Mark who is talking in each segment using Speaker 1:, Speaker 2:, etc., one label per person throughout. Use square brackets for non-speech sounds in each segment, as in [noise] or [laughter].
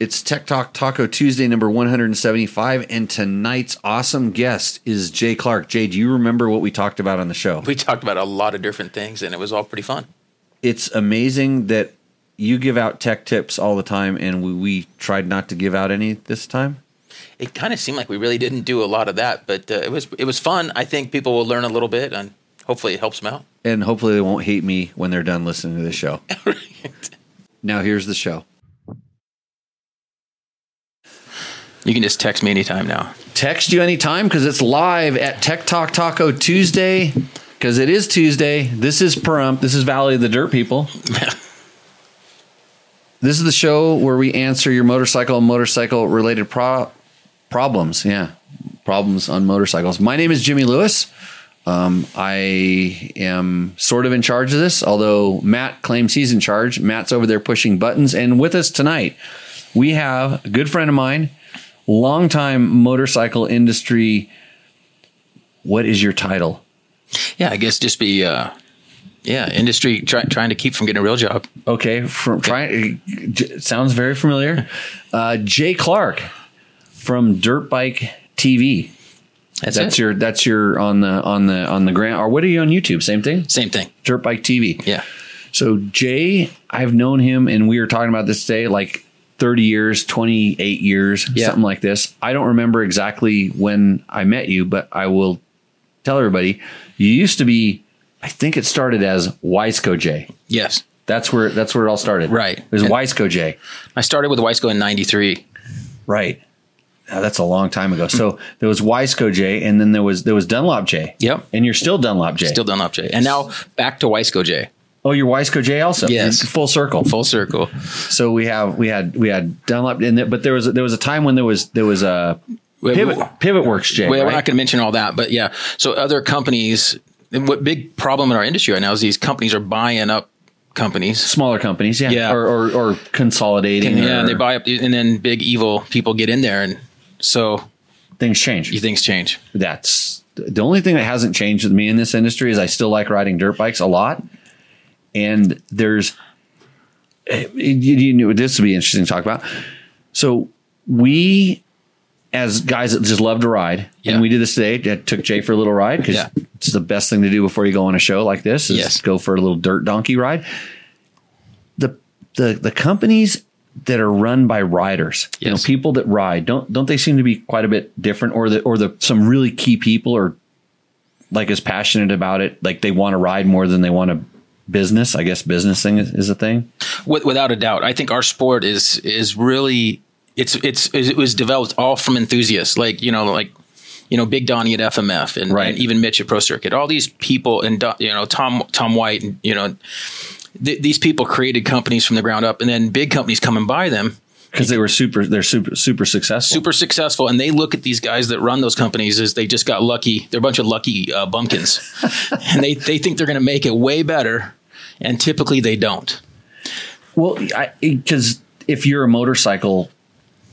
Speaker 1: It's Tech Talk Taco Tuesday number 175 and tonight's awesome guest is Jay Clark. Jay, do you remember what we talked about on the show?
Speaker 2: We talked about a lot of different things and it was all pretty fun.
Speaker 1: It's amazing that you give out tech tips all the time and we, we tried not to give out any this time.
Speaker 2: It kind of seemed like we really didn't do a lot of that, but uh, it was it was fun. I think people will learn a little bit and hopefully it helps them out. [laughs]
Speaker 1: And hopefully they won't hate me when they're done listening to the show. Now here's the show.
Speaker 2: You can just text me anytime [laughs] now.
Speaker 1: Text you anytime because it's live at Tech Talk Taco Tuesday because it is Tuesday. This is Perump. This is Valley of the Dirt People. This is the show where we answer your motorcycle and motorcycle related pro- problems. Yeah, problems on motorcycles. My name is Jimmy Lewis. Um, I am sort of in charge of this, although Matt claims he's in charge. Matt's over there pushing buttons. And with us tonight, we have a good friend of mine, longtime motorcycle industry. What is your title?
Speaker 2: Yeah, I guess just be uh yeah, industry try, trying to keep from getting a real job.
Speaker 1: Okay, from trying j- sounds very familiar. Uh, Jay Clark from Dirt Bike TV.
Speaker 2: That's,
Speaker 1: That's
Speaker 2: it.
Speaker 1: your that's your on the on the on the grant or what are you on YouTube? Same thing.
Speaker 2: same thing.
Speaker 1: Dirt Bike TV.
Speaker 2: Yeah.
Speaker 1: So Jay, I've known him, and we were talking about this today, like thirty years, twenty eight years,
Speaker 2: Yeah.
Speaker 1: something like this. I don't remember exactly when I met you, but I will tell everybody. You used to be, I think it started as Wiseco Jay.
Speaker 2: Yes.
Speaker 1: That's where that's where it all started.
Speaker 2: Right.
Speaker 1: It was Wiseco Jay.
Speaker 2: I started with Weisco in 93.
Speaker 1: Right. Now, that's a long time ago.
Speaker 2: Hmm.
Speaker 1: So there was Wiseco J, and then there was there was Dunlop J.
Speaker 2: Yep.
Speaker 1: And you're still Dunlop J.
Speaker 2: Still done up Jay. And now back to Weisco Jay.
Speaker 1: oh, you're Wiseco J also.
Speaker 2: Yes.
Speaker 1: It's Full circle.
Speaker 2: Full circle.
Speaker 1: So we have we had we had Dunlop, and there, but there was there was a time when there was there was a
Speaker 2: Wait,
Speaker 1: pivot
Speaker 2: wait.
Speaker 1: pivot works J.
Speaker 2: Well,
Speaker 1: right?
Speaker 2: we're not going to mention all that, but yeah. So other companies, what big problem in our industry right now is these companies are buying up companies.
Speaker 1: Smaller companies, yeah,
Speaker 2: Yeah.
Speaker 1: Or, or or consolidating. or
Speaker 2: Yeah, and they buy up, and then big evil people get in there, and so
Speaker 1: things change.
Speaker 2: things change.
Speaker 1: that's the only thing that hasn't changed with me in this industry is I still like riding dirt bikes a lot. And there's, you, you knew this would be interesting to talk about. So we, as guys that just love to ride,
Speaker 2: Yeah.
Speaker 1: and we did this today. I took Jay for a little ride because
Speaker 2: Yeah.
Speaker 1: it's the best thing to do before you go on a show like this. Is
Speaker 2: Yes.
Speaker 1: go for a little dirt donkey ride. The the the companies that are run by riders, you know,
Speaker 2: Yes.
Speaker 1: people that ride, don't don't they seem to be quite a bit different, or the or the some really key people are like as passionate about it, like they want to ride more than they want to business. I guess business thing is, is a thing.
Speaker 2: With, without a doubt, I think our sport is is really it's it's it was developed all from enthusiasts, like you know, like you know, Big Donnie at FMF, and,
Speaker 1: Right.
Speaker 2: and even Mitch at Pro Circuit. All these people, and Don- you know, Tom Tom White, and you know, th- these people created companies from the ground up, and then big companies come and buy them.
Speaker 1: Because they were super, they're super, super successful.
Speaker 2: super successful and they look at these guys that run those companies as they just got lucky they're a bunch of lucky uh, [laughs] bumpkins and they, they think they're going to make it way better and typically they don't
Speaker 1: Well, because if you're a motorcycle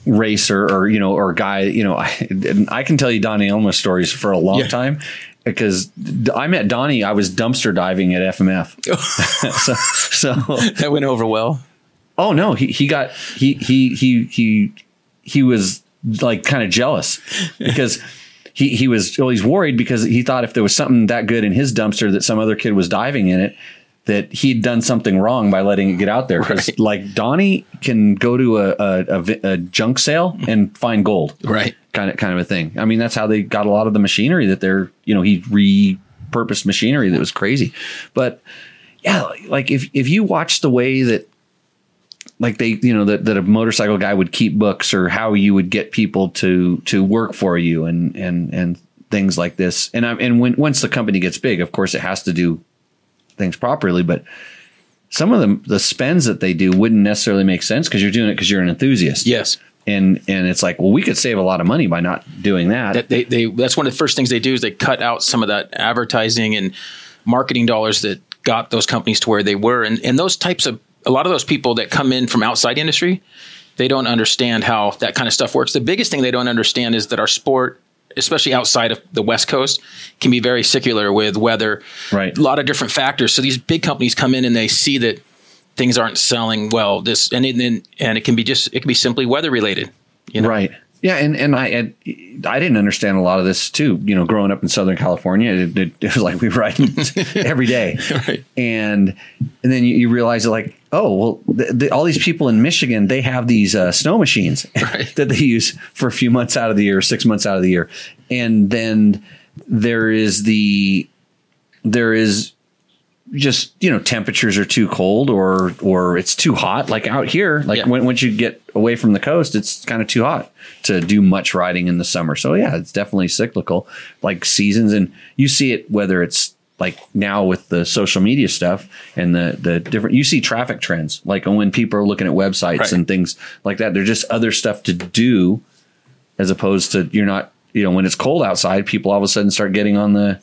Speaker 1: racer or you know or guy, you know, [laughs] I, and I can tell you Donnie Elma stories for a long
Speaker 2: Yeah.
Speaker 1: time because d- I met Donnie. I was dumpster diving at FMF. [laughs] so, so
Speaker 2: that went over well
Speaker 1: oh no, he, he got he he he he he was like kind of jealous because. He, he was well, he's worried because he thought if there was something that good in his dumpster that some other kid was diving in it, that he'd done something wrong by letting it get out there. 'Cause,
Speaker 2: Right.
Speaker 1: like Donnie can go to a, a, a vi- a junk sale and find gold,
Speaker 2: right
Speaker 1: kind of kind of a thing. I mean, that's how they got a lot of the machinery that they're you know he repurposed machinery that was crazy, but yeah, like if if you watch the way that like they you know that, that a motorcycle guy would keep books or how you would get people to to work for you and and and things like this and I and when once the company gets big of course it has to do things properly but some of the the spends that they do wouldn't necessarily make sense because you're doing it because you're an enthusiast
Speaker 2: yes
Speaker 1: and and it's like well we could save a lot of money by not doing that,
Speaker 2: that they, they that's one of the first things they do is they cut out some of that advertising and marketing dollars that got those companies to where they were and and those types of a lot of those people that come in from outside industry they don't understand how that kind of stuff works the biggest thing they don't understand is that our sport especially outside of the west coast can be very secular with weather
Speaker 1: Right.
Speaker 2: a lot of different factors so these big companies come in and they see that things aren't selling well. This and it, and and it can be just it can be simply weather related. You know?
Speaker 1: Right. Yeah, and and I and I didn't understand a lot of this too. You know, growing up in Southern California, it, it, it was like we were
Speaker 2: [laughs]
Speaker 1: riding every day,
Speaker 2: Right.
Speaker 1: and and then you, you realize like, oh well, th the, all these people in Michigan they have these uh, snow machines [laughs]
Speaker 2: Right.
Speaker 1: that they use for a few months out of the year, six months out of the year, and then there is the there is just you know temperatures are too cold or or it's too hot like out here like
Speaker 2: Yeah.
Speaker 1: when, once you get away from the coast it's kind of too hot to do much riding in the summer so yeah it's definitely cyclical like seasons and you see it whether it's like now with the social media stuff and the the different you see traffic trends like when people are looking at websites
Speaker 2: Right.
Speaker 1: and things like that there's just other stuff to do as opposed to you're not you know when it's cold outside people all of a sudden start getting on the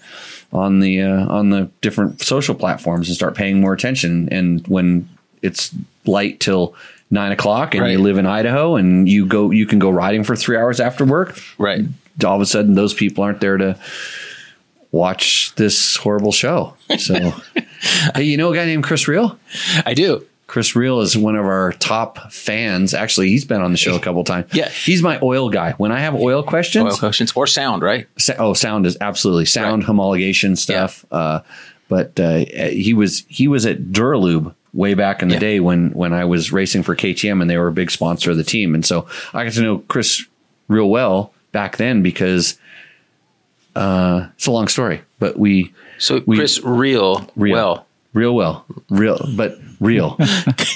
Speaker 1: on the uh, on the different social platforms and start paying more attention and when it's light till nine o'clock and
Speaker 2: Right.
Speaker 1: you live in idaho and you go you can go riding for three hours after work
Speaker 2: Right.
Speaker 1: all of a sudden those people aren't there to watch this horrible show so hey you know a guy named chris real
Speaker 2: I do.
Speaker 1: Chris Real is one of our top fans. Actually, he's been on the show a couple times.
Speaker 2: Yeah.
Speaker 1: he's my oil guy. When I have oil questions,
Speaker 2: Oil questions or sound, right?
Speaker 1: sa- oh, sound is absolutely sound homologation stuff. Uh, but uh, he was he was at Duralube way back in the
Speaker 2: Yeah.
Speaker 1: day when when I was racing for KTM and they were a big sponsor of the team, and so I got to know Chris real well back then because uh, it's a long story, but we
Speaker 2: So Chris Real,
Speaker 1: real,
Speaker 2: well,
Speaker 1: real well, real, but real,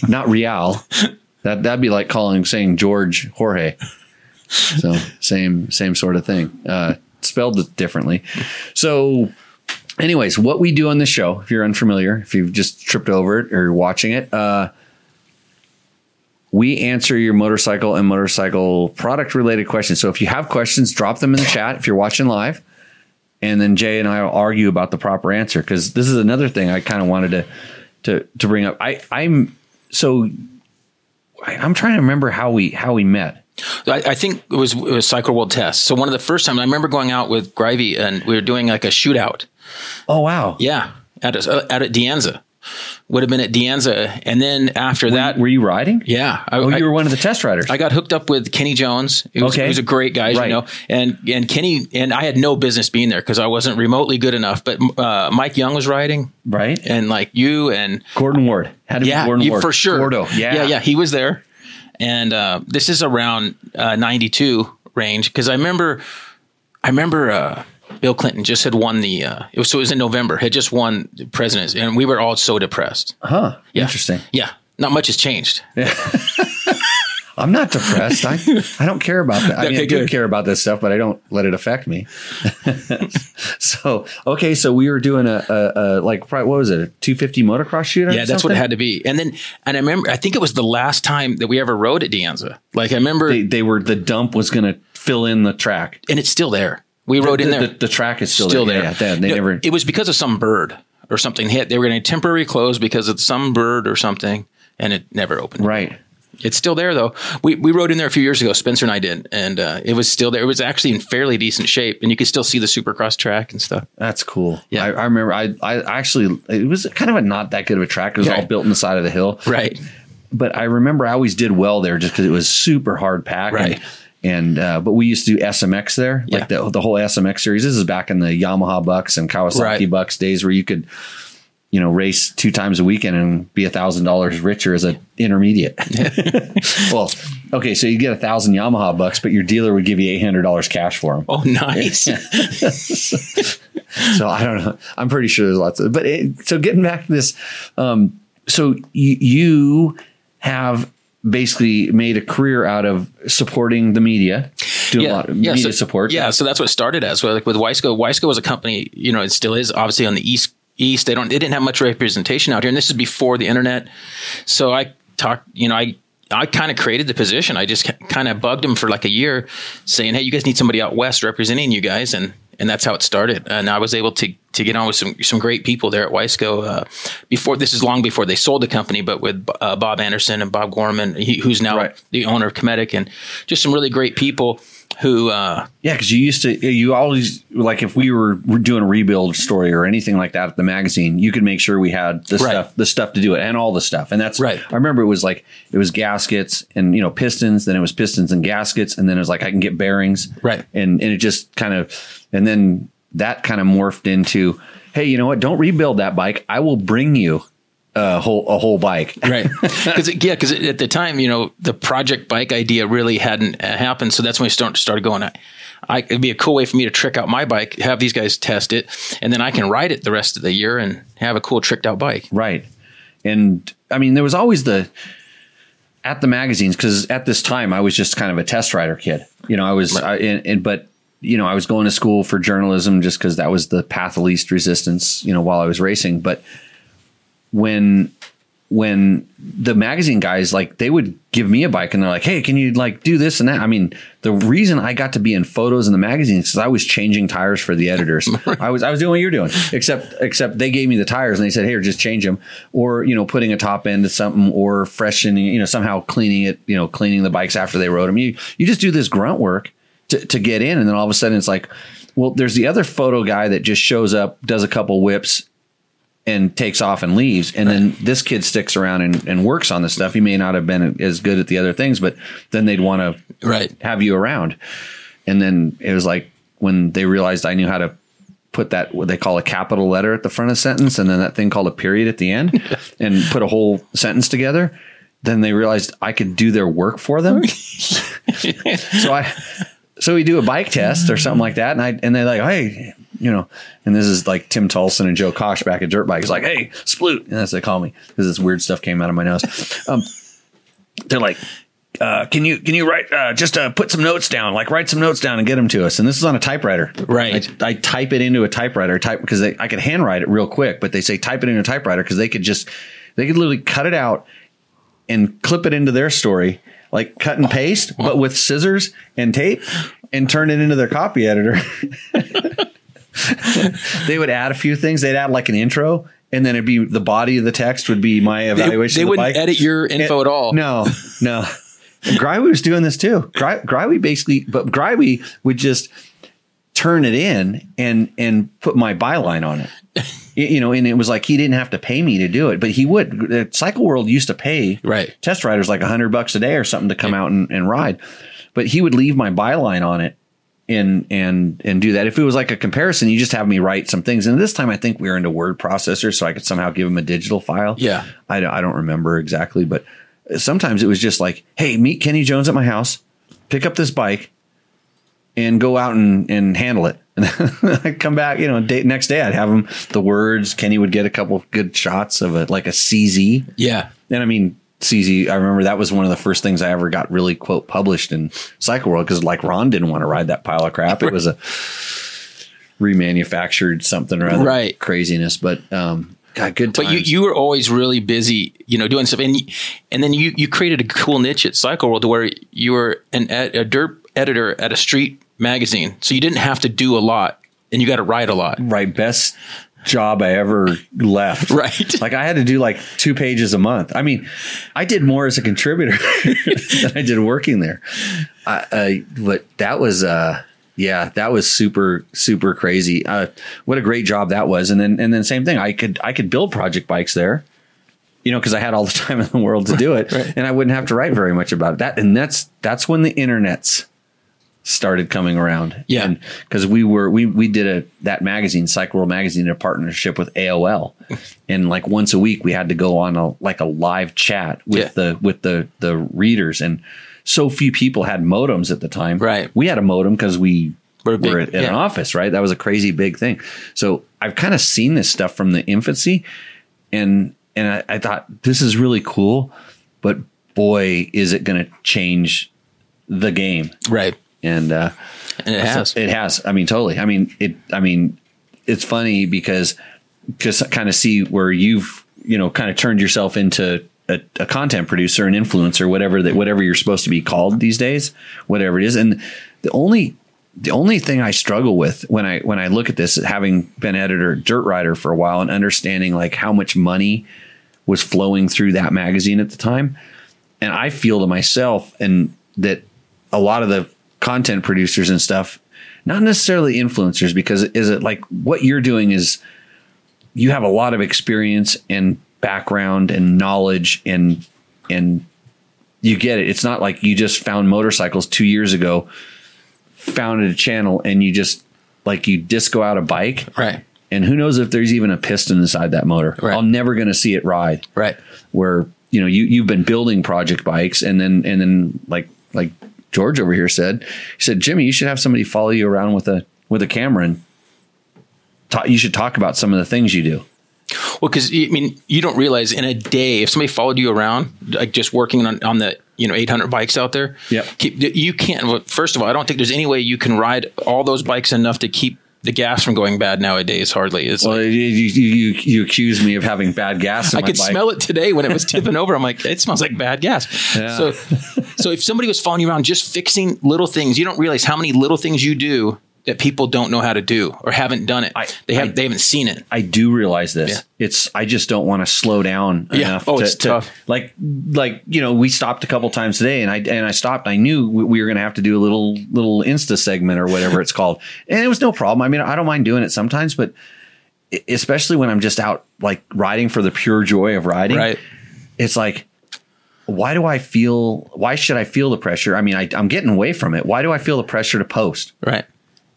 Speaker 1: not real. That that'd be like calling saying George Jorge. So same same sort of thing, uh, spelled differently. So, anyways, what we do on this show, if you're unfamiliar, if you've just tripped over it or you're watching it, uh, we answer your motorcycle and motorcycle product related questions. So if you have questions, drop them in the chat if you're watching live and then Jay and I will argue about the proper answer because this is another thing I kind of wanted to to to bring up. I I'm so I- I'm trying to remember how we how we met.
Speaker 2: I, I think it was, it was Cycle World Test. So one of the first times I remember going out with Grivey and we were doing like a shootout.
Speaker 1: Oh wow,
Speaker 2: Yeah, at a, uh, out at Dianza. Would have been at Dianza, and then after that,
Speaker 1: were you riding?
Speaker 2: yeah, I,
Speaker 1: Oh,
Speaker 2: I-
Speaker 1: you were one of the test riders.
Speaker 2: I got hooked up with Kenny Jones. He was,
Speaker 1: Okay.
Speaker 2: he was a great guy, as
Speaker 1: Right.
Speaker 2: you know. And and Kenny and I had no business being there because I wasn't remotely good enough. But uh, Mike Young was riding,
Speaker 1: right,
Speaker 2: and like you and
Speaker 1: Gordon Ward. How did
Speaker 2: yeah,
Speaker 1: Gordon
Speaker 2: you-
Speaker 1: Ward
Speaker 2: for sure.
Speaker 1: Gordo. Yeah,
Speaker 2: yeah, yeah. He was there, and uh, this is around uh, ninety-two range because I remember, I remember uh, Bill Clinton just had won the. Uh, it was so it was in November. Had just won the presidency, and we were all so depressed.
Speaker 1: Huh. Interesting.
Speaker 2: Yeah, not much has changed.
Speaker 1: I'm not depressed.
Speaker 2: [laughs]
Speaker 1: I I don't care about that. I mean, I
Speaker 2: Okay,
Speaker 1: do
Speaker 2: good.
Speaker 1: care about this stuff, but I don't let it affect me. [laughs] so okay, so we were doing a, a, a like probably, what was it, a 250 motocross shooter?
Speaker 2: Yeah, that's what it had to be. And then, and I remember, I think it was the last time that we ever rode at Dianza. Like I remember,
Speaker 1: they, they were the dump was going to fill in the track.
Speaker 2: and it's still there. We rode in
Speaker 1: the,
Speaker 2: Oh, there,
Speaker 1: the, the track is still,
Speaker 2: still
Speaker 1: there.
Speaker 2: there.
Speaker 1: Yeah, yeah, they, they
Speaker 2: No,
Speaker 1: never.
Speaker 2: It was because of some bird or something hit. They were going to temporarily close because of some bird or something, and it never opened.
Speaker 1: right.
Speaker 2: It's still there though. We we rode in there a few years ago. Spencer and I did, and uh, it was still there. It was actually in fairly decent shape, and you could still see the Supercross track and stuff.
Speaker 1: That's cool.
Speaker 2: Yeah.
Speaker 1: I, I remember. I I actually it was kind of a not that good of a track. It was all
Speaker 2: Right.
Speaker 1: built in the side of the hill.
Speaker 2: Right.
Speaker 1: But I remember I always did well there just because it was super hard pack.
Speaker 2: Right.
Speaker 1: And, and, uh, but we used to do SMX there, like
Speaker 2: Yeah.
Speaker 1: the, the whole SMX series. This is back in the Yamaha Bucks and Kawasaki
Speaker 2: Right.
Speaker 1: Bucks days where you could, you know, race two times a weekend and be a thousand dollars richer as an intermediate. [laughs] well, okay, so you get a thousand Yamaha Bucks, but your dealer would give you eight hundred dollars cash for them.
Speaker 2: Oh, nice.
Speaker 1: So I don't know. I'm pretty sure there's lots of. But it, so getting back to this, um, so y- you have basically made a career out of supporting the media, doing a lot of media support.
Speaker 2: Yeah, so that's what it started as. Well, Like with Wisco, Wisco was a company, you know, it still is obviously on the east east. They don't they didn't have much representation out here, and this is before the internet. So I talked, you know, I I kind of created the position. I just kind of bugged them for like a year, saying, "Hey, you guys need somebody out west representing you guys," and and that's how it started. And I was able to to get on with some some great people there at Wisco. Uh, before this is long before they sold the company, but with uh, Bob Anderson and Bob Gorman, he, who's now
Speaker 1: Right.
Speaker 2: the owner of Comedic, and just some really great people. who uh,
Speaker 1: Yeah, because you used to, you always, like if we were doing a rebuild story or anything like that at the magazine, you could make sure we had the
Speaker 2: Right.
Speaker 1: stuff, the stuff to do it and all the stuff. And that's,
Speaker 2: Right.
Speaker 1: I remember it was like, it was gaskets and, you know, pistons, then it was pistons and gaskets. And then it was like, I can get bearings.
Speaker 2: Right.
Speaker 1: And, and it just kind of, and then that kind of morphed into, hey, you know what? Don't rebuild that bike. I will bring you a whole, a whole bike.
Speaker 2: [laughs] right because yeah because at the time you know the project bike idea really hadn't uh, happened so that's when we start, started going I, I it'd be a cool way for me to trick out my bike have these guys test it and then i can ride it the rest of the year and have a cool tricked out bike
Speaker 1: Right. And I mean, there was always the at the magazines because at this time I was just kind of a test rider kid. You know, I was, I, and, and but you know, I was going to school for journalism just because that was the path of least resistance. You know, while I was racing, but when when the magazine guys like they would give me a bike and they're like hey can you like do this and that i mean the reason i got to be in photos in the magazines is i was changing tires for the editors i was i was doing what you're doing except except they gave me the tires and they said here just change them or you know putting a top end to something or freshening you know somehow cleaning it you know cleaning the bikes after they rode them you you just do this grunt work to, to get in and then all of a sudden it's like well there's the other photo guy that just shows up does a couple whips and takes off and leaves. And then this kid sticks around and, and works on this stuff. He may not have been as good at the other things, but then they'd want to
Speaker 2: right
Speaker 1: have you around. And then it was like when they realized I knew how to put that what they call a capital letter at the front of a sentence and then that thing called a period at the end and put a whole sentence together, then they realized I could do their work for them. so I so we do a bike test or something like that, and I and they're like, hey, you know, and this is like Tim Tulson and Joe Kosh back at Dirt Bike. He's like, hey, sploot, and that's what they call me because this weird stuff came out of my nose. Um, they're like. Uh, can you can you write uh, just uh, put some notes down like write some notes down and get them to us and this is on a typewriter
Speaker 2: Right.
Speaker 1: I, I type it into a typewriter type because they, I could handwrite it real quick but they say type it into a typewriter because they could just they could literally cut it out and clip it into their story, like cut and paste, but with scissors and tape and turn it into their copy editor. [laughs] they would add a few things. They'd add like an intro, and then it'd be the body of the text would be my evaluation.
Speaker 2: they
Speaker 1: of the
Speaker 2: wouldn't
Speaker 1: bike.
Speaker 2: edit your
Speaker 1: And-
Speaker 2: info at all.
Speaker 1: No, no. Grywe was doing this too. Gry- Grywe basically, but Grywe would just turn it in and and put my byline on
Speaker 2: [laughs]
Speaker 1: it. Y- You know, and it was like he didn't have to pay me to do it, but he would. Uh, Cycle World used to pay
Speaker 2: Right.
Speaker 1: test riders like a hundred bucks a day or something to come out and, and ride, but he would leave my byline on it and and and do that. If it was like a comparison, you just have me write some things. And this time, I think we were into word processors, so I could somehow give him a digital file.
Speaker 2: Yeah.
Speaker 1: I don't, I don't remember exactly, but sometimes it was just like, hey, meet Kenny Jones at my house, pick up this bike, and go out and, and handle it. [laughs] And I'd come back, you know, day, next day I'd have him the words. Kenny would get a couple good shots of a like a CZ.
Speaker 2: yeah
Speaker 1: And I mean, CZ, I remember that was one of the first things I ever got really quote published in Cycle World because like Ron didn't want to ride that pile of crap. It was a remanufactured something or other
Speaker 2: Right.
Speaker 1: craziness. But um, God, good times.
Speaker 2: But you, you were always really busy, you know, doing stuff, and and then you you created a cool niche at Cycle World where you were an ed, a dirt editor at a street magazine, so you didn't have to do a lot, and you got to write a lot.
Speaker 1: right best job I ever left.
Speaker 2: Right.
Speaker 1: Like I had to do like two pages a month. I mean, I did more as a contributor [laughs] than I did working there. I, I but that was uh yeah, that was super super crazy. Uh what a great job that was. And then and then same thing. I could I could build project bikes there. You know, because I had all the [laughs] time in the world to do it, and I wouldn't have to write very much about it. That and that's that's when the internet's started coming around.
Speaker 2: Yeah.
Speaker 1: because we were we we did a that magazine, Cycle World magazine, in a partnership with AOL,
Speaker 2: [laughs]
Speaker 1: and like once a week we had to go on a like a live chat with
Speaker 2: Yeah.
Speaker 1: the with the the readers, and so few people had modems at the time.
Speaker 2: Right.
Speaker 1: we had a modem because we
Speaker 2: We're
Speaker 1: were,
Speaker 2: big,
Speaker 1: at, at an
Speaker 2: yeah.
Speaker 1: office, right? That was a crazy big thing. So I've kind of seen this stuff from the infancy, and and I, I thought this is really cool, but boy, is it going to change the game
Speaker 2: Right,
Speaker 1: and uh,
Speaker 2: and it has.
Speaker 1: it has. I mean, totally. I mean, it. I mean, it's funny because just kind of see where you've you know kind of turned yourself into a, a content producer, an influencer, whatever that whatever you're supposed to be called these days, whatever it is. And the only the only thing I struggle with when I when I look at this, having been editor at Dirt Rider for a while and understanding like how much money was flowing through that magazine at the time, and I feel to myself and that a lot of the content producers and stuff, not necessarily influencers, because is it like what you're doing is you have a lot of experience and background and knowledge and and you get it. It's not like you just found motorcycles two years ago, founded a channel, and you just like you disco out a bike.
Speaker 2: Right.
Speaker 1: And who knows if there's even a piston inside that motor.
Speaker 2: Right.
Speaker 1: I'm never gonna see it ride
Speaker 2: Right.
Speaker 1: where you know you you've been building project bikes and then and then like like George over here said he said Jimmy you should have somebody follow you around with a with a camera and ta- you should talk about some of the things you do
Speaker 2: Well, because I mean, you don't realize in a day if somebody followed you around, like just working on, on the you know 800 bikes out there.
Speaker 1: Yep.
Speaker 2: keep, you can't. well, First of all, I don't think there's any way you can ride all those bikes enough to keep the gas from going bad nowadays. Hardly. It's
Speaker 1: well you you you, you accuse me of having bad gas in
Speaker 2: I
Speaker 1: my
Speaker 2: could
Speaker 1: bike.
Speaker 2: smell it today when it was tipping over. I'm like, it smells like bad gas.
Speaker 1: Yeah.
Speaker 2: So, so if somebody was following you around just fixing little things, you don't realize how many little things you do that people don't know how to do or haven't done it.
Speaker 1: I-
Speaker 2: they have
Speaker 1: I-
Speaker 2: they haven't seen it.
Speaker 1: I do realize this.
Speaker 2: Yeah.
Speaker 1: It's I just don't want to slow down
Speaker 2: Yeah.
Speaker 1: enough.
Speaker 2: Oh,
Speaker 1: to,
Speaker 2: it's
Speaker 1: to-
Speaker 2: tough.
Speaker 1: Like like you know, we stopped a couple times today, and I and I stopped. I knew we, we were going to have to do a little little Insta segment or whatever it's called, and it was no problem. I mean, I don't mind doing it sometimes, but e- especially when I'm just out like riding for the pure joy of riding,
Speaker 2: Right.
Speaker 1: it's like. Why do I feel? Why should I feel the pressure? I mean, I, I'm getting away from it. Why do I feel the pressure to post?
Speaker 2: Right.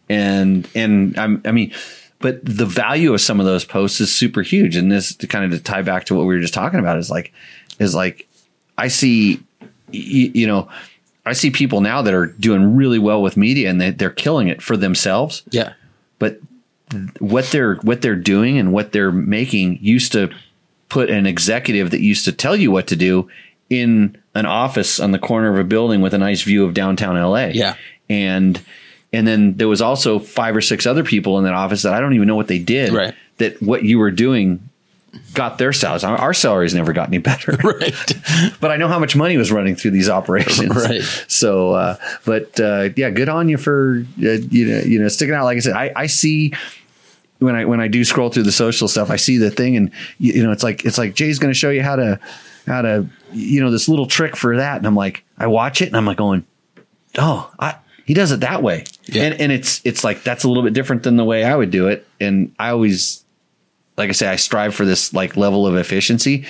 Speaker 1: and and I'm, I mean, but the value of some of those posts is super huge. And this to kind of to tie back to what we were just talking about is like is like I see, y- y- you know, I see people now that are doing really well with media and they, they're killing it for themselves.
Speaker 2: Yeah.
Speaker 1: But what they're what they're doing and what they're making used to put an executive that used to tell you what to do in an office on the corner of a building with a nice view of downtown LA.
Speaker 2: Yeah.
Speaker 1: And and then there was also five or six other people in that office that I don't even know what they did.
Speaker 2: Right.
Speaker 1: That what you were doing got their salaries. Our- Our salaries never got any better.
Speaker 2: [laughs] Right.
Speaker 1: But I know how much money was running through these operations.
Speaker 2: [laughs] Right.
Speaker 1: So, uh, but uh, yeah, good on you for uh, you know you know sticking out. Like I said, I, I see when I when I do scroll through the social stuff, I see the thing, and you, you know it's like it's like Jay's going to show you how to how to you know this little trick for that, and I'm like I watch it, and I'm like going, oh, I, he does it that way,
Speaker 2: Yeah.
Speaker 1: and and it's it's like that's a little bit different than the way I would do it, and I always like I say, I strive for this like level of efficiency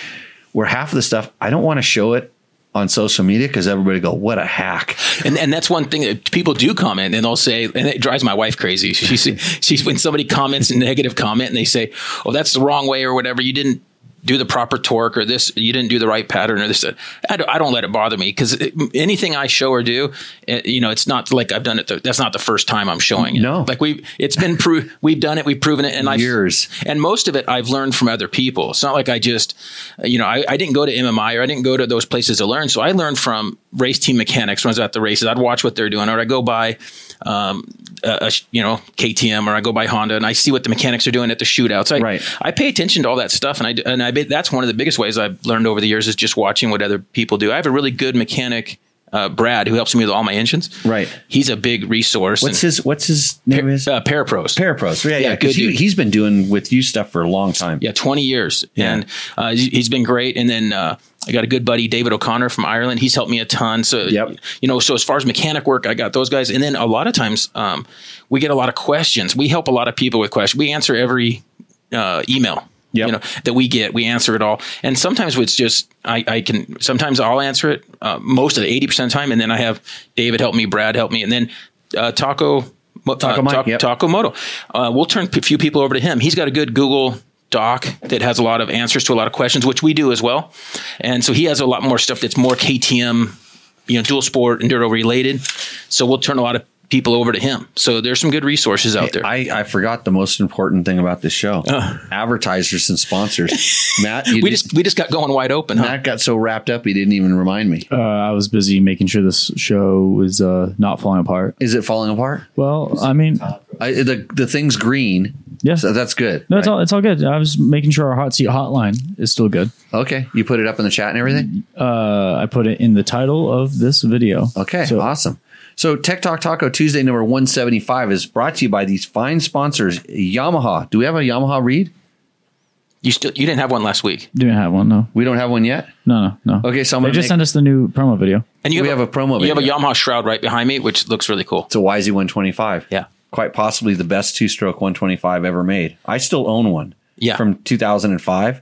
Speaker 1: where half of the stuff I don't want to show it on social media because everybody go, what a hack.
Speaker 2: And and that's one thing that people do comment and they'll say, and it drives my wife crazy. She [laughs] she's when somebody comments a negative comment and they say, "Oh, that's the wrong way" or whatever. You didn't do the proper torque or this. You didn't do the right pattern or this. I don't, I don't let it bother me because anything I show or do, eh, you know, it's not like I've done it. The, that's not the first time I'm showing it.
Speaker 1: No.
Speaker 2: like we it's been proved. We've done it. We've proven it. And I've-
Speaker 1: Years.
Speaker 2: and most of it I've learned from other people. It's not like I just, you know, I, I didn't go to MMI or I didn't go to those places to learn. So I learned from race team mechanics when I was at the races. I'd watch what they're doing, or I go by, um, a, a sh- you know, KTM, or I go by Honda, and I see what the mechanics are doing at the shootouts. I,
Speaker 1: Right.
Speaker 2: I pay attention to all that stuff, and I d- and I bet that's one of the biggest ways I've learned over the years is just watching what other people do. I have a really good mechanic. Uh, Brad, who helps me with all my engines,
Speaker 1: Right.
Speaker 2: He's a big resource.
Speaker 1: What's
Speaker 2: and,
Speaker 1: his, what's his name is?
Speaker 2: uh, Parapros?
Speaker 1: Parapros. Yeah. Yeah.
Speaker 2: yeah,
Speaker 1: Cause
Speaker 2: good
Speaker 1: you,
Speaker 2: dude.
Speaker 1: he's been doing with you stuff for a long time.
Speaker 2: Yeah, 20 years. And uh, he- he's been great. And then uh, I got a good buddy, David O'Connor from Ireland. He's helped me a ton. So,
Speaker 1: Yep.
Speaker 2: you know, so as far as mechanic work, I got those guys. And then a lot of times um, we get a lot of questions. We help a lot of people with questions. We answer every uh, email.
Speaker 1: Yep.
Speaker 2: You know that we get, we answer it all, and sometimes it's just I, I can. Sometimes I'll answer it uh, most of the eighty percent of the time, and then I have David help me, Brad help me, and then uh, Taco Taco,
Speaker 1: Mike,
Speaker 2: Mike,
Speaker 1: yep.
Speaker 2: Moto. Uh, we'll turn a few people over to him. He's got a good Google doc that has a lot of answers to a lot of questions, which we do as well. And so he has a lot more stuff that's more KTM, you know, dual sport, enduro related. So we'll turn a lot of people over to him. So there's some good resources out there.
Speaker 1: I, I forgot the most important thing about this show advertisers and
Speaker 2: [laughs]
Speaker 1: sponsors. Matt, you
Speaker 2: Uh.
Speaker 1: did-
Speaker 2: we just we just got going wide open, huh?
Speaker 1: Matt got so wrapped up, he didn't even remind me.
Speaker 3: Uh, I was busy making sure this show was uh, not falling apart.
Speaker 1: Is it falling apart?
Speaker 3: Well, I mean,
Speaker 1: I, the, the thing's green.
Speaker 3: Yeah.
Speaker 1: So that's good.
Speaker 3: no, it's
Speaker 1: right?
Speaker 3: all it's all good. I was making sure our hot seat hotline is still good.
Speaker 1: okay. You put it up in the chat and everything?
Speaker 3: Uh, I put it in the title of this video.
Speaker 1: Okay,
Speaker 3: So,
Speaker 1: awesome. So Tech Talk Taco Tuesday number 175 is brought to you by these fine sponsors, Yamaha. Do we have a Yamaha read?
Speaker 2: You still you didn't have one last week,
Speaker 3: Didn't have one. No,
Speaker 1: We don't have one yet.
Speaker 3: no, no, no.
Speaker 1: Okay, so I'm
Speaker 3: they
Speaker 1: gonna
Speaker 3: just
Speaker 1: make-
Speaker 3: sent us the new promo video.
Speaker 2: and you
Speaker 1: We have a promo
Speaker 2: You have a
Speaker 1: video.
Speaker 2: Yamaha shroud right behind me, which looks really cool.
Speaker 1: It's a YZ125.
Speaker 2: Yeah.
Speaker 1: Quite possibly the best two stroke 125 ever made. I still own one.
Speaker 2: Yeah.
Speaker 1: From 2005.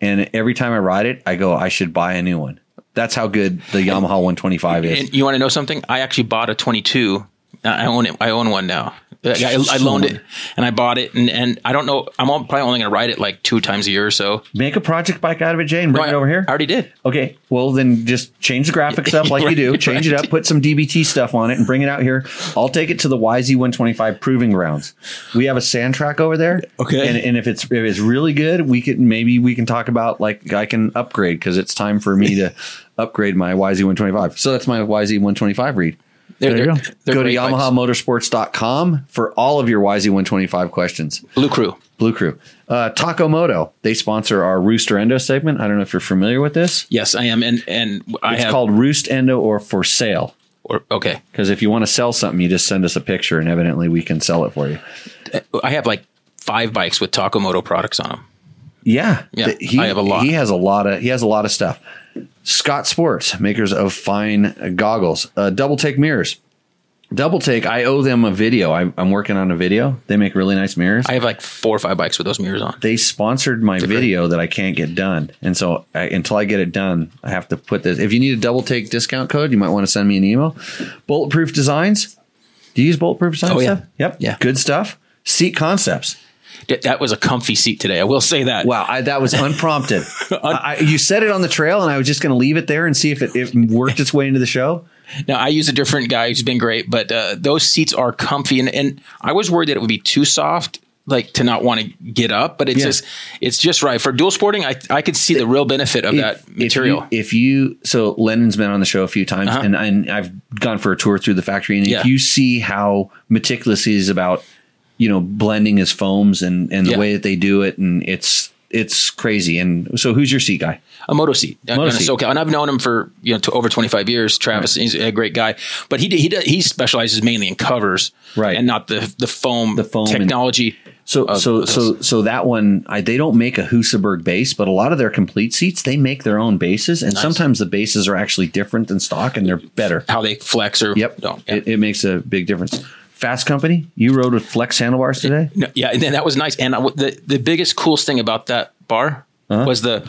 Speaker 1: And every time I ride it, I go, I should buy a new one. That's how good the Yamaha 125 is.
Speaker 2: And you want to know something? I actually bought a 22. I I own it. I own one now. I, I- I loaned it and I bought it, and, and I don't know. I'm all, probably only going to ride it like two times a year or so.
Speaker 1: Make a project bike out of it, Jay, and bring
Speaker 2: No,
Speaker 1: it
Speaker 2: I-
Speaker 1: over here.
Speaker 2: I already did.
Speaker 1: Okay, well then just change the graphics up like you do.
Speaker 2: Right,
Speaker 1: Change it up, put some DBT stuff on it, and bring it out here. I'll take it to the YZ125 proving grounds. We have a sand track over there.
Speaker 2: Okay.
Speaker 1: and, and if it's if it's really good, we could maybe we can talk about like I can upgrade because it's time for me to [laughs] upgrade my YZ125. So that's my YZ125 read.
Speaker 2: They're,
Speaker 3: There you
Speaker 2: they're-
Speaker 3: go.
Speaker 2: they're
Speaker 1: go to
Speaker 2: great bikes.
Speaker 1: YamahaMotorsports.com for all of your YZ125 questions.
Speaker 2: Blue Crew.
Speaker 1: Blue Crew, uh, Takamoto, they sponsor our Rooster Endo segment. I don't know if you're familiar with this.
Speaker 2: Yes, I am, and and I
Speaker 1: It's
Speaker 2: have.
Speaker 1: called Roost Endo or for sale.
Speaker 2: or, okay,
Speaker 1: Because if you want to sell something, you just send us a picture, and evidently we can sell it for you.
Speaker 2: I have like five bikes with Takamoto products on them.
Speaker 1: Yeah,
Speaker 2: Yeah,
Speaker 1: Th- he,
Speaker 2: I have a lot.
Speaker 1: He has a lot of he has a lot of stuff. Scott Sports, makers of fine goggles, uh, double take mirrors. Double take. I owe them a video. I, I'm working on a video. They make really nice mirrors.
Speaker 2: I have like four or five bikes with those mirrors on.
Speaker 1: they sponsored my video that I can't get done, and so I, until I get it done, I have to put this. If you need a double take discount code, you might want to send me an email. Bulletproof Designs. Do you use Bulletproof Designs?
Speaker 2: Oh, yeah.
Speaker 1: Stuff? Yep.
Speaker 2: Yeah.
Speaker 1: Good stuff. Seat Concepts.
Speaker 2: D- That was a comfy seat today. I will say that.
Speaker 1: Wow, I, that was [laughs] unprompted. I, I- you said it on the trail, and I was just going to leave it there and see if it, it worked its way into the show.
Speaker 2: Now I use a different guy who's been great, but uh, those seats are comfy, and, and I was worried that it would be too soft, like to not want to get up. But it's
Speaker 1: Yeah.
Speaker 2: just it's just right for dual sporting. I I could see the real benefit of that material. Uh-huh.
Speaker 1: If you, if you- so Lennon's been on the show a few times, and, and I've gone for a tour through the factory, and
Speaker 2: Yeah.
Speaker 1: if you see how meticulous he is about you know blending his foams and and the
Speaker 2: Yeah.
Speaker 1: way that they do it, and it's it's crazy. And so, who's your seat guy?
Speaker 2: a moto seat, on
Speaker 1: Moto
Speaker 2: a
Speaker 1: seat.
Speaker 2: SoCal. and I've known him for you know to over twenty five years. Travis, he's a great guy, but he d- he d- he specializes mainly in covers,
Speaker 1: Right.
Speaker 2: and not the the foam the
Speaker 1: foam and-
Speaker 2: technology.
Speaker 1: So so so so that one I, they don't make a Husaberg base, but a lot of their complete seats they make their own bases, and sometimes the bases are actually different than stock, and they're better.
Speaker 2: how they flex or
Speaker 1: Yep.
Speaker 2: don't. Yeah.
Speaker 1: It, it makes a big difference. Fast Company, you rode with Flex handlebars today?
Speaker 2: No, yeah, and then that was nice. And I w the the biggest coolest thing about that bar was the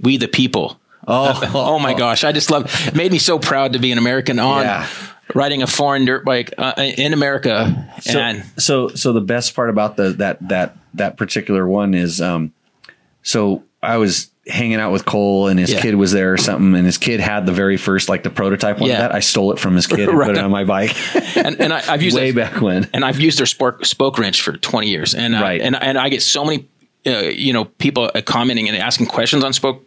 Speaker 2: we the people.
Speaker 1: Oh.
Speaker 2: [laughs] oh my gosh! I just love. It made me so proud to be an American on
Speaker 1: Yeah.
Speaker 2: riding a foreign dirt bike uh, in America.
Speaker 1: So,
Speaker 2: and
Speaker 1: so so the best part about the that that that particular one is um so I was hanging out with Cole and his
Speaker 2: Yeah.
Speaker 1: kid was there or something and his kid had the very first like the prototype one of
Speaker 2: Yeah.
Speaker 1: that I stole it from his kid and
Speaker 2: Right.
Speaker 1: put it on my
Speaker 2: [laughs]
Speaker 1: bike
Speaker 2: and, and I, I've
Speaker 1: [laughs]
Speaker 2: used
Speaker 1: way
Speaker 2: it-
Speaker 1: back
Speaker 2: [laughs]
Speaker 1: when.
Speaker 2: and I've used their spork, spoke wrench for 20 years, and I,
Speaker 1: Right.
Speaker 2: and and I get so many, uh, you know, people uh, commenting and asking questions on spoke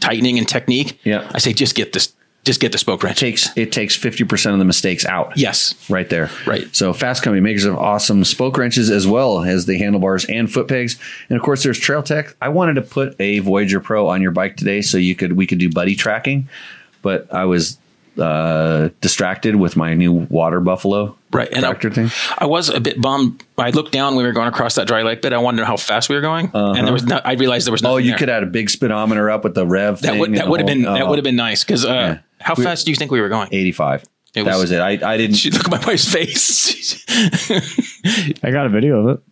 Speaker 2: tightening and technique.
Speaker 1: Yeah.
Speaker 2: I say just get this, just get the spoke wrench.
Speaker 1: takes it takes 50% of the mistakes out.
Speaker 2: Yes,
Speaker 1: right there.
Speaker 2: Right.
Speaker 1: So Fast Company makers of awesome spoke wrenches as well as the handlebars and foot pegs. And of course there's Trail Tech. I wanted to put a Voyager Pro on your bike today so you could we could do buddy tracking, but I was uh distracted with my new water buffalo
Speaker 2: right. And I,
Speaker 1: tractor thing.
Speaker 2: I was a bit bummed. I looked down when we were going across that dry lake bed. I wanted to know how fast we were going, and there was no, I realized there was nothing
Speaker 1: Uh-huh. Oh, you
Speaker 2: there.
Speaker 1: could add a big speedometer up with the rev
Speaker 2: that
Speaker 1: thing
Speaker 2: would
Speaker 1: and
Speaker 2: that
Speaker 1: the
Speaker 2: would have
Speaker 1: whole-
Speaker 2: been that
Speaker 1: oh,
Speaker 2: would have been nice because uh, how
Speaker 1: We-
Speaker 2: fast do you think we were [laughs] going?
Speaker 1: 85.
Speaker 2: It
Speaker 1: that
Speaker 2: was-
Speaker 1: was it. I, I didn't
Speaker 2: She- Look at my wife's face. [laughs]
Speaker 3: I got a video of it.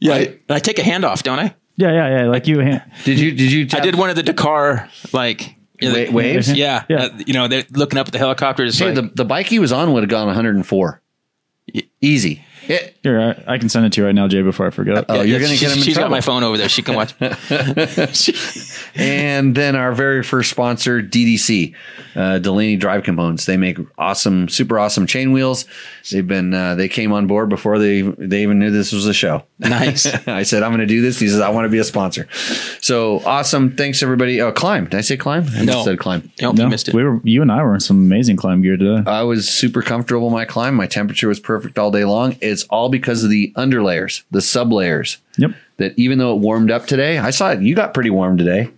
Speaker 2: yeah, I, I take a handoff, don't I?
Speaker 3: Yeah, yeah, yeah. Like you, hand,
Speaker 1: Did you did you
Speaker 2: I did one of the Dakar like you know,
Speaker 1: wa-
Speaker 2: the-
Speaker 1: waves?
Speaker 3: Yeah.
Speaker 2: Yeah,
Speaker 3: Yeah.
Speaker 2: uh, you know they're looking up at the helicopter. It's
Speaker 1: Hey,
Speaker 2: like,
Speaker 1: the the bike he was on would have gone 104. Easy. It,
Speaker 3: here. I, I can send it to you right now, Jay, before I forget. Uh,
Speaker 1: oh, you're going to
Speaker 2: She's-
Speaker 1: get him in
Speaker 2: she's
Speaker 1: trouble.
Speaker 2: got my phone over there. She
Speaker 1: [laughs]
Speaker 2: can watch.
Speaker 1: And then our very first sponsor, DDC, uh, Delaney Drive Components. They make awesome, super awesome chain wheels. They've been uh, they came on board before they they even knew this was a show. [laughs]
Speaker 2: nice.
Speaker 1: I said I'm going to do this. He says I want to be a sponsor. So awesome! Thanks everybody. Oh, climb. Did I say climb? I
Speaker 2: No.
Speaker 1: just said climb.
Speaker 2: Nope,
Speaker 3: No,
Speaker 2: you missed it.
Speaker 3: we were you and I were in some amazing climb gear today.
Speaker 1: I was super comfortable in my climb. My temperature was perfect all day long. It's all because of the underlayers, the sublayers.
Speaker 3: Yep.
Speaker 1: That even though it warmed up today, I saw it. You got pretty warm today.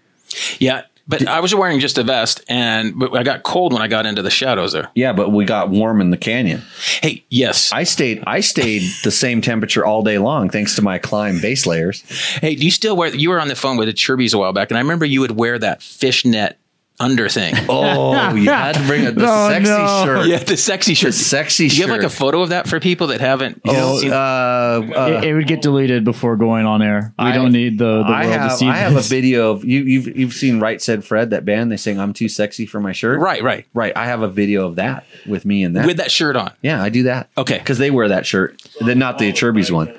Speaker 2: yeah, But I was wearing just a vest, and but I got cold when I got into the shadows there.
Speaker 1: Yeah, but we got warm in the canyon.
Speaker 2: Hey, yes.
Speaker 1: I stayed I stayed the same temperature all day long thanks to my climb base layers.
Speaker 2: hey, do you still wear? You were on the phone with the Chirbies a while back, and I remember you would wear that fishnet
Speaker 1: [laughs]
Speaker 2: under thing.
Speaker 1: Oh, you had to bring a [laughs] the
Speaker 3: Oh,
Speaker 1: sexy
Speaker 3: no.
Speaker 1: shirt.
Speaker 2: yeah, the sexy
Speaker 1: The
Speaker 2: shirt.
Speaker 1: sexy
Speaker 2: do you
Speaker 1: shirt.
Speaker 2: have like a photo of that for people that haven't? you know,
Speaker 1: oh,
Speaker 2: seen-
Speaker 1: uh, uh,
Speaker 3: it, it would get deleted before going on air. We
Speaker 1: I-
Speaker 3: don't need the, the world
Speaker 1: I have,
Speaker 3: to see
Speaker 1: I have a
Speaker 3: this.
Speaker 1: video of you. You've you've seen Right Said Fred that band? They sing "I'm Too Sexy for My Shirt."
Speaker 2: right, right.
Speaker 1: right. I have a video of that with me and that.
Speaker 2: With that shirt
Speaker 1: [laughs]
Speaker 2: on.
Speaker 1: yeah, I do that.
Speaker 2: Okay.
Speaker 1: because they wear that shirt. The, not the Acherby's one.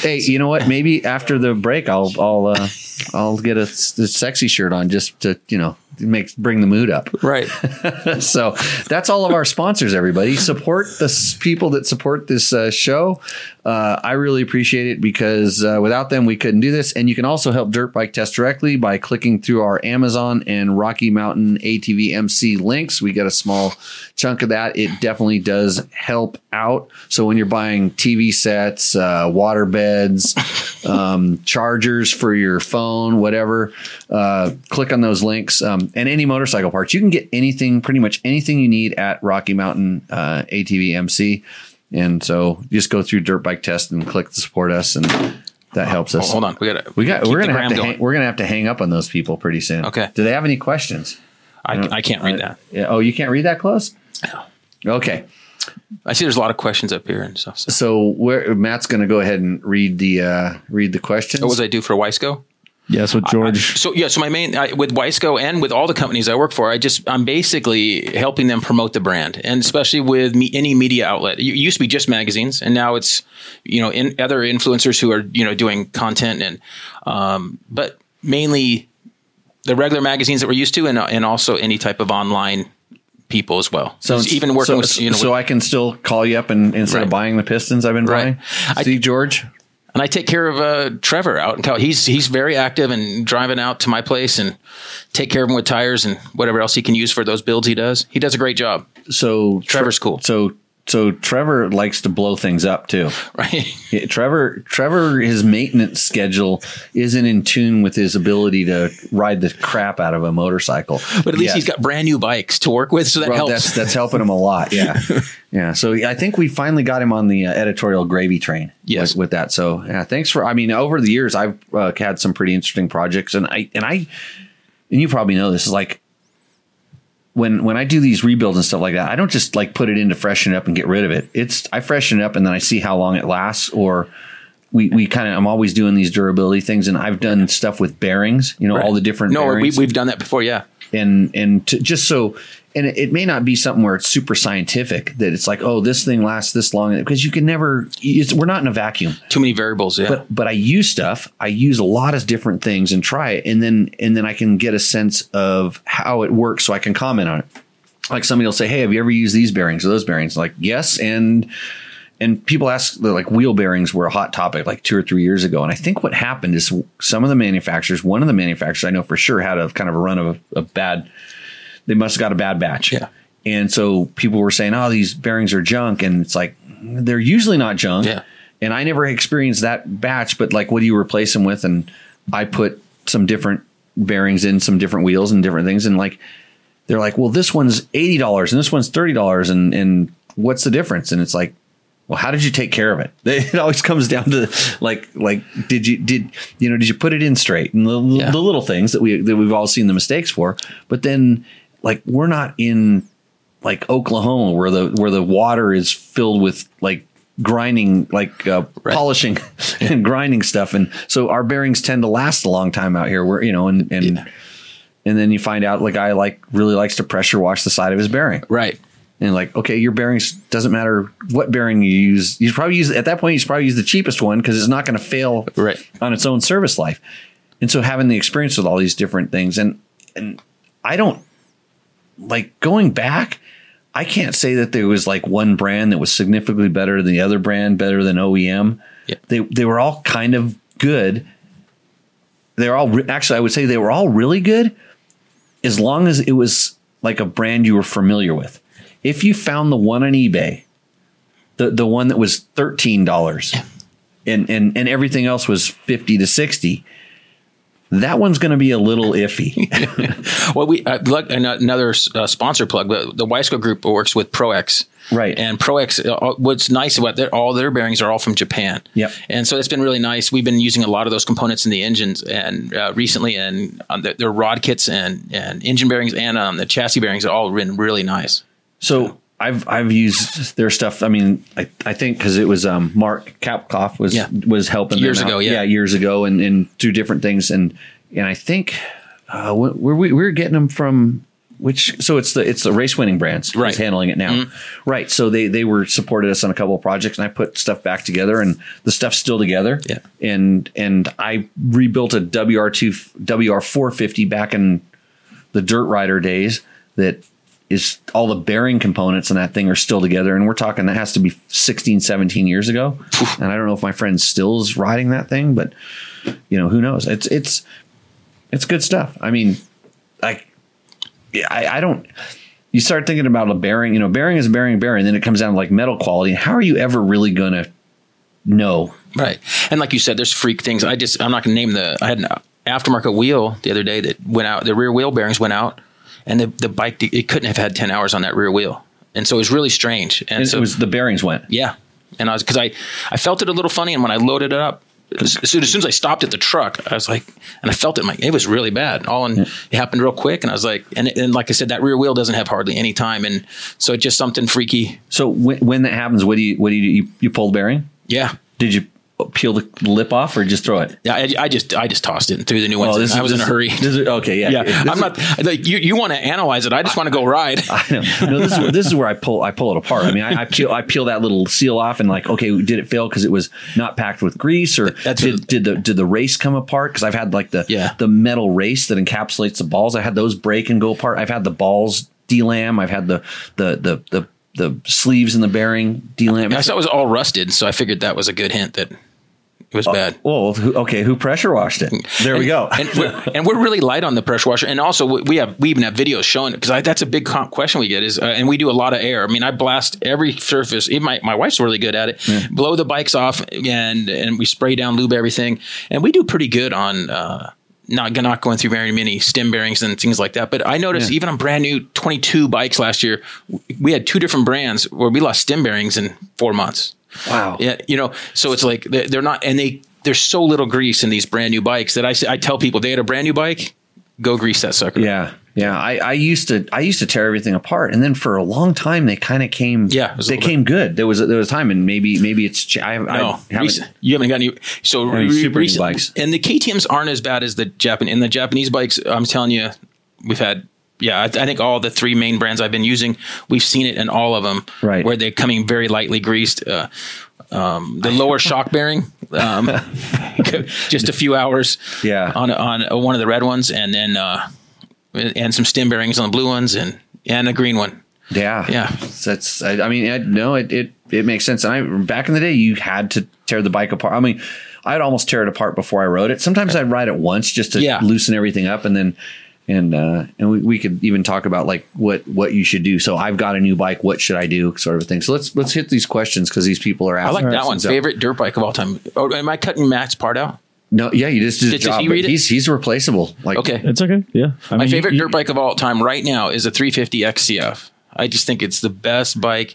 Speaker 1: Hey, you know what? Maybe after the break, I'll I'll uh, I'll get a, s- a sexy shirt on just to you know make bring the mood up.
Speaker 2: Right.
Speaker 1: [laughs] so that's all of our sponsors everybody support the s- people that support this uh, show uh, i really appreciate it because uh, without them we couldn't do this and you can also help dirt bike test directly by clicking through our amazon and rocky mountain atv mc links we get a small chunk of that it definitely does help out so when you're buying tv sets uh, water beds um, chargers for your phone, whatever. Uh, click on those links um, and any motorcycle parts. You can get anything, pretty much anything you need at Rocky Mountain uh, ATV MC. And so just go through Dirt Bike Test and click to support us, and that helps us.
Speaker 2: Hold on. We got to.
Speaker 1: We got. We're
Speaker 2: the
Speaker 1: gonna
Speaker 2: gram
Speaker 1: have to.
Speaker 2: going.
Speaker 1: Hang, we're gonna have to hang up on those people pretty soon.
Speaker 2: Okay.
Speaker 1: Do they have any questions?
Speaker 2: I, I can't read that.
Speaker 1: Yeah. Oh, you can't read that close. Okay.
Speaker 2: I see there's a lot of questions up here and stuff. So.
Speaker 1: So where Matt's gonna go ahead and read the uh, read the questions.
Speaker 2: What was I do for Wisco?
Speaker 3: Yes, with George.
Speaker 2: So yeah, so my main I, with Wisco and with all the companies I work for, I just I'm basically helping them promote the brand, and especially with me, any media outlet. It used to be just magazines, and now it's you know in, other influencers who are you know doing content and um, but mainly the regular magazines that we're used to, and and also any type of online people as well. So even working
Speaker 1: so,
Speaker 2: with you know
Speaker 1: so I can still call you up and instead of
Speaker 2: Right.
Speaker 1: buying the Pistons I've been
Speaker 2: Right.
Speaker 1: buying. See George.
Speaker 2: and I take care of uh, Trevor out in Cal. He's he's very active and driving out to my place and take care of him with tires and whatever else he can use for those builds he does. He does a great job, [laughs]
Speaker 1: So
Speaker 2: Trevor's cool.
Speaker 1: So so Trevor likes to blow things up too.
Speaker 2: right?
Speaker 1: Yeah, Trevor Trevor his maintenance schedule isn't in tune with his ability to ride the crap out of a motorcycle.
Speaker 2: But at least
Speaker 1: Yet.
Speaker 2: he's got brand new bikes to work with, so that
Speaker 1: Well,
Speaker 2: helps.
Speaker 1: That's that's helping him a lot.
Speaker 2: [laughs]
Speaker 1: Yeah, yeah. So I think we finally got him on the uh, editorial gravy train.
Speaker 2: Yes.
Speaker 1: with, with that. So yeah, thanks for. I mean, over the years, I've uh, had some pretty interesting projects, and I and I and you probably know this is like. When, when I do these rebuilds and stuff like that, I don't just like put it in to freshen it up and get rid of it. It's I freshen it up and then I see how long it lasts. Or we, we kind of I'm always doing these durability things, and I've done stuff with bearings. You know all the different
Speaker 2: no, we,
Speaker 1: bearings
Speaker 2: we've done that before. Yeah,
Speaker 1: and and to, just so and it, it may not be something where it's super scientific that it's like oh this thing lasts this long because you can never it's, we're not in a vacuum
Speaker 2: too many variables. Yeah,
Speaker 1: but but I use stuff I use a lot of different things and try it and then and then I can get a sense of how it works so I can comment on it like somebody will say hey have you ever used these bearings or those bearings like yes and and people ask like wheel bearings were a hot topic like two or three years ago and i think what happened is some of the manufacturers one of the manufacturers i know for sure had a kind of a run of a bad they must have got a bad batch
Speaker 2: Yeah.
Speaker 1: and so people were saying oh these bearings are junk and it's like they're usually not junk
Speaker 2: Yeah.
Speaker 1: and i never experienced that batch but like what do you replace them with and i put some different bearings in some different wheels and different things and like they're like, well, this one's eighty dollars and this one's thirty dollars, and and what's the difference? And it's like, well, how did you take care of it? [laughs] It always comes down to like like did you did you know did you put it in straight and the,
Speaker 2: Yeah.
Speaker 1: the little things that we that we've all seen the mistakes for, but then like we're not in like Oklahoma where the where the water is filled with like grinding like uh, polishing [laughs] and grinding stuff and so our bearings tend to last a long time out here where you know and and and then you find out like I like really likes to pressure wash the side of his bearing
Speaker 2: right.
Speaker 1: and like okay your bearings doesn't matter what bearing you use you should probably use at that point you should probably use the cheapest one because it's not going to fail
Speaker 2: Right.
Speaker 1: on its own service life and so having the experience with all these different things and and I don't like going back I can't say that there was like one brand that was significantly better than the other brand better than OEM
Speaker 2: Yeah.
Speaker 1: they they were all kind of good they're all re- actually I would say they were all really good as long as it was like a brand you were familiar with. If you found the one on eBay, the the one that was thirteen dollars, and and and everything else was fifty to sixty, That one's going to be a little
Speaker 2: [laughs]
Speaker 1: iffy.
Speaker 2: Well, we uh, look, an- another uh, sponsor plug. The, the Wisco Group works with ProX,
Speaker 1: Right.
Speaker 2: And ProX, uh, all- what's nice about that, all their bearings are all from Japan.
Speaker 1: Yep.
Speaker 2: And so it's been really nice. We've been using a lot of those components in the engines, and uh, recently, and on the, their rod kits and and engine bearings and on the chassis bearings are all been really nice.
Speaker 1: So I've I've used their stuff. I mean, I, I think because it was um, Mark Kapkoff was
Speaker 2: Yeah.
Speaker 1: was helping them
Speaker 2: Years
Speaker 1: out.
Speaker 2: ago, yeah.
Speaker 1: years ago, and and two different things, and and I think uh, wh- where we we were getting them from. Which so it's the it's the race winning brands
Speaker 2: Right.
Speaker 1: who's handling it now, right? So they they were supported us on a couple of projects, and I put stuff back together, and the stuff's still together.
Speaker 2: Yeah.
Speaker 1: and and I rebuilt a WR two WR four fifty back in the dirt rider days that is all the bearing components in that thing are still together and we're talking that has to be 16 17 years ago and i don't know if my friend still is riding that thing but you know who knows it's it's it's good stuff i mean i yeah, i, I don't you start thinking about a bearing you know bearing is bearing bearing then it comes down to like metal quality how are you ever really gonna know
Speaker 2: Right. And like you said, there's freak things. I just, I'm not going to name the, I had an aftermarket wheel the other day that went out, the rear wheel bearings went out and the, the bike, it couldn't have had 10 hours on that rear wheel. And so it was really strange. And,
Speaker 1: and
Speaker 2: so,
Speaker 1: it was the bearings went
Speaker 2: yeah. And I was, cause I, I felt it a little funny. And when I loaded it up, as soon, as soon as I stopped at the truck, I was like, and I felt it, like, it was really bad. All in, it happened real quick. And I was like, and, and like I said, that rear wheel doesn't have hardly any time. And so it's just something freaky.
Speaker 1: so when, when that happens what do you what do you you, you pull the bearing
Speaker 2: Yeah.
Speaker 1: Did you peel the lip off or just throw it?
Speaker 2: Yeah, I, I just I just tossed it and threw the new ones. in.
Speaker 1: is-
Speaker 2: I was in
Speaker 1: Oh, this
Speaker 2: a hurry.
Speaker 1: This is, okay, yeah,
Speaker 2: [laughs] yeah,
Speaker 1: This
Speaker 2: I'm
Speaker 1: is-
Speaker 2: not like you. You want to analyze it. I just want to go ride.
Speaker 1: [laughs]
Speaker 2: [laughs]
Speaker 1: I know. No, this is where- this is where I pull I pull it apart. I mean, I, I peel I peel that little seal off and like, okay, did it fail because it was not packed with grease or
Speaker 2: That's
Speaker 1: did,
Speaker 2: what-
Speaker 1: did the did the race come apart? Because I've had like the
Speaker 2: Yeah.
Speaker 1: the metal race that encapsulates the balls. I had those break and go apart. I've had the balls delam. I've had the the the the the sleeves and the bearing delam.
Speaker 2: I saw it was all rusted, so I figured that was a good hint that it was
Speaker 1: Oh.
Speaker 2: bad.
Speaker 1: Well, who, okay, who pressure washed it? There we go.
Speaker 2: And we're, [laughs] and we're really light on the pressure washer, and also we we have we even have videos showing it because that's a big com- question we get is, uh, and we do a lot of air. I mean, I blast every surface. Even my, my wife's really good at it. Blow the bikes off, and and we spray down lube everything, and we do pretty good on. Uh, not not going through very many stem bearings and things like that. But I noticed even on brand new 22 bikes last year, w- we had two different brands where we lost stem bearings in four months.
Speaker 1: wow.
Speaker 2: Yeah, you know, so it's like they- they're not, and they there's so little grease in these brand new bikes that I say- I tell people they had a brand new bike, go grease that sucker.
Speaker 1: Yeah. Yeah. I, I used to I used to tear everything apart. And then for a long time they kind of came
Speaker 2: Yeah, it was a
Speaker 1: they
Speaker 2: little
Speaker 1: came good. There was a, there was a time and maybe maybe it's ch- I, I
Speaker 2: No,
Speaker 1: haven't
Speaker 2: recent- Oh. you haven't got any. So
Speaker 1: Any super new
Speaker 2: recent-
Speaker 1: bikes.
Speaker 2: and the KTM's aren't as bad as the Japan. And the Japanese bikes, I'm telling you, we've had. Yeah, I, I think all the three main brands I've been using, we've seen it in all of them.
Speaker 1: Right.
Speaker 2: where they're coming very lightly greased. Uh, um,
Speaker 1: [laughs]
Speaker 2: the lower shock bearing, um, [laughs] just a few hours.
Speaker 1: Yeah.
Speaker 2: on on uh, one of the red ones, and then uh, and some stem bearings on the blue ones, and and a green one.
Speaker 1: Yeah.
Speaker 2: Yeah.
Speaker 1: That's, I, I mean, I, no, it, it, it makes sense. And I, back in the day, you had to tear the bike apart. I mean, I'd almost tear it apart before I rode it. Sometimes I'd ride it once just to
Speaker 2: Yeah.
Speaker 1: loosen everything up and then, and, uh, and we, we could even talk about like what, what you should do. So I've got a new bike. What should I do? Sort of a thing. So let's, let's hit these questions because these people are
Speaker 2: I
Speaker 1: asking.
Speaker 2: like that one.
Speaker 1: questions.
Speaker 2: Favorite dirt bike of all time. Oh, am I cutting Matt's part out?
Speaker 1: No, yeah, you just did his
Speaker 2: Did- did
Speaker 1: job.
Speaker 2: he
Speaker 1: but
Speaker 2: read it?
Speaker 1: He's, he's replaceable. Like,
Speaker 2: Okay.
Speaker 3: It's okay. Yeah. I
Speaker 2: My
Speaker 3: mean, you-
Speaker 2: favorite
Speaker 3: you-
Speaker 2: dirt bike of all time right now is a 350 XCF. I just think it's the best bike.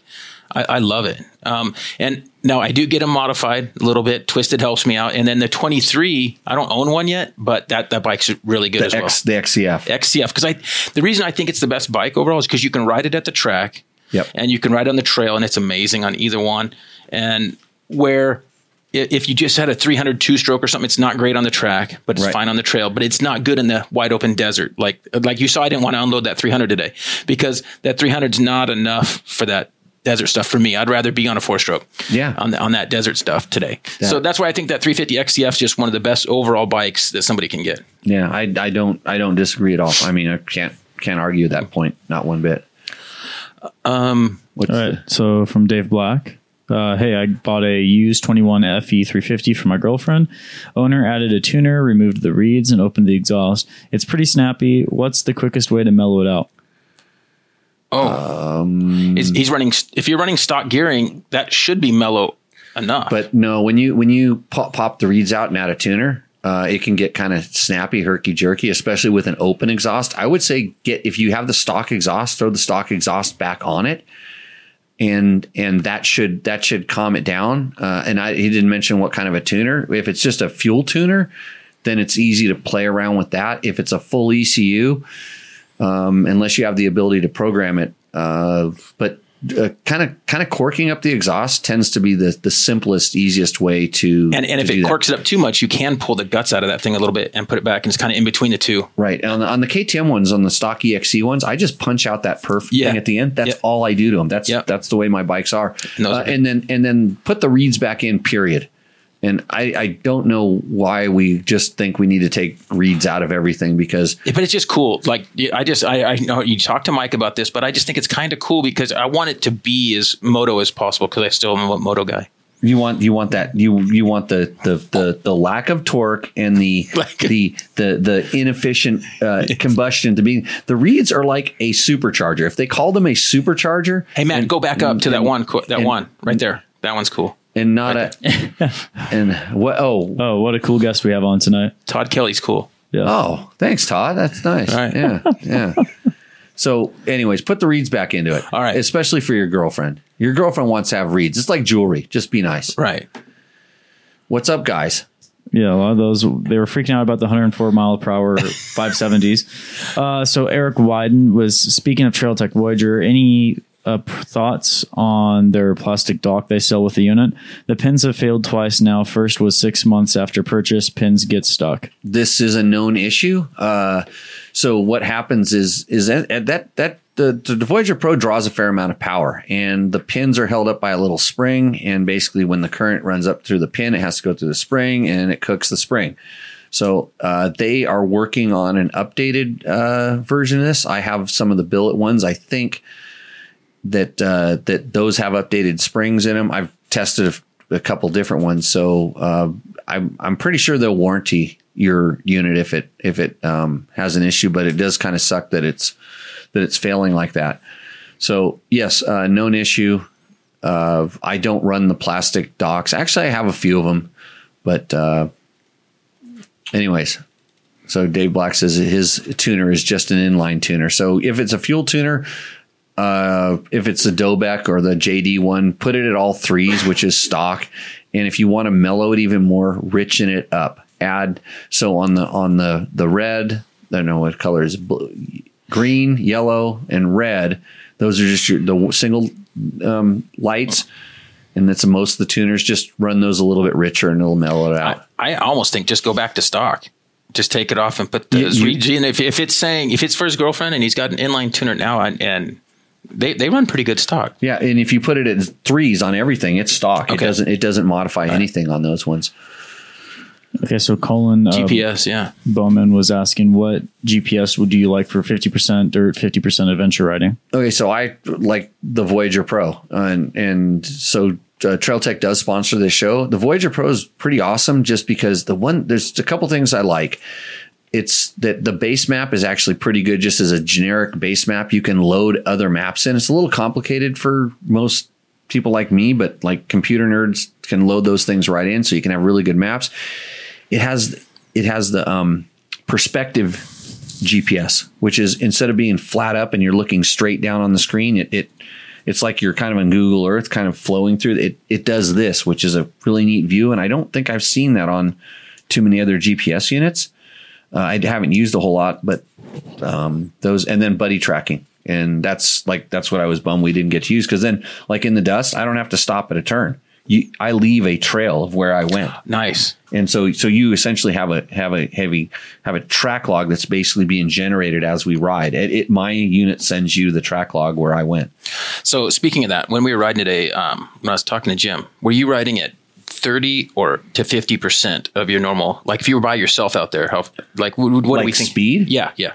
Speaker 2: I, I love it. Um, and now I do get them modified a little bit. Twisted helps me out. And then the 23, I don't own one yet, but that, that bike's really good as well.
Speaker 1: X, the XCF.
Speaker 2: XCF because I the reason I think it's the best bike overall is because you can ride it at the track,
Speaker 1: Yep.
Speaker 2: and you can ride on the trail, and it's amazing on either one. And where i- if you just had a 300 two stroke or something, it's not great on the track, but it's
Speaker 1: Right.
Speaker 2: fine on the trail. But it's not good in the wide open desert, like like you saw. I didn't want to unload that 300 today because that 300's not enough for that desert stuff for me. I'd rather be on a four stroke,
Speaker 1: Yeah.
Speaker 2: on the, on that desert stuff today. So that's why I think that 350 XCF is just one of the best overall bikes that somebody can get.
Speaker 1: Yeah. I, I don't, I don't disagree at all. I mean, I can't, can't argue that point. Not one bit. Um, What's
Speaker 3: All right. So from Dave Black. Uh, hey, I bought a used 21 FE350 for my girlfriend. Owner added a tuner, removed the reeds, and opened the exhaust. It's pretty snappy. What's the quickest way to mellow it out?
Speaker 2: Oh,
Speaker 1: Hmm.
Speaker 2: Is- he's running. If you're running stock gearing, that should be mellow enough.
Speaker 1: But no, when you when you pop, pop the reeds out and add a tuner, Uh, it can get kind of snappy, herky jerky, especially with an open exhaust. I would say get if you have the stock exhaust, throw the stock exhaust back on it, and and that should that should calm it down. Uh, and I, he didn't mention what kind of a tuner. If it's just a fuel tuner, then it's easy to play around with that. If it's a full ECU, um, unless you have the ability to program it, uh, but kind of kind of corking up the exhaust tends to be the the simplest, easiest way to
Speaker 2: And and
Speaker 1: to
Speaker 2: if
Speaker 1: do
Speaker 2: it
Speaker 1: that.
Speaker 2: corks it up too much, you can pull the guts out of that thing a little bit and put it back, and it's kind of in between the two.
Speaker 1: Right. And on the, on the KTM ones, on the stock EXC ones, I just punch out that perf
Speaker 2: Yeah.
Speaker 1: thing at the end. That's
Speaker 2: Yep.
Speaker 1: all I do to them. That's
Speaker 2: Yep.
Speaker 1: that's the way my bikes are.
Speaker 2: And those
Speaker 1: Uh,
Speaker 2: are good.
Speaker 1: and then and then put the reeds back in. Period. And I, I don't know why we just think we need to take reeds out of everything because
Speaker 2: Yeah, but it's just cool. Like yeah, I just I, I know you talked to Mike about this, but I just think it's kind of cool because I want it to be as moto as possible because I still am a moto guy.
Speaker 1: you want you want that you you want the the the, the lack of torque and
Speaker 2: [laughs]
Speaker 1: the
Speaker 2: Like-
Speaker 1: the the the inefficient uh, combustion to be the reeds are like a supercharger if they call them a supercharger
Speaker 2: Hey man, go back up to that one qu- that
Speaker 1: and-
Speaker 2: one right there. That one's cool.
Speaker 1: and not a
Speaker 2: [laughs]
Speaker 1: and what oh
Speaker 3: Oh, what a cool guest we have on tonight.
Speaker 2: Todd Kelly's cool.
Speaker 1: Oh, thanks, Todd. That's nice.
Speaker 2: All right.
Speaker 1: Yeah, yeah. So, anyways, put the reeds back into it.
Speaker 2: All right.
Speaker 1: especially for your girlfriend. Your girlfriend wants to have reeds. It's like jewelry. Just be nice.
Speaker 2: Right.
Speaker 1: What's up, guys?
Speaker 3: Yeah, a lot of those they were freaking out about the 104 mile per hour 570s. Uh, so Eric Wyden was speaking of Trail Tech Voyager. Any uh, p- thoughts on their plastic dock they sell with the unit? The pins have failed twice now. First was six months after purchase, pins get stuck.
Speaker 1: This is a known issue. Uh, so, what happens is is that that, that the, the Voyager Pro draws a fair amount of power, and the pins are held up by a little spring. And basically, when the current runs up through the pin, it has to go through the spring, and it cooks the spring. So uh, they are working on an updated uh, version of this. I have some of the billet ones. I think that uh, that those have updated springs in them. I've tested a, f- a couple different ones, so uh, I'm I'm pretty sure they'll warranty your unit if it if it um, has an issue. But it does kind of suck that it's that it's failing like that. So yes, uh, known issue. Uh, I don't run the plastic docks. Actually, I have a few of them, but uh, anyways. So Dave Black says his tuner is just an inline tuner. So if it's a fuel tuner, uh, if it's the Dobec or the JD one, put it at all threes, which is stock. And if you want to mellow it even more, richen it up. Add so on the on the the red. I don't know what color is blue, green, yellow, and red. Those are just your the single um, lights, and that's most of the tuners. Just run those a little bit richer, and it'll mellow it out.
Speaker 2: I, I almost think just go back to stock. Just take it off and put the
Speaker 1: you-
Speaker 2: Reed G- and if, if it's saying if it's for his girlfriend and he's got an inline tuner now and, and they, they run pretty good stock.
Speaker 1: Yeah, and if you put it at threes on everything, it's stock. It
Speaker 2: Okay.
Speaker 1: doesn't it doesn't modify anything on those ones.
Speaker 3: Okay, so Colin uh,
Speaker 1: Um,
Speaker 2: GPS, yeah.
Speaker 3: Bowman was asking what GPS would you like for 50% dirt, 50% adventure riding?
Speaker 1: okay so i like the voyager pro uh, and and so uh, trail tech does sponsor this show the voyager pro is pretty awesome just because the one there's a couple things i like it's that the base map is actually pretty good just as a generic base map you can load other maps in it's a little complicated for most people like me but like computer nerds can load those things right in so you can have really good maps it has it has the um perspective GPS, which is instead of being flat up and you're looking straight down on the screen, it, it it's like you're kind of in Google Earth, kind of flowing through. It it does this, which is a really neat view, and I don't think I've seen that on too many other GPS units. Uh, I haven't used a whole lot, but um, those and then buddy tracking, and that's like that's what I was bummed we didn't get to use because then like in the dust, I don't have to stop at a turn. You, I leave a trail of where I went
Speaker 2: Nice.
Speaker 1: and so so you essentially have a have a heavy have a track log that's basically being generated as we ride it, it my unit sends you the track log where i went
Speaker 2: So speaking of that, when we were riding today, um, when I was talking to Jim, were you riding at thirty or to fifty percent of your normal? Like if you were by yourself out there, how like what, what do
Speaker 1: Like
Speaker 2: we think?
Speaker 1: speed?
Speaker 2: Yeah, yeah.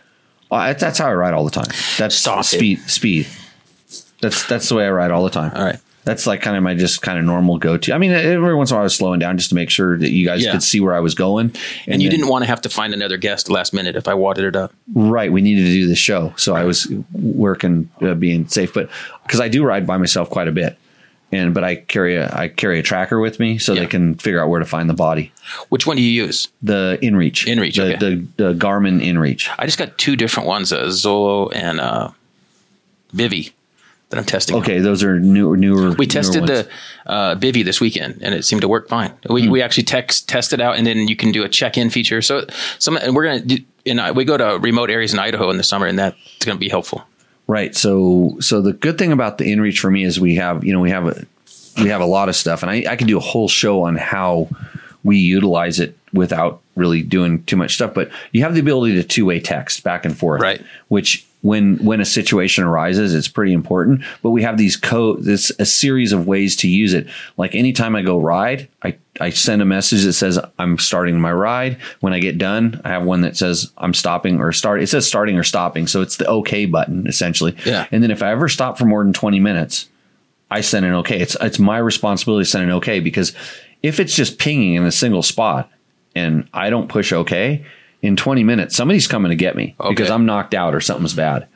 Speaker 1: Oh, that- that's how i ride all the time that's
Speaker 2: Stop it.
Speaker 1: speed speed that's that's the way i ride all the time
Speaker 2: All right.
Speaker 1: that's like kind of my just kind of normal go-to i mean every once in a while i was slowing down just to make sure that you guys
Speaker 2: Yeah.
Speaker 1: could see where i was going
Speaker 2: And, you
Speaker 1: then-
Speaker 2: didn't want to have to find another guest last minute if I wadded it up.
Speaker 1: right we needed to do the show so i was working uh, being safe but because i do ride by myself quite a bit and but I carry a I carry a tracker with me so
Speaker 2: Yeah.
Speaker 1: they can figure out where to find the body.
Speaker 2: Which one do you use?
Speaker 1: The InReach,
Speaker 2: InReach,
Speaker 1: the,
Speaker 2: okay.
Speaker 1: the the Garmin InReach.
Speaker 2: I just got two different ones: uh, Zolo and uh, Bivy that I'm testing.
Speaker 1: Okay, those are newer newer.
Speaker 2: We tested the uh, Bivy this weekend, and it seemed to work fine.
Speaker 1: Hmm.
Speaker 2: We, we actually text test it out, and then you can do a check in feature. So some, and we're gonna do, and I, we go to remote areas in Idaho in the summer, and that's gonna be helpful.
Speaker 1: Right. So so the good thing about the InReach for me is we have you know we have a we have a lot of stuff, and I I can do a whole show on how we utilize it without really doing too much stuff. But you have the ability to two way text back and forth,
Speaker 2: Right.
Speaker 1: Which when when a situation arises, it's pretty important. But we have these code this a series of ways to use it. Like anytime I go ride, I I send a message that says I'm starting my ride. When I get done, I have one that says I'm stopping or start. It says starting or stopping, so it's the OK button essentially.
Speaker 2: Yeah.
Speaker 1: And then if I ever stop for more than 20 minutes, I send an okay. It's it's my responsibility to send an okay because if it's just pinging in a single spot and I don't push okay in 20 minutes, somebody's coming to get me because
Speaker 2: Okay.
Speaker 1: I'm knocked out or something's bad.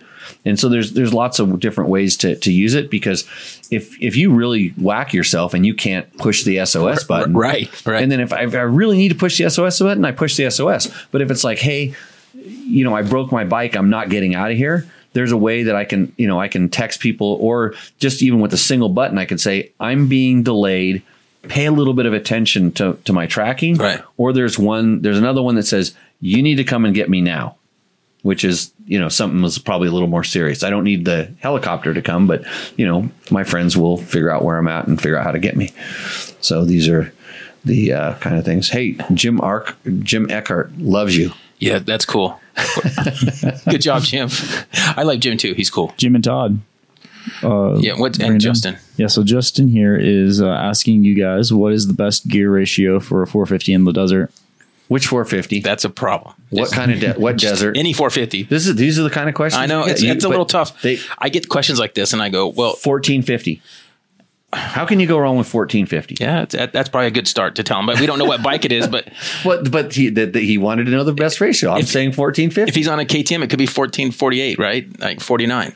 Speaker 1: And so there's there's lots of different ways to to use it because if if you really whack yourself and you can't push the SOS button,
Speaker 2: Right, right.
Speaker 1: And then if I, if I really need to push the SOS button, I push the SOS. But if it's like, hey, you know, I broke my bike, I'm not getting out of here. There's a way that I can, you know, I can text people or just even with a single button, I can say, I'm being delayed. Pay a little bit of attention to, to my tracking.
Speaker 2: Right.
Speaker 1: Or there's one, there's another one that says, you need to come and get me now, which is, you know, something was probably a little more serious. I don't need the helicopter to come, but, you know, my friends will figure out where I'm at and figure out how to get me. So these are the uh, kind of things. Hey, Jim Ark, Jim Eckhart loves you.
Speaker 2: Yeah,
Speaker 1: [laughs]
Speaker 2: that's cool. Good job, Jim. I like Jim too. He's cool.
Speaker 3: Jim and Todd.
Speaker 1: Oh,
Speaker 2: Yeah, what and
Speaker 3: Brandon.
Speaker 2: Justin.
Speaker 3: Yeah, so Justin here is uh, asking you guys what is the best gear ratio for a 450 in the desert?
Speaker 1: Which 450?
Speaker 2: That's a problem.
Speaker 1: What kind of de-
Speaker 2: [laughs]
Speaker 1: what desert?
Speaker 2: Any 450.
Speaker 1: this is these are the kind of questions.
Speaker 2: I know
Speaker 1: you
Speaker 2: it's,
Speaker 1: get. You-
Speaker 2: it's a
Speaker 1: but
Speaker 2: little tough.
Speaker 1: They
Speaker 2: I get questions like this, and I go, "Well,
Speaker 1: fourteen fifty. How can you go wrong with fourteen fifty?
Speaker 2: yeah, it's- that- that's probably a good start to tell them." But we don't know what bike it is. But
Speaker 1: But but he that that he wanted to know the best ratio. I'm saying fourteen
Speaker 2: if
Speaker 1: fifty.
Speaker 2: he's on a KTM, it could be fourteen forty eight, right? Like forty nine.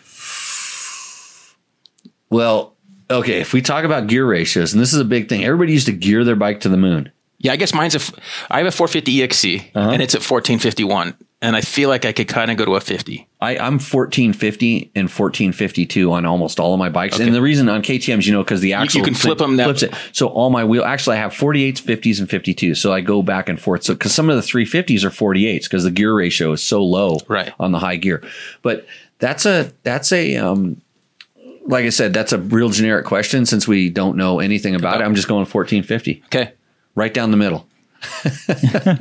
Speaker 1: Well, okay. If we talk about gear ratios, and this is a big thing, everybody used to gear their bike to the moon.
Speaker 2: Yeah, I guess mine's a. f- I have a four fifty EXC,
Speaker 1: Uh-huh.
Speaker 2: and it's at fourteen fifty one, and I feel like I could kind of go to a fifty.
Speaker 1: I, I'm 1450 and 1452 on almost all of my bikes. And the reason on KTMs, you know, because the axle
Speaker 2: you can flip 'em that-
Speaker 1: flips it. So all my wheel, actually, I have 48s, 50s, and 52s. So I go back and forth. So because some of the 350s are 48s because the gear ratio is so low
Speaker 2: Right.
Speaker 1: on the high gear. But that's a that's a um, like I said, that's a real generic question since we don't know anything about it. I'm just going 1450
Speaker 2: Okay,
Speaker 1: right down the middle.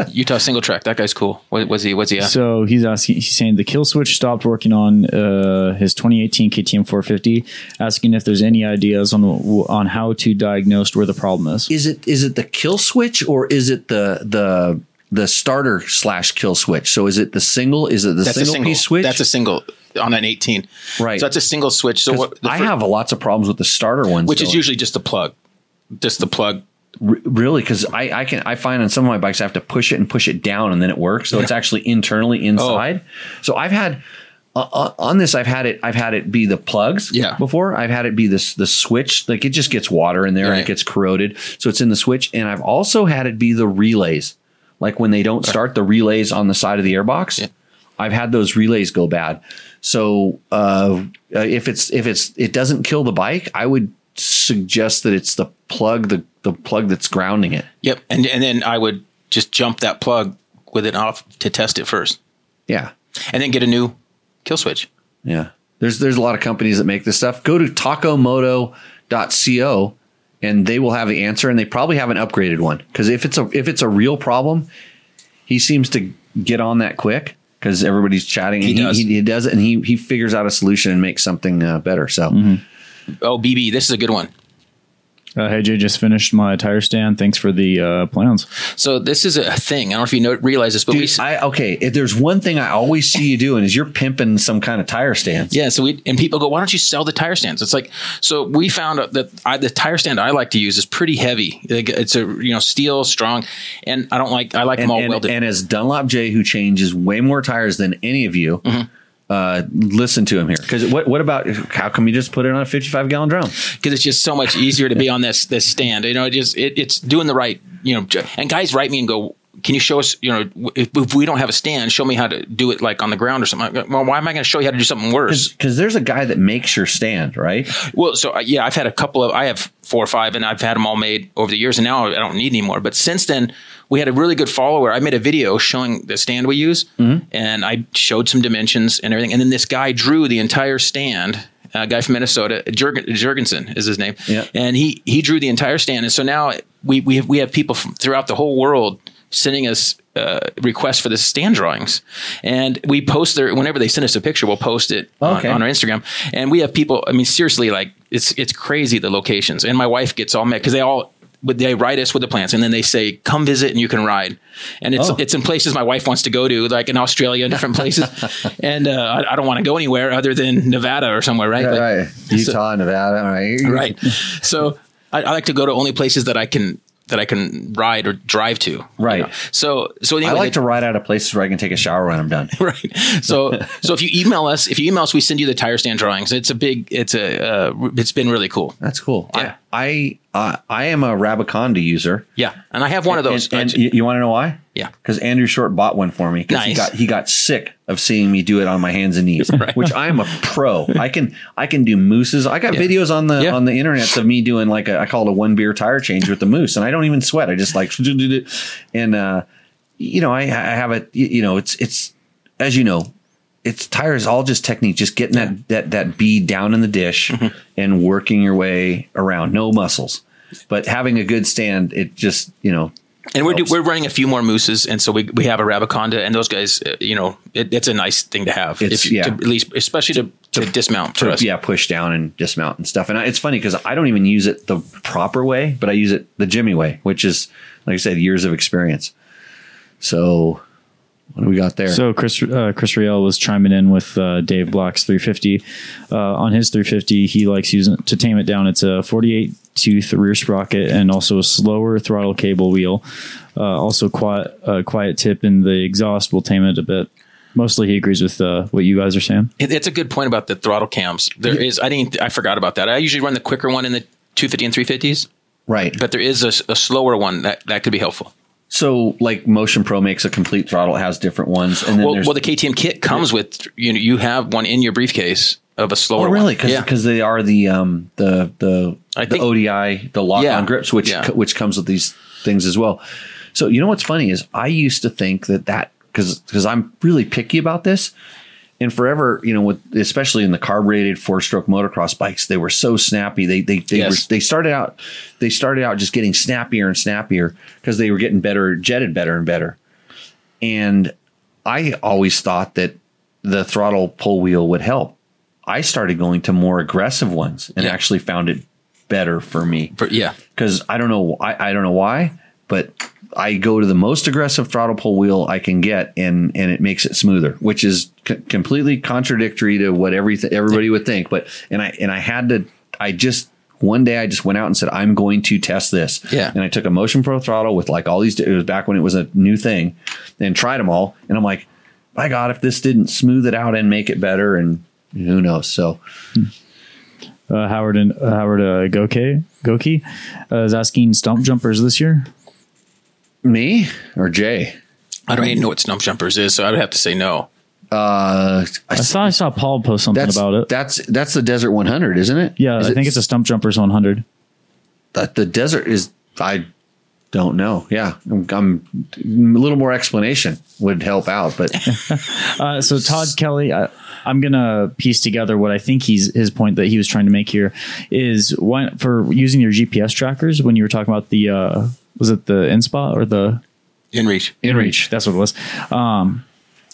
Speaker 2: Utah single track. That guy's cool. What was he? What's he? At?
Speaker 3: So he's asking, he's saying the kill switch stopped working on uh, his 2018 KTM 450, asking if there's any ideas on on how to diagnose where the problem is.
Speaker 1: is it is it the kill switch or is it the the the starter slash kill switch? So is it the single? Is it the
Speaker 2: that's
Speaker 1: single,
Speaker 2: a single
Speaker 1: piece switch?
Speaker 2: That's a single on an eighteen.
Speaker 1: Right.
Speaker 2: So that's a single switch. So what? the
Speaker 1: I
Speaker 2: fir-
Speaker 1: have lots of problems with the starter ones,
Speaker 2: which is
Speaker 1: though.
Speaker 2: usually just the plug, just the plug.
Speaker 1: Re- really because I, I can I find on some of my bikes I have to push it and push it down and then it works. So it's actually internally
Speaker 2: Oh.
Speaker 1: inside. So I've had uh, uh, on this I've had it I've had it be the plugs
Speaker 2: Yeah.
Speaker 1: before. I've had it be this the switch like it just gets water in there and
Speaker 2: Right.
Speaker 1: it gets corroded. So it's in the switch and I've also had it be the relays. Like when they don't start the relays on the side of the airbox. I've had those relays go bad. So uh, uh, if it's if it's it doesn't kill the bike, I would suggest that it's the plug the the plug that's grounding it.
Speaker 2: Yep. And and then I would just jump that plug with it off to test it first,
Speaker 1: Yeah,
Speaker 2: and then get a new kill switch.
Speaker 1: yeah. There's there's a lot of companies that make this stuff. Go to tacomoto.co and they will have the answer, and they probably haven't upgraded one because if it's a if it's a real problem, he seems to get on that quick because everybody's chatting and he, he,
Speaker 2: does.
Speaker 1: he, does it and he he figures out a solution and makes something uh, better. So
Speaker 2: Oh, BB, this is a good one.
Speaker 3: Uh, hey Jay, just finished my tire stand. Thanks for the uh, plans.
Speaker 2: So this is a thing. I don't know if you know, realize this, but we
Speaker 1: Dude, I okay. If there's one thing I always see you doing is you're pimping some kind of tire stands.
Speaker 2: Yeah, so we and people go, why don't you sell the tire stands? It's like so we found out that I, the tire stand I like to use is pretty heavy. Like, It's a you know steel strong, and I don't like I like
Speaker 1: And,
Speaker 2: them all
Speaker 1: and,
Speaker 2: welded.
Speaker 1: and as Dunlop J, who changes way more tires than any of you, uh, listen to him here. Because what what about how come you just put it on a fifty five gallon drum?
Speaker 2: because it's just so much easier to be on this this stand. You know, it just it, it's doing the right. You know, ju- and guys write me and go, "Can you show us? You know, w- if, if we don't have a stand, show me how to do it like on the ground or something." I go, Well, why am I going to show you how to do something worse?
Speaker 1: Because there's a guy that makes your stand right.
Speaker 2: Well, so uh, yeah, I've had a couple of I have four or five, and I've had them all made over the years, and now I don't need any more. But since then. We had a really good follower. I made a video showing the stand we use,
Speaker 1: Mm-hmm.
Speaker 2: and I showed some dimensions and everything. And then this guy drew the entire stand. A guy from Minnesota, Jurgen, Jurgensen is his name,
Speaker 1: Yeah.
Speaker 2: and he he drew the entire stand. And so now we we have, we have people from throughout the whole world sending us uh, requests for the stand drawings, and we post their whenever they send us a picture, we'll post it on-
Speaker 1: Okay.
Speaker 2: on, our Instagram. And we have people. I mean, seriously, like it's it's crazy the locations. And my wife gets all mad because they all. But they write us with the plants, and then they say, "Come visit, and you can ride." And it's
Speaker 1: Oh.
Speaker 2: it's in places my wife wants to go to, like in Australia, and different
Speaker 1: [laughs]
Speaker 2: places. and uh, I, I don't want to go anywhere other than Nevada or somewhere, right? Like-
Speaker 1: Utah, Nevada, right?
Speaker 2: right so I, I like to go to only places that i can that i can ride or drive to you
Speaker 1: Right.
Speaker 2: know. so so anyway,
Speaker 1: I like
Speaker 2: the-
Speaker 1: to ride out of places where I can take a shower when I'm done.
Speaker 2: [laughs] right
Speaker 1: [laughs]
Speaker 2: so so if you email us if you email us we send you the tire stand drawings it's a big it's a uh, it's been really cool
Speaker 1: That's cool.
Speaker 2: Yeah.
Speaker 1: I I uh, I am a Rabaconda user.
Speaker 2: yeah and i have one of those
Speaker 1: And, and you, you want to know why?
Speaker 2: Yeah.
Speaker 1: because Andrew Short bought one for me. 'cause He
Speaker 2: Nice.
Speaker 1: got he got sick of seeing me do it on my hands and
Speaker 2: [laughs]
Speaker 1: knees, which I am a pro. I can I can do mooses. I got videos on the
Speaker 2: Yeah.
Speaker 1: on the internet of me doing like a I call it a one beer tire change with the moose, and I don't even sweat. I just like do, do, do. and uh, you know I I have it. You you know it's it's as you know. It's tires all just technique, just getting that that that bead down in the dish
Speaker 2: Mm-hmm.
Speaker 1: and working your way around, no muscles, but having a good stand, it just you know
Speaker 2: and we're, do,
Speaker 1: helps.
Speaker 2: we're running a few more mooses and so we, we have a rabaconda and those guys uh, you know it, it's a nice thing to have
Speaker 1: It's-
Speaker 2: if you,
Speaker 1: yeah.
Speaker 2: to, at least especially to, to, dismount for
Speaker 1: to,
Speaker 2: us
Speaker 1: yeah push down and dismount and stuff and I, it's funny because i don't even use it the proper way but i use it the jimmy way which is like i said years of experience so what do we got there
Speaker 3: So Chris uh, Chris Riel was chiming in with uh, Dave Block's 350. Uh, on his 350, he likes using to tame it down. It's a 48 tooth rear sprocket and also a slower throttle cable wheel. Uh, also, quiet uh, quiet tip in the exhaust will tame it a bit. Mostly, he agrees with uh, what you guys are saying.
Speaker 2: It- It's a good point about the throttle cams. There is, I didn't, I forgot about that. I usually run the quicker one in the 250 and 350s,
Speaker 1: right
Speaker 2: but there is a, s- a slower one that, that could be helpful.
Speaker 1: so like motion pro makes a complete throttle it has different ones and then
Speaker 2: Well,
Speaker 1: there's
Speaker 2: well, the KTM kit comes with you know you have one in your briefcase of a slower.
Speaker 1: Oh, really?
Speaker 2: One.
Speaker 1: Because
Speaker 2: Yeah.
Speaker 1: they are the um the the,
Speaker 2: I
Speaker 1: the
Speaker 2: think-
Speaker 1: ODI the lock
Speaker 2: Yeah.
Speaker 1: on grips which
Speaker 2: Yeah.
Speaker 1: co- which comes with these things as well. So you know what's funny is I used to think that that because because I'm really picky about this. And forever, you know, with especially in the carbureted four-stroke motocross bikes, they were so snappy. They they they
Speaker 2: Yes.
Speaker 1: were, they started out they started out just getting snappier and snappier because they were getting better jetted better and better. And I always thought that the throttle pull wheel would help. I started going to more aggressive ones and
Speaker 2: Yeah.
Speaker 1: actually found it better for me
Speaker 2: For- yeah.
Speaker 1: because I don't know I, I don't know why, but I go to the most aggressive throttle pull wheel I can get and and it makes it smoother, which is c- completely contradictory to what everything everybody would think. But and I and I had to I just one day I just went out and said I'm going to test this.
Speaker 2: Yeah.
Speaker 1: And I took a Motion Pro throttle with like all these. It was back when it was a new thing, and tried them all. And I'm like, my God, if this didn't smooth it out and make it better, and who knows? So
Speaker 3: Uh, Howard and uh, Howard uh, Goke Goki uh, is asking stump jumpers this year.
Speaker 1: me or Jay.
Speaker 2: I don't even know what stump jumpers is, so I would have to say no.
Speaker 1: Uh, I
Speaker 3: I saw I saw Paul post something
Speaker 1: That's
Speaker 3: about it.
Speaker 1: That's that's the Desert 100, isn't it?
Speaker 3: yeah,
Speaker 1: Is
Speaker 3: I
Speaker 1: it
Speaker 3: think it's a stump jumpers 100.
Speaker 1: that the desert is. I don't know. Yeah, I'm, I'm- a little more explanation would help out,
Speaker 3: [laughs]
Speaker 1: but
Speaker 3: Uh, so Todd Kelly, I, I'm gonna piece together what I think he's his point that he was trying to make here is why for using your GPS trackers when you were talking about the uh, was it the InSpot or the
Speaker 2: In reach.
Speaker 1: in reach.
Speaker 3: that's what it was. Um,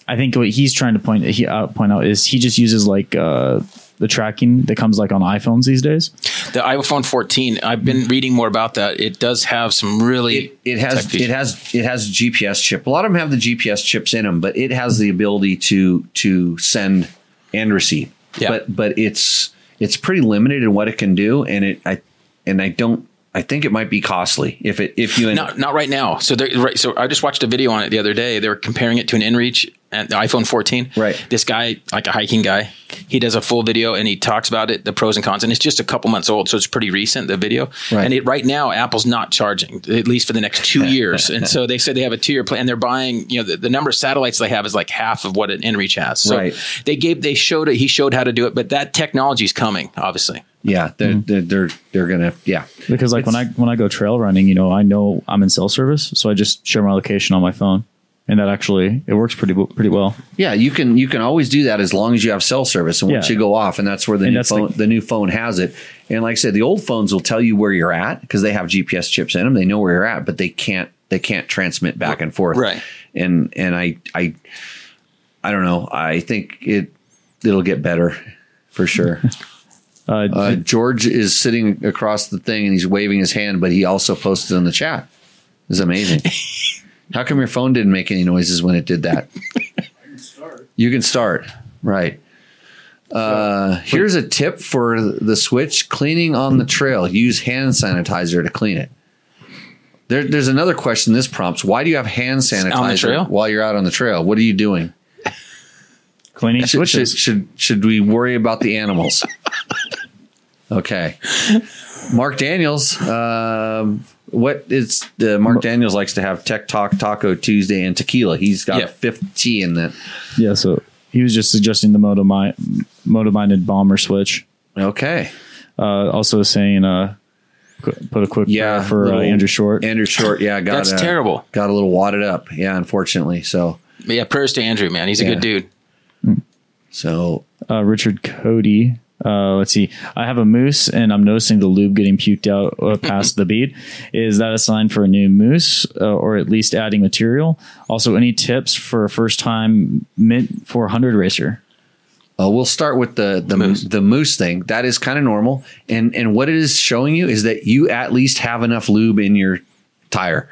Speaker 3: I think what he's trying to point he uh, point out is he just uses like uh, the tracking that comes like on iPhones these days.
Speaker 2: The iPhone 14. I've been reading more about that. It does have some really.
Speaker 1: It, it has
Speaker 2: tech features.
Speaker 1: it has it has GPS chip. A lot of them have the GPS chips in them, but it has the ability to to send and receive.
Speaker 2: Yeah.
Speaker 1: But but it's it's pretty limited in what it can do, and it I and I don't. I think it might be costly if it if you end
Speaker 2: Not, not right now. So they're right. So I just watched a video on it the other day. They were comparing it to an InReach, and the iPhone 14.
Speaker 1: Right.
Speaker 2: This guy, like a hiking guy, he does a full video and he talks about it, the pros and cons, and it's just a couple months old, so it's pretty recent the video.
Speaker 1: Right.
Speaker 2: And it right now, Apple's not charging at least for the next two years, and so they said they have a two year plan. They're buying, you know, the, the number of satellites they have is like half of what an inReach has. So
Speaker 1: Right.
Speaker 2: they gave, they showed it. He showed how to do it, but that technology is coming, obviously.
Speaker 1: Yeah, they're
Speaker 3: Hmm.
Speaker 1: they're, they're they're gonna yeah.
Speaker 3: because like when I when I go trail running, you know, I know I'm in cell service, so I just share my location on my phone, and that actually it works pretty w- pretty well.
Speaker 1: Yeah, you can you can always do that as long as you have cell service. And once
Speaker 3: Yeah.
Speaker 1: you go off, and that's where the
Speaker 3: And
Speaker 1: new
Speaker 3: that's
Speaker 1: phone
Speaker 3: the-
Speaker 1: the, new phone has it. And like I said, the old phones will tell you where you're at because they have GPS chips in them. They know where you're at, but they can't they can't transmit back and forth.
Speaker 2: Right.
Speaker 1: And and I I I don't know. I think it it'll get better for
Speaker 3: [laughs]
Speaker 1: sure.
Speaker 3: Uh,
Speaker 1: Uh, George is sitting across the thing and he's waving his hand, but he also posted in the chat. It's [laughs] amazing. How come your phone didn't make any noises when it did [laughs] that? You can start. Right. Uh, here's a tip for the switch cleaning on the trail. Use hand sanitizer to clean it. There, there's another question this prompts. Why do you have hand
Speaker 2: trail?
Speaker 1: sanitizer while you're out on the trail? What are you doing?
Speaker 3: cleaning
Speaker 1: Should, should,
Speaker 3: switches.
Speaker 1: should, should we worry about the animals? [laughs] okay. Mark Daniels, um, what is the Mark Daniels likes to have Tech Talk Taco Tuesday and tequila. He's got
Speaker 2: Yeah.
Speaker 1: a fifth tea in that.
Speaker 3: Yeah, so he was just suggesting the moto minded bomber switch.
Speaker 1: Okay.
Speaker 3: Uh, also saying uh, qu- put a quick
Speaker 1: Yeah.
Speaker 3: yeah for uh,
Speaker 1: little-
Speaker 3: Andrew Short.
Speaker 1: Andrew Short, yeah, got
Speaker 2: That's
Speaker 1: uh,
Speaker 2: terrible.
Speaker 1: Got a little wadded up. Yeah, unfortunately. So
Speaker 2: But yeah, prayers to Andrew, man. He's a
Speaker 1: Yeah.
Speaker 2: good dude.
Speaker 1: so
Speaker 3: uh, Richard Cody. Uh, let's see. I have a moose, and I'm noticing the lube getting puked out uh, past
Speaker 1: [laughs]
Speaker 3: the bead. Is that a sign for a new moose, uh, or at least adding material? Also, any tips for a first time mint 400 racer?
Speaker 1: Uh, we'll start with the the moose.
Speaker 2: Moose.
Speaker 1: the moose thing. That is kind of normal, and and what it is showing you is that you at least have enough lube in your tire.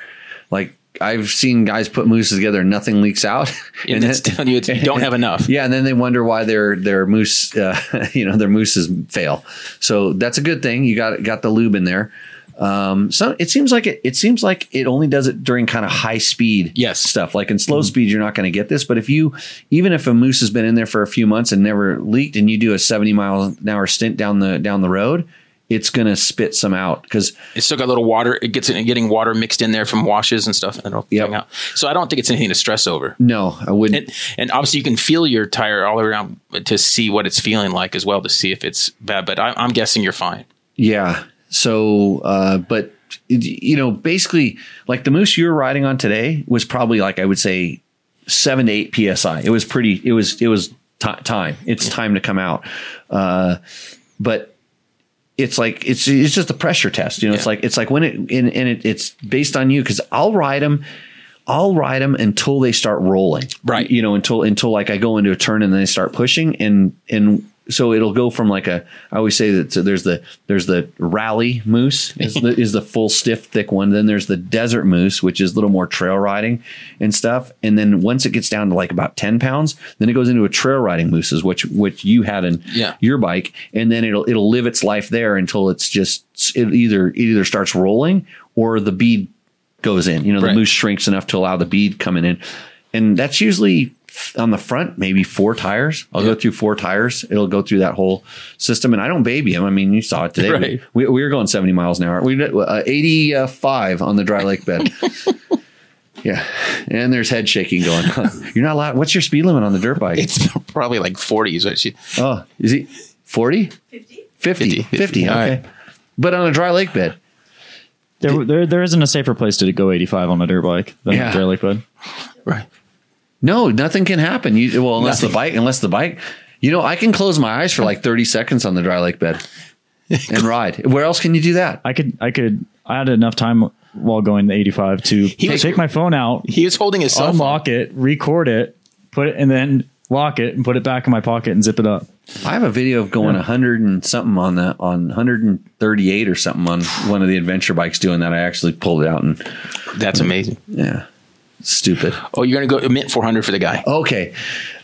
Speaker 1: Like I've seen guys put mooses together, and nothing leaks out, [laughs]
Speaker 2: And,
Speaker 1: then-
Speaker 2: that's telling you it's, you don't have enough.
Speaker 1: yeah, and then they wonder why their their moose, uh, [laughs] you know, their mooses fail. So that's a good thing. You got got the lube in there. Um, so it seems like it, it seems like it only does it during kind of high speed
Speaker 2: Yes. Mm-hmm.
Speaker 1: stuff. Like in slow speed, you're not going to get this. But if you, even if a moose has been in there for a few months and never leaked, and you do a 70 mile an hour stint down the down the road, it's going to spit some out because
Speaker 2: It's still got a little water. It gets getting water mixed in there from washes and stuff. And it'll
Speaker 1: Yep.
Speaker 2: hang out. So I don't think it's anything to stress over.
Speaker 1: no, I wouldn't.
Speaker 2: And, and obviously, you can feel your tire all around to see what it's feeling like as well to see if it's bad. But I, I'm guessing you're fine. [laughs]
Speaker 1: Yeah. So, uh, but it- you know, basically, like the moose you were riding on today was probably like I would say seven to eight psi. It was pretty. It was it was ti time. It's time to come out. Uh, but it's like it's it's just a pressure test. You know, it's
Speaker 2: Yeah.
Speaker 1: like it's like when it and, and it, it's based on you because I'll ride them. I'll ride them until they start rolling.
Speaker 2: Right.
Speaker 1: You know, until until like I go into a turn and then they start pushing and and so it'll go from like a I always say that so there's the there's the rally moose is the, is the full stiff thick one then there's the desert moose which is a little more trail riding and stuff and then once it gets down to like about 10 pounds then it goes into a trail riding mooses which which you had in
Speaker 2: Yeah.
Speaker 1: your bike and then it'll it'll live its life there until it's just it either it either starts rolling or the bead goes in. You know, the
Speaker 2: Right.
Speaker 1: moose shrinks enough to allow the bead coming in, and that's usually on the front, maybe four tires. I'll go through four tires. It'll go through that whole system, and I don't baby him. I mean, you saw it today.
Speaker 2: Right.
Speaker 1: We, we were going seventy miles an hour. We did, uh, eighty-five on the dry lake
Speaker 2: [laughs]
Speaker 1: bed. yeah, and there's head shaking going. on. You're not allowed. What's your speed limit on the dirt bike?
Speaker 2: It's probably like 40s. What she-
Speaker 1: oh, is he forty?
Speaker 4: 50?
Speaker 1: 50, 50,
Speaker 2: 50. All
Speaker 1: okay.
Speaker 2: right.
Speaker 1: But on a dry lake bed.
Speaker 3: There, there, there isn't a safer place to go 85 on a dirt bike than
Speaker 1: Yeah.
Speaker 3: a dirt liquid.
Speaker 2: Right.
Speaker 1: No, nothing can happen. You well, unless the
Speaker 2: Nothing.
Speaker 1: bike, unless the bike. You know, I can close my eyes for like thirty seconds on the dry lake
Speaker 2: [laughs]
Speaker 1: bed and ride. Where else can you do that?
Speaker 3: I could, I could, I had enough time while going the 85 to
Speaker 2: was-
Speaker 3: take my phone out,
Speaker 2: He was holding his cell phone.
Speaker 3: unlock it, record it, put it, and then lock it and put it back in my pocket and zip it up.
Speaker 1: I have a video of going a hundred and something on the on hundred and thirty eight or something on one of the adventure bikes doing that. I actually pulled it out and
Speaker 2: That's amazing.
Speaker 1: yeah, stupid.
Speaker 2: Oh, you're going to go mint 400 for the guy.
Speaker 1: Okay.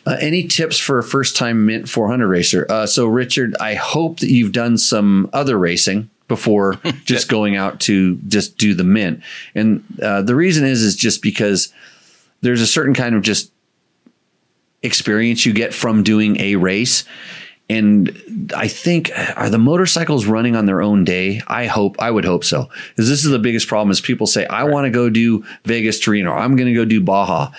Speaker 1: Uh, any tips for a first time Mint 400 racer? Uh, so, Richard, I hope that you've done some other racing before just going out to just do the Mint. And uh, the reason is, is just because there's a certain kind of just experience you get from doing a race. And I think are the motorcycles running on their own day? I hope I would hope so. Because this is the biggest problem is people say, I want to go do Vegas Torino, I'm gonna go do Baja.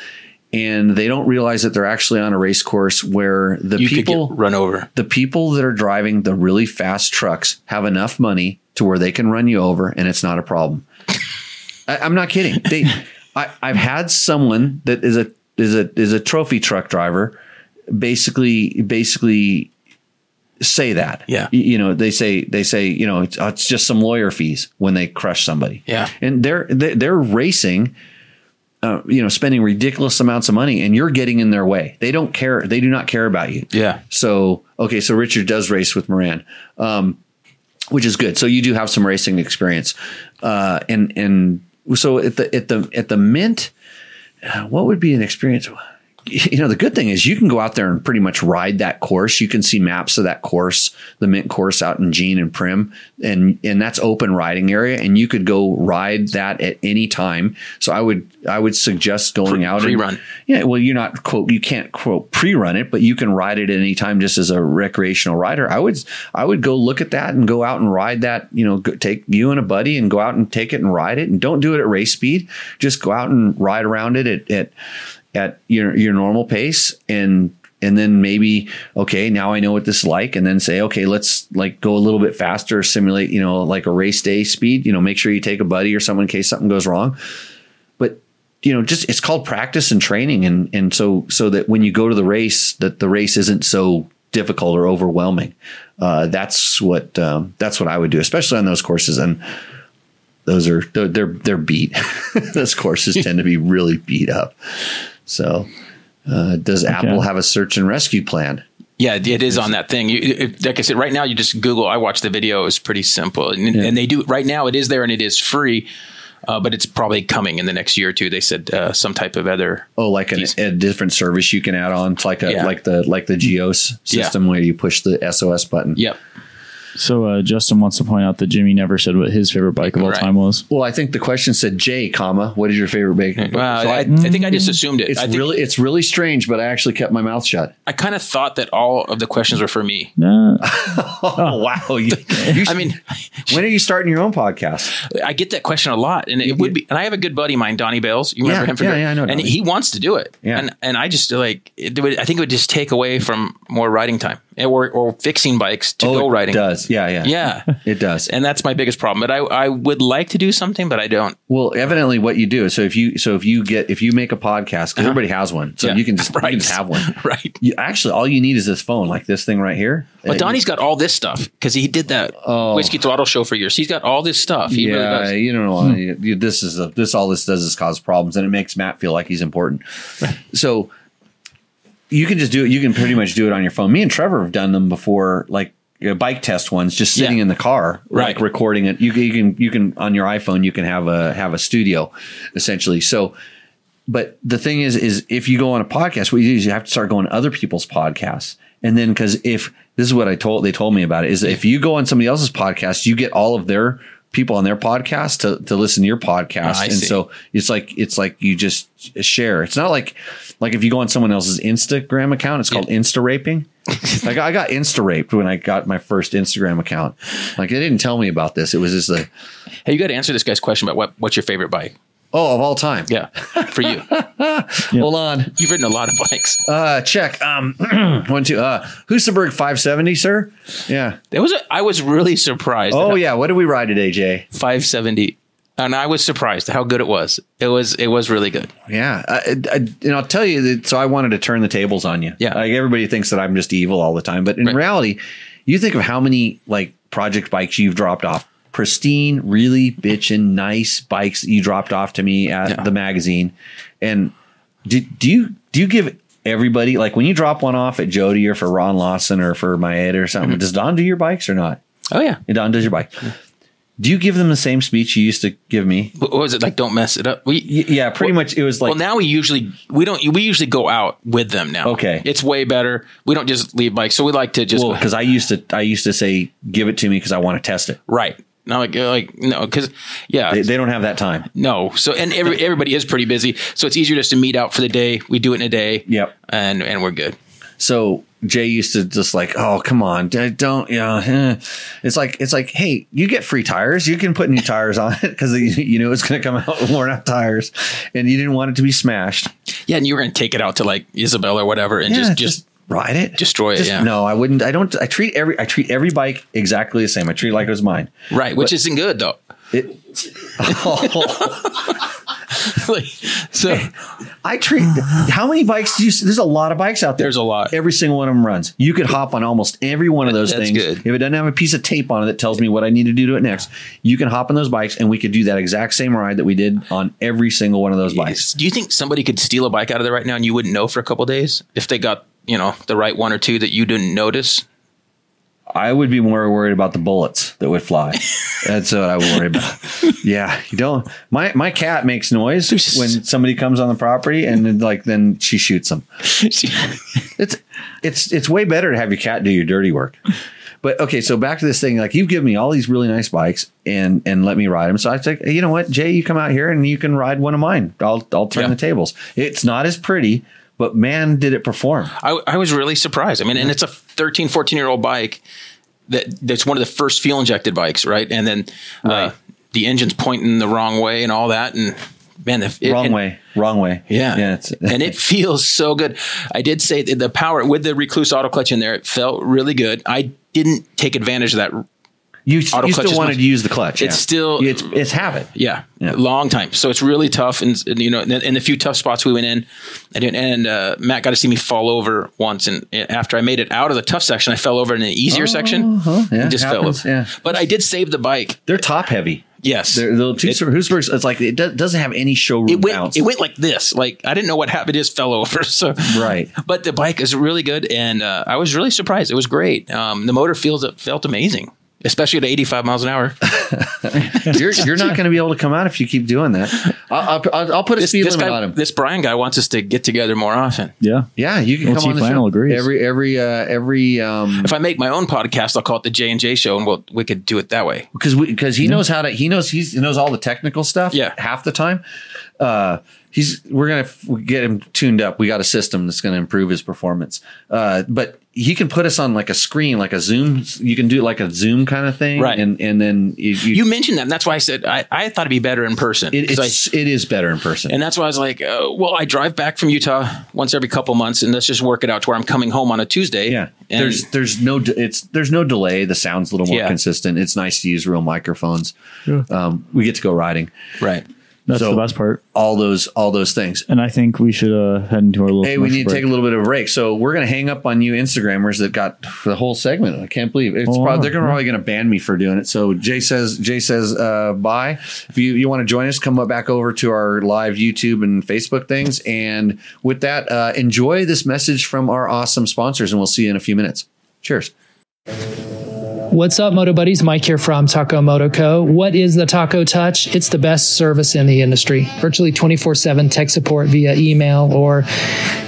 Speaker 1: And they don't realize that they're actually on a race course where the
Speaker 2: you
Speaker 1: people
Speaker 2: could get run over.
Speaker 1: the people that are driving the really fast trucks have enough money to where they can run you over and it's not a problem. I, I'm not kidding. They, I, I've had someone that is a is a is a trophy truck driver, basically basically say that.
Speaker 2: Yeah.
Speaker 1: Y- you know they say they say you know it's, it's just some lawyer fees when they crush somebody.
Speaker 2: Yeah.
Speaker 1: and they're they- they're racing uh, you know, spending ridiculous amounts of money and you're getting in their way. They don't care. They do not care about you.
Speaker 2: Yeah.
Speaker 1: So, okay. So Richard does race with Moran, um, which is good. So you do have some racing experience. Uh, and, and so at the, at the, at the mint, uh, what would be an experience? You know, the good thing is you can go out there and pretty much ride that course. You can see maps of that course, the mint course out in Gene and Prim, and and that's open riding area, and you could go ride that at any time. So I would I would suggest going out and-
Speaker 2: pre-run.
Speaker 1: yeah, well, you're not quote you can't quote pre-run it, but you can ride it at any time just as a recreational rider. I would I would go look at that and go out and ride that. You know, go, take you and a buddy and go out and take it and ride it, and don't do it at race speed. Just go out and ride around it at at, at your your normal pace and. And then maybe okay, now I know what this is like, and then say okay, let's like go a little bit faster, simulate you know like a race day speed. You know, make sure you take a buddy or someone in case something goes wrong but you know just it's called practice and training and and so so that when you go to the race that the race isn't so difficult or overwhelming uh, that's what um, that's what I would do especially on those courses and those are they're they're, they're beat [laughs] those courses tend to be really beat up so uh, does Apple have a search and rescue plan
Speaker 2: Yeah, it is on that thing. You, it, like I said, right now you just Google. I watched the video; it was pretty simple, and, and they do right now. It is there and it is free, uh, but it's probably coming in the next year or two. They said uh, some type of other.
Speaker 1: Oh, like an, a different service you can add on, It's like a
Speaker 2: Yeah.
Speaker 1: like the like the Geos system where you push the SOS button.
Speaker 2: Yep.
Speaker 3: So uh, Justin wants to point out that Jimmy never said what his favorite bike of all
Speaker 2: Right.
Speaker 3: time was.
Speaker 1: Well, I think the question said J, comma. What is your favorite bacon?
Speaker 2: Well,
Speaker 1: So Mm,
Speaker 2: I, I think I just assumed it.
Speaker 1: It's
Speaker 2: I think,
Speaker 1: really it's really strange, but I actually kept my mouth shut. [laughs]
Speaker 2: I kind of thought that all of the questions were for me.
Speaker 3: Nah,
Speaker 1: Oh wow! You, you
Speaker 2: [laughs] I mean,
Speaker 1: when are you starting your own podcast?
Speaker 2: I get that question a lot, and it would be. And I have a good buddy of mine, Donnie Bales. You remember
Speaker 1: Yeah,
Speaker 2: him? from
Speaker 1: yeah, yeah, I know
Speaker 2: And
Speaker 1: Donnie.
Speaker 2: he wants to do it.
Speaker 1: Yeah.
Speaker 2: And and I just like it would, I think it would just take away from more riding time or or fixing bikes to go
Speaker 1: Oh, it
Speaker 2: riding.
Speaker 1: does yeah yeah
Speaker 2: Yeah.
Speaker 1: it does.
Speaker 2: and that's my biggest problem. But I I would like to do something, but I don't. [laughs]
Speaker 1: Well, evidently, what you do. So if you so if you get if you make a podcast, 'cause everybody has one, so
Speaker 2: Uh-huh. Yeah.
Speaker 1: you can just you
Speaker 2: [laughs] Right.
Speaker 1: can just have one.
Speaker 2: Right.
Speaker 1: You, actually, all you need is this phone, like this thing right here.
Speaker 2: But Oh, Donnie's got all this stuff because he did that whiskey throttle show for years. He's got all this stuff. He really
Speaker 1: Oh. yeah,
Speaker 2: does.
Speaker 1: you don't know. you- you- This is a, this all this does is cause problems, and it makes Matt feel like he's important. so you can just do it. You can pretty much do it on your phone. Me and Trevor have done them before, like you know, bike test ones, just sitting
Speaker 2: Yeah.
Speaker 1: in the car,
Speaker 2: Right.
Speaker 1: like recording it. You, can- you can you can on your iPhone, you can have a have a studio, essentially. So. But the thing is, is if you go on a podcast, what you do is you have to start going to other people's podcasts. And then, cause if this is what I told, they told me about it is if you go on somebody else's podcast, you get all of their people on their podcast to, to listen to your podcast.
Speaker 2: I
Speaker 1: and
Speaker 2: see.
Speaker 1: so it's like, it's like you just share. It's not like, like if you go on someone else's Instagram account, it's called Insta
Speaker 2: [laughs]
Speaker 1: raping. like I got Insta raped when I got my first Instagram account. Like they didn't tell me about this. It was just like,
Speaker 2: Hey, you got to answer this guy's question about what what's your favorite bike?
Speaker 1: Oh, of all time.
Speaker 2: Yeah,
Speaker 1: [laughs]
Speaker 2: for you.
Speaker 1: Hold on.
Speaker 2: You've ridden a lot of bikes.
Speaker 1: Uh, check. Um, [clears throat] one, two. Uh, Husaberg 570, sir. Yeah.
Speaker 2: There was a, I was really surprised.
Speaker 1: Oh, yeah. What did we ride today, Jay?
Speaker 2: 570 and i was surprised how good it was it was it was really good
Speaker 1: Yeah. I, I, and I'll tell you that. So I wanted to turn the tables on you.
Speaker 2: Yeah.
Speaker 1: Like everybody thinks that I'm just evil all the time. But in
Speaker 2: Right.
Speaker 1: reality, you think of how many like project bikes you've dropped off. Pristine, really bitchin' nice bikes that you dropped off to me at
Speaker 2: Yeah.
Speaker 1: the magazine. And do, do you do you give everybody like when you drop one off at Jody or for Ron Lawson or for Maeda or
Speaker 2: Mm-hmm.
Speaker 1: something, does Don do your bikes or not?
Speaker 2: oh yeah
Speaker 1: And Don does your bike. Do you give them the same speech you used to give me?
Speaker 2: what was it like don't mess it up we
Speaker 1: Y- Yeah, pretty much. It was like
Speaker 2: well now we usually we don't we usually go out with them now
Speaker 1: Okay.
Speaker 2: it's way better we don't just leave bikes so we like to just
Speaker 1: because I used to I used to say give it to me because I want to test it.
Speaker 2: right Not like uh, like no, because yeah,
Speaker 1: They, they don't have that time.
Speaker 2: no. So and every, everybody is pretty busy, so it's easier just to meet out for the day. We do it in a day.
Speaker 1: Yep.
Speaker 2: and and we're good.
Speaker 1: So Jay used to just like, oh come on, d- don't yeah. eh." It's like it's like, hey, you get free tires, you can put new tires on it because you, you knew it's going to come out [laughs] with worn out tires, and you didn't want it to be smashed.
Speaker 2: Yeah, and you were gonna take it out to like Isabel or whatever, and
Speaker 1: Yeah,
Speaker 2: just just
Speaker 1: ride it,
Speaker 2: destroy it,
Speaker 1: Just-
Speaker 2: yeah.
Speaker 1: No, I wouldn't. I don't. I treat every I treat every bike exactly the same. I treat it like it was mine.
Speaker 2: right, which isn't good though. [laughs]
Speaker 1: It, [laughs] oh.
Speaker 2: Like, so
Speaker 1: I treat how many bikes do you? There's a lot of bikes out there.
Speaker 2: There's a lot.
Speaker 1: Every single one of them runs. You could hop on almost every one of those
Speaker 2: That's
Speaker 1: things.
Speaker 2: good.
Speaker 1: If it doesn't have a piece of tape on it that tells me what I need to do to it next, you can hop on those bikes and we could do that exact same ride that we did on every single one of those bikes.
Speaker 2: do you think somebody could steal a bike out of there right now and you wouldn't know for a couple days if they got you know the right one or two that you
Speaker 1: [laughs]
Speaker 2: didn't notice?
Speaker 1: I would be more worried about the bullets that would
Speaker 2: [laughs]
Speaker 1: fly. That's what I would worry about. Yeah, you don't. My my cat makes noise when somebody comes on the property and then, like then she shoots them. It's it's it's way better to have your cat do your dirty
Speaker 2: [laughs]
Speaker 1: work. But okay, so back to this thing. Like you've given me all these really nice bikes and and let me ride them. So I think hey, you know what, Jay, you come out here and you can ride one of mine. I'll I'll turn
Speaker 2: Yeah.
Speaker 1: the tables. It's not as pretty, but man, did it perform.
Speaker 2: I, I was really surprised. I mean, and it's a 13, 14 year old bike that that's one of the first fuel injected bikes, right? And then Uh, the engine's pointing the wrong way and all that. And man, if it,
Speaker 1: Wrong
Speaker 2: and-
Speaker 1: way, [laughs] wrong way.
Speaker 2: Yeah.
Speaker 1: yeah. It's,
Speaker 2: and it feels so good. I did say that the power with the recluse auto clutch in there, it felt really good. I didn't take advantage of that.
Speaker 1: you you
Speaker 2: Auto clutch
Speaker 1: still
Speaker 2: is
Speaker 1: wanted
Speaker 2: much-
Speaker 1: to use the clutch.
Speaker 2: It's
Speaker 1: yeah.
Speaker 2: still-
Speaker 1: it's it's habit.
Speaker 2: Yeah,
Speaker 1: Yeah.
Speaker 2: long time. So it's really tough, and, and, you know, in, in the few tough spots we went in, I didn't. And uh, Matt got to see me fall over once, and after I made it out of the tough section, I fell over in an easier section.
Speaker 1: Oh, huh, yeah,
Speaker 2: and just
Speaker 1: happens,
Speaker 2: fell over.
Speaker 1: yeah.
Speaker 2: But I did save the bike.
Speaker 1: They're top heavy.
Speaker 2: Yes,
Speaker 1: They're, they're two, Hoosberg's. It's like it do- doesn't have any showroom
Speaker 2: it went.
Speaker 1: bounce.
Speaker 2: It went like this. Like I didn't know what happened. It just fell over. [laughs] So
Speaker 1: Right.
Speaker 2: But the bike is really good, and uh, I was really surprised. It was great. Um, the motor feels it felt amazing, especially at 85 miles an hour.
Speaker 1: you're, you're
Speaker 2: [laughs]
Speaker 1: not going to be able to come out if you keep doing that. I'll, I'll- I'll, I'll put a [laughs] speed
Speaker 2: this
Speaker 1: limit on
Speaker 2: guy,
Speaker 1: him.
Speaker 2: this Brian guy, wants us to get together more often.
Speaker 3: Yeah.
Speaker 1: Yeah, you can
Speaker 3: Well,
Speaker 1: come
Speaker 3: Chief
Speaker 1: on the
Speaker 3: Lionel
Speaker 1: show.
Speaker 3: agrees.
Speaker 1: Every every uh, every um
Speaker 2: If I make my own podcast, I'll call it the J and J Show, and we'll we could do it that way.
Speaker 1: because we because he knows how to he knows he's, he knows all the technical stuff.
Speaker 2: Yeah.
Speaker 1: half the time, uh, he's we're gonna f- get him tuned up. We got a system that's gonna improve his performance. Uh, but he can put us on like a screen, like a Zoom. You can do like a Zoom kind of thing,
Speaker 2: Right.
Speaker 1: And and then you, you,
Speaker 2: You mentioned that, and that's why I said I, I thought it'd be better in person.
Speaker 1: it,
Speaker 2: 'Cause I-
Speaker 1: it's it is better in person.
Speaker 2: And that's why I was like, uh, well, I drive back from Utah once every couple months, and let's just work it out to where I'm coming home on a Tuesday.
Speaker 1: Yeah.
Speaker 2: And
Speaker 1: there's there's no de- it's there's no delay. The sound's a little more
Speaker 2: Yeah.
Speaker 1: consistent. It's nice to use real microphones. Um, we get to go riding.
Speaker 2: right.
Speaker 3: That's
Speaker 1: So-
Speaker 3: the best part.
Speaker 1: All those all those things.
Speaker 3: And I think we should uh, head into our little.
Speaker 1: Hey, we
Speaker 3: commercial
Speaker 1: need to take a
Speaker 3: break.
Speaker 1: little bit of a break. So we're gonna hang up on you Instagrammers that got the whole segment. I can't believe it's
Speaker 3: Oh,
Speaker 1: probably, they're gonna,
Speaker 3: yeah.
Speaker 1: probably gonna ban me for doing it. So Jay says Jay says uh, bye. If you you want to join us, come up back over to our live YouTube and Facebook things. And with that, uh, enjoy this message from our awesome sponsors, and we'll see you in a few minutes. Cheers.
Speaker 4: What's up, Moto Buddies? Mike here from Taco Moto Co. What is the Taco Touch? It's the best service in the industry. Virtually 24 7 tech support via email or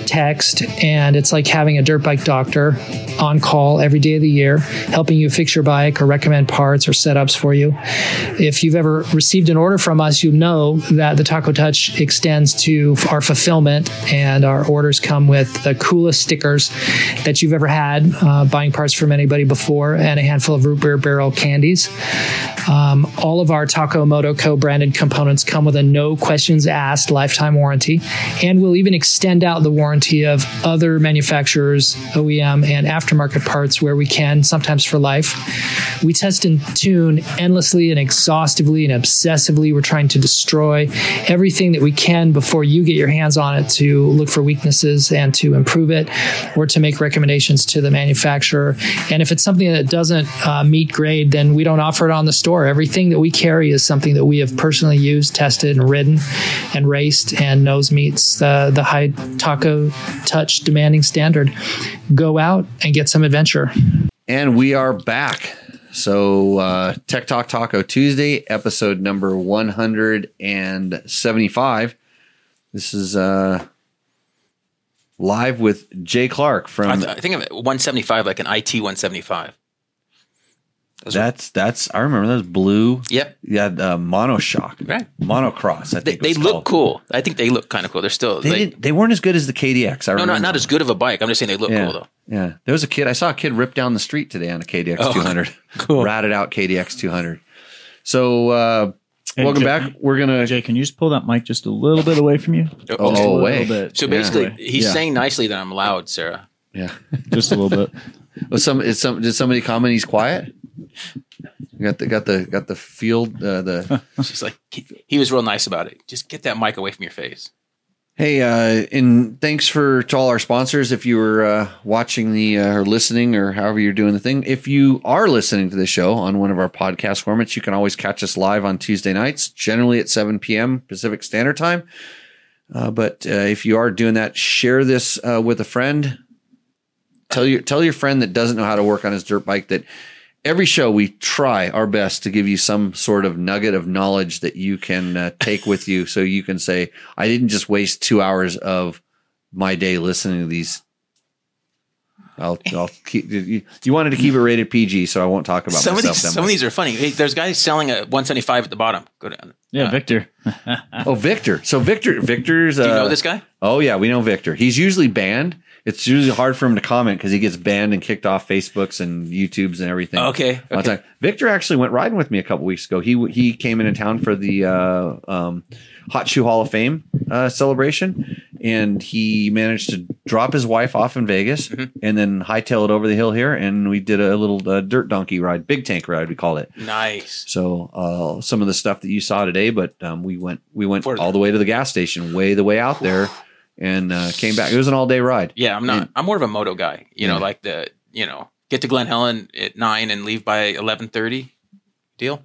Speaker 4: text. And it's like having a dirt bike doctor on call every day of the year, helping you fix your bike or recommend parts or setups for you. If you've ever received an order from us, you know that the Taco Touch extends to our fulfillment, and our orders come with the coolest stickers that you've ever had uh, buying parts from anybody before and a handful of root beer barrel candies. Um, all of our Taco Moto Co branded components come with a no questions asked lifetime warranty, and we'll even extend out the warranty of other manufacturers, OEM, and aftermarket parts where we can, sometimes for life. We test and tune endlessly and exhaustively and obsessively. We're trying to destroy everything that we can before you get your hands on it to look for weaknesses and to improve it or to make recommendations to the manufacturer. And if it's something that doesn't uh, meet grade, then we don't offer it on the store. Everything that we carry is something that we have personally used, tested, and ridden and raced and knows meets uh, the high taco touch demanding standard. Go out and get some adventure.
Speaker 1: And we are back. So, uh, Tech Talk Taco Tuesday, episode number 175. This is uh, live with Jay Clark
Speaker 2: I,
Speaker 1: from.
Speaker 2: th- I think of it 175, like an IT 175.
Speaker 1: That's that's I remember that was blue.
Speaker 2: Yep.
Speaker 1: Yeah, uh, monoshock.
Speaker 2: Right.
Speaker 1: Monocross. I
Speaker 2: They,
Speaker 1: think it
Speaker 2: they
Speaker 1: was
Speaker 2: look
Speaker 1: called.
Speaker 2: cool. I think they look kind of cool. They're still
Speaker 1: They,
Speaker 2: like-
Speaker 1: didn't, they weren't as good as the KDX. I
Speaker 2: no,
Speaker 1: remember.
Speaker 2: not not as good of a bike. I'm just saying they look
Speaker 1: yeah.
Speaker 2: cool though.
Speaker 1: Yeah. There was a kid. I saw a kid rip down the street today on a KDX
Speaker 2: [laughs]
Speaker 1: 200.
Speaker 2: Oh, cool.
Speaker 1: Routed out KDX 200. So uh,
Speaker 3: Hey,
Speaker 1: welcome
Speaker 3: Jay-
Speaker 1: back. We're gonna.
Speaker 3: Jay, can you just pull that mic just a little bit away from you?
Speaker 1: Oh,
Speaker 3: Just a little
Speaker 1: way.
Speaker 3: bit.
Speaker 2: So
Speaker 1: Yeah.
Speaker 2: basically, he's
Speaker 3: Yeah.
Speaker 2: saying nicely that I'm loud, Sarah.
Speaker 1: Yeah.
Speaker 3: [laughs] just a little bit.
Speaker 1: Was some is some did somebody comment? He's quiet. Got the got the got the field uh, the
Speaker 2: She's like, he, he was real nice about it. Just get that mic away from your face.
Speaker 1: Hey, uh, and thanks for to all our sponsors. If you were uh, watching the uh, or listening or however you're doing the thing, if you are listening to the show on one of our podcast formats, you can always catch us live on Tuesday nights, generally at 7 p.m. Pacific Standard Time. Uh, but uh, if you are doing that, share this uh, with a friend. Tell your tell your friend that doesn't know how to work on his dirt bike that every show we try our best to give you some sort of nugget of knowledge that you can uh, take with you so you can say i didn't just waste two hours of my day listening to these i'll, I'll keep you, you wanted to keep it rated pg so i won't talk about
Speaker 2: Some of
Speaker 1: myself
Speaker 2: these,
Speaker 1: that
Speaker 2: some of
Speaker 1: much.
Speaker 2: these are funny. Hey, there's guys selling a 175 at the bottom. Go down.
Speaker 1: Uh,
Speaker 3: Yeah, Victor.
Speaker 1: oh victor so victor victor's uh,
Speaker 2: Do you know this guy?
Speaker 1: oh yeah we know victor he's usually banned it's usually hard for him to comment because he gets banned and kicked off Facebooks and YouTubes and everything.
Speaker 2: Okay,
Speaker 1: All the
Speaker 2: okay.
Speaker 1: time. Victor actually went riding with me a couple weeks ago. He he came into town for the uh, um, Hot Shoe Hall of Fame uh, celebration, and he managed to drop his wife off in Vegas
Speaker 2: Mm-hmm.
Speaker 1: and then hightail it over the hill here. And we did a little uh, dirt donkey ride, big tank ride, we called it.
Speaker 2: Nice.
Speaker 1: So uh, some of the stuff that you saw today, but um, we went we went
Speaker 2: Further.
Speaker 1: all the way to the gas station, way the way out there, and uh, came back. It was an all day ride.
Speaker 2: Yeah, I'm not.
Speaker 1: And-
Speaker 2: I'm more of a moto guy. You know,
Speaker 1: Yeah.
Speaker 2: like the you know get to Glen Helen at nine and leave by eleven thirty. Deal.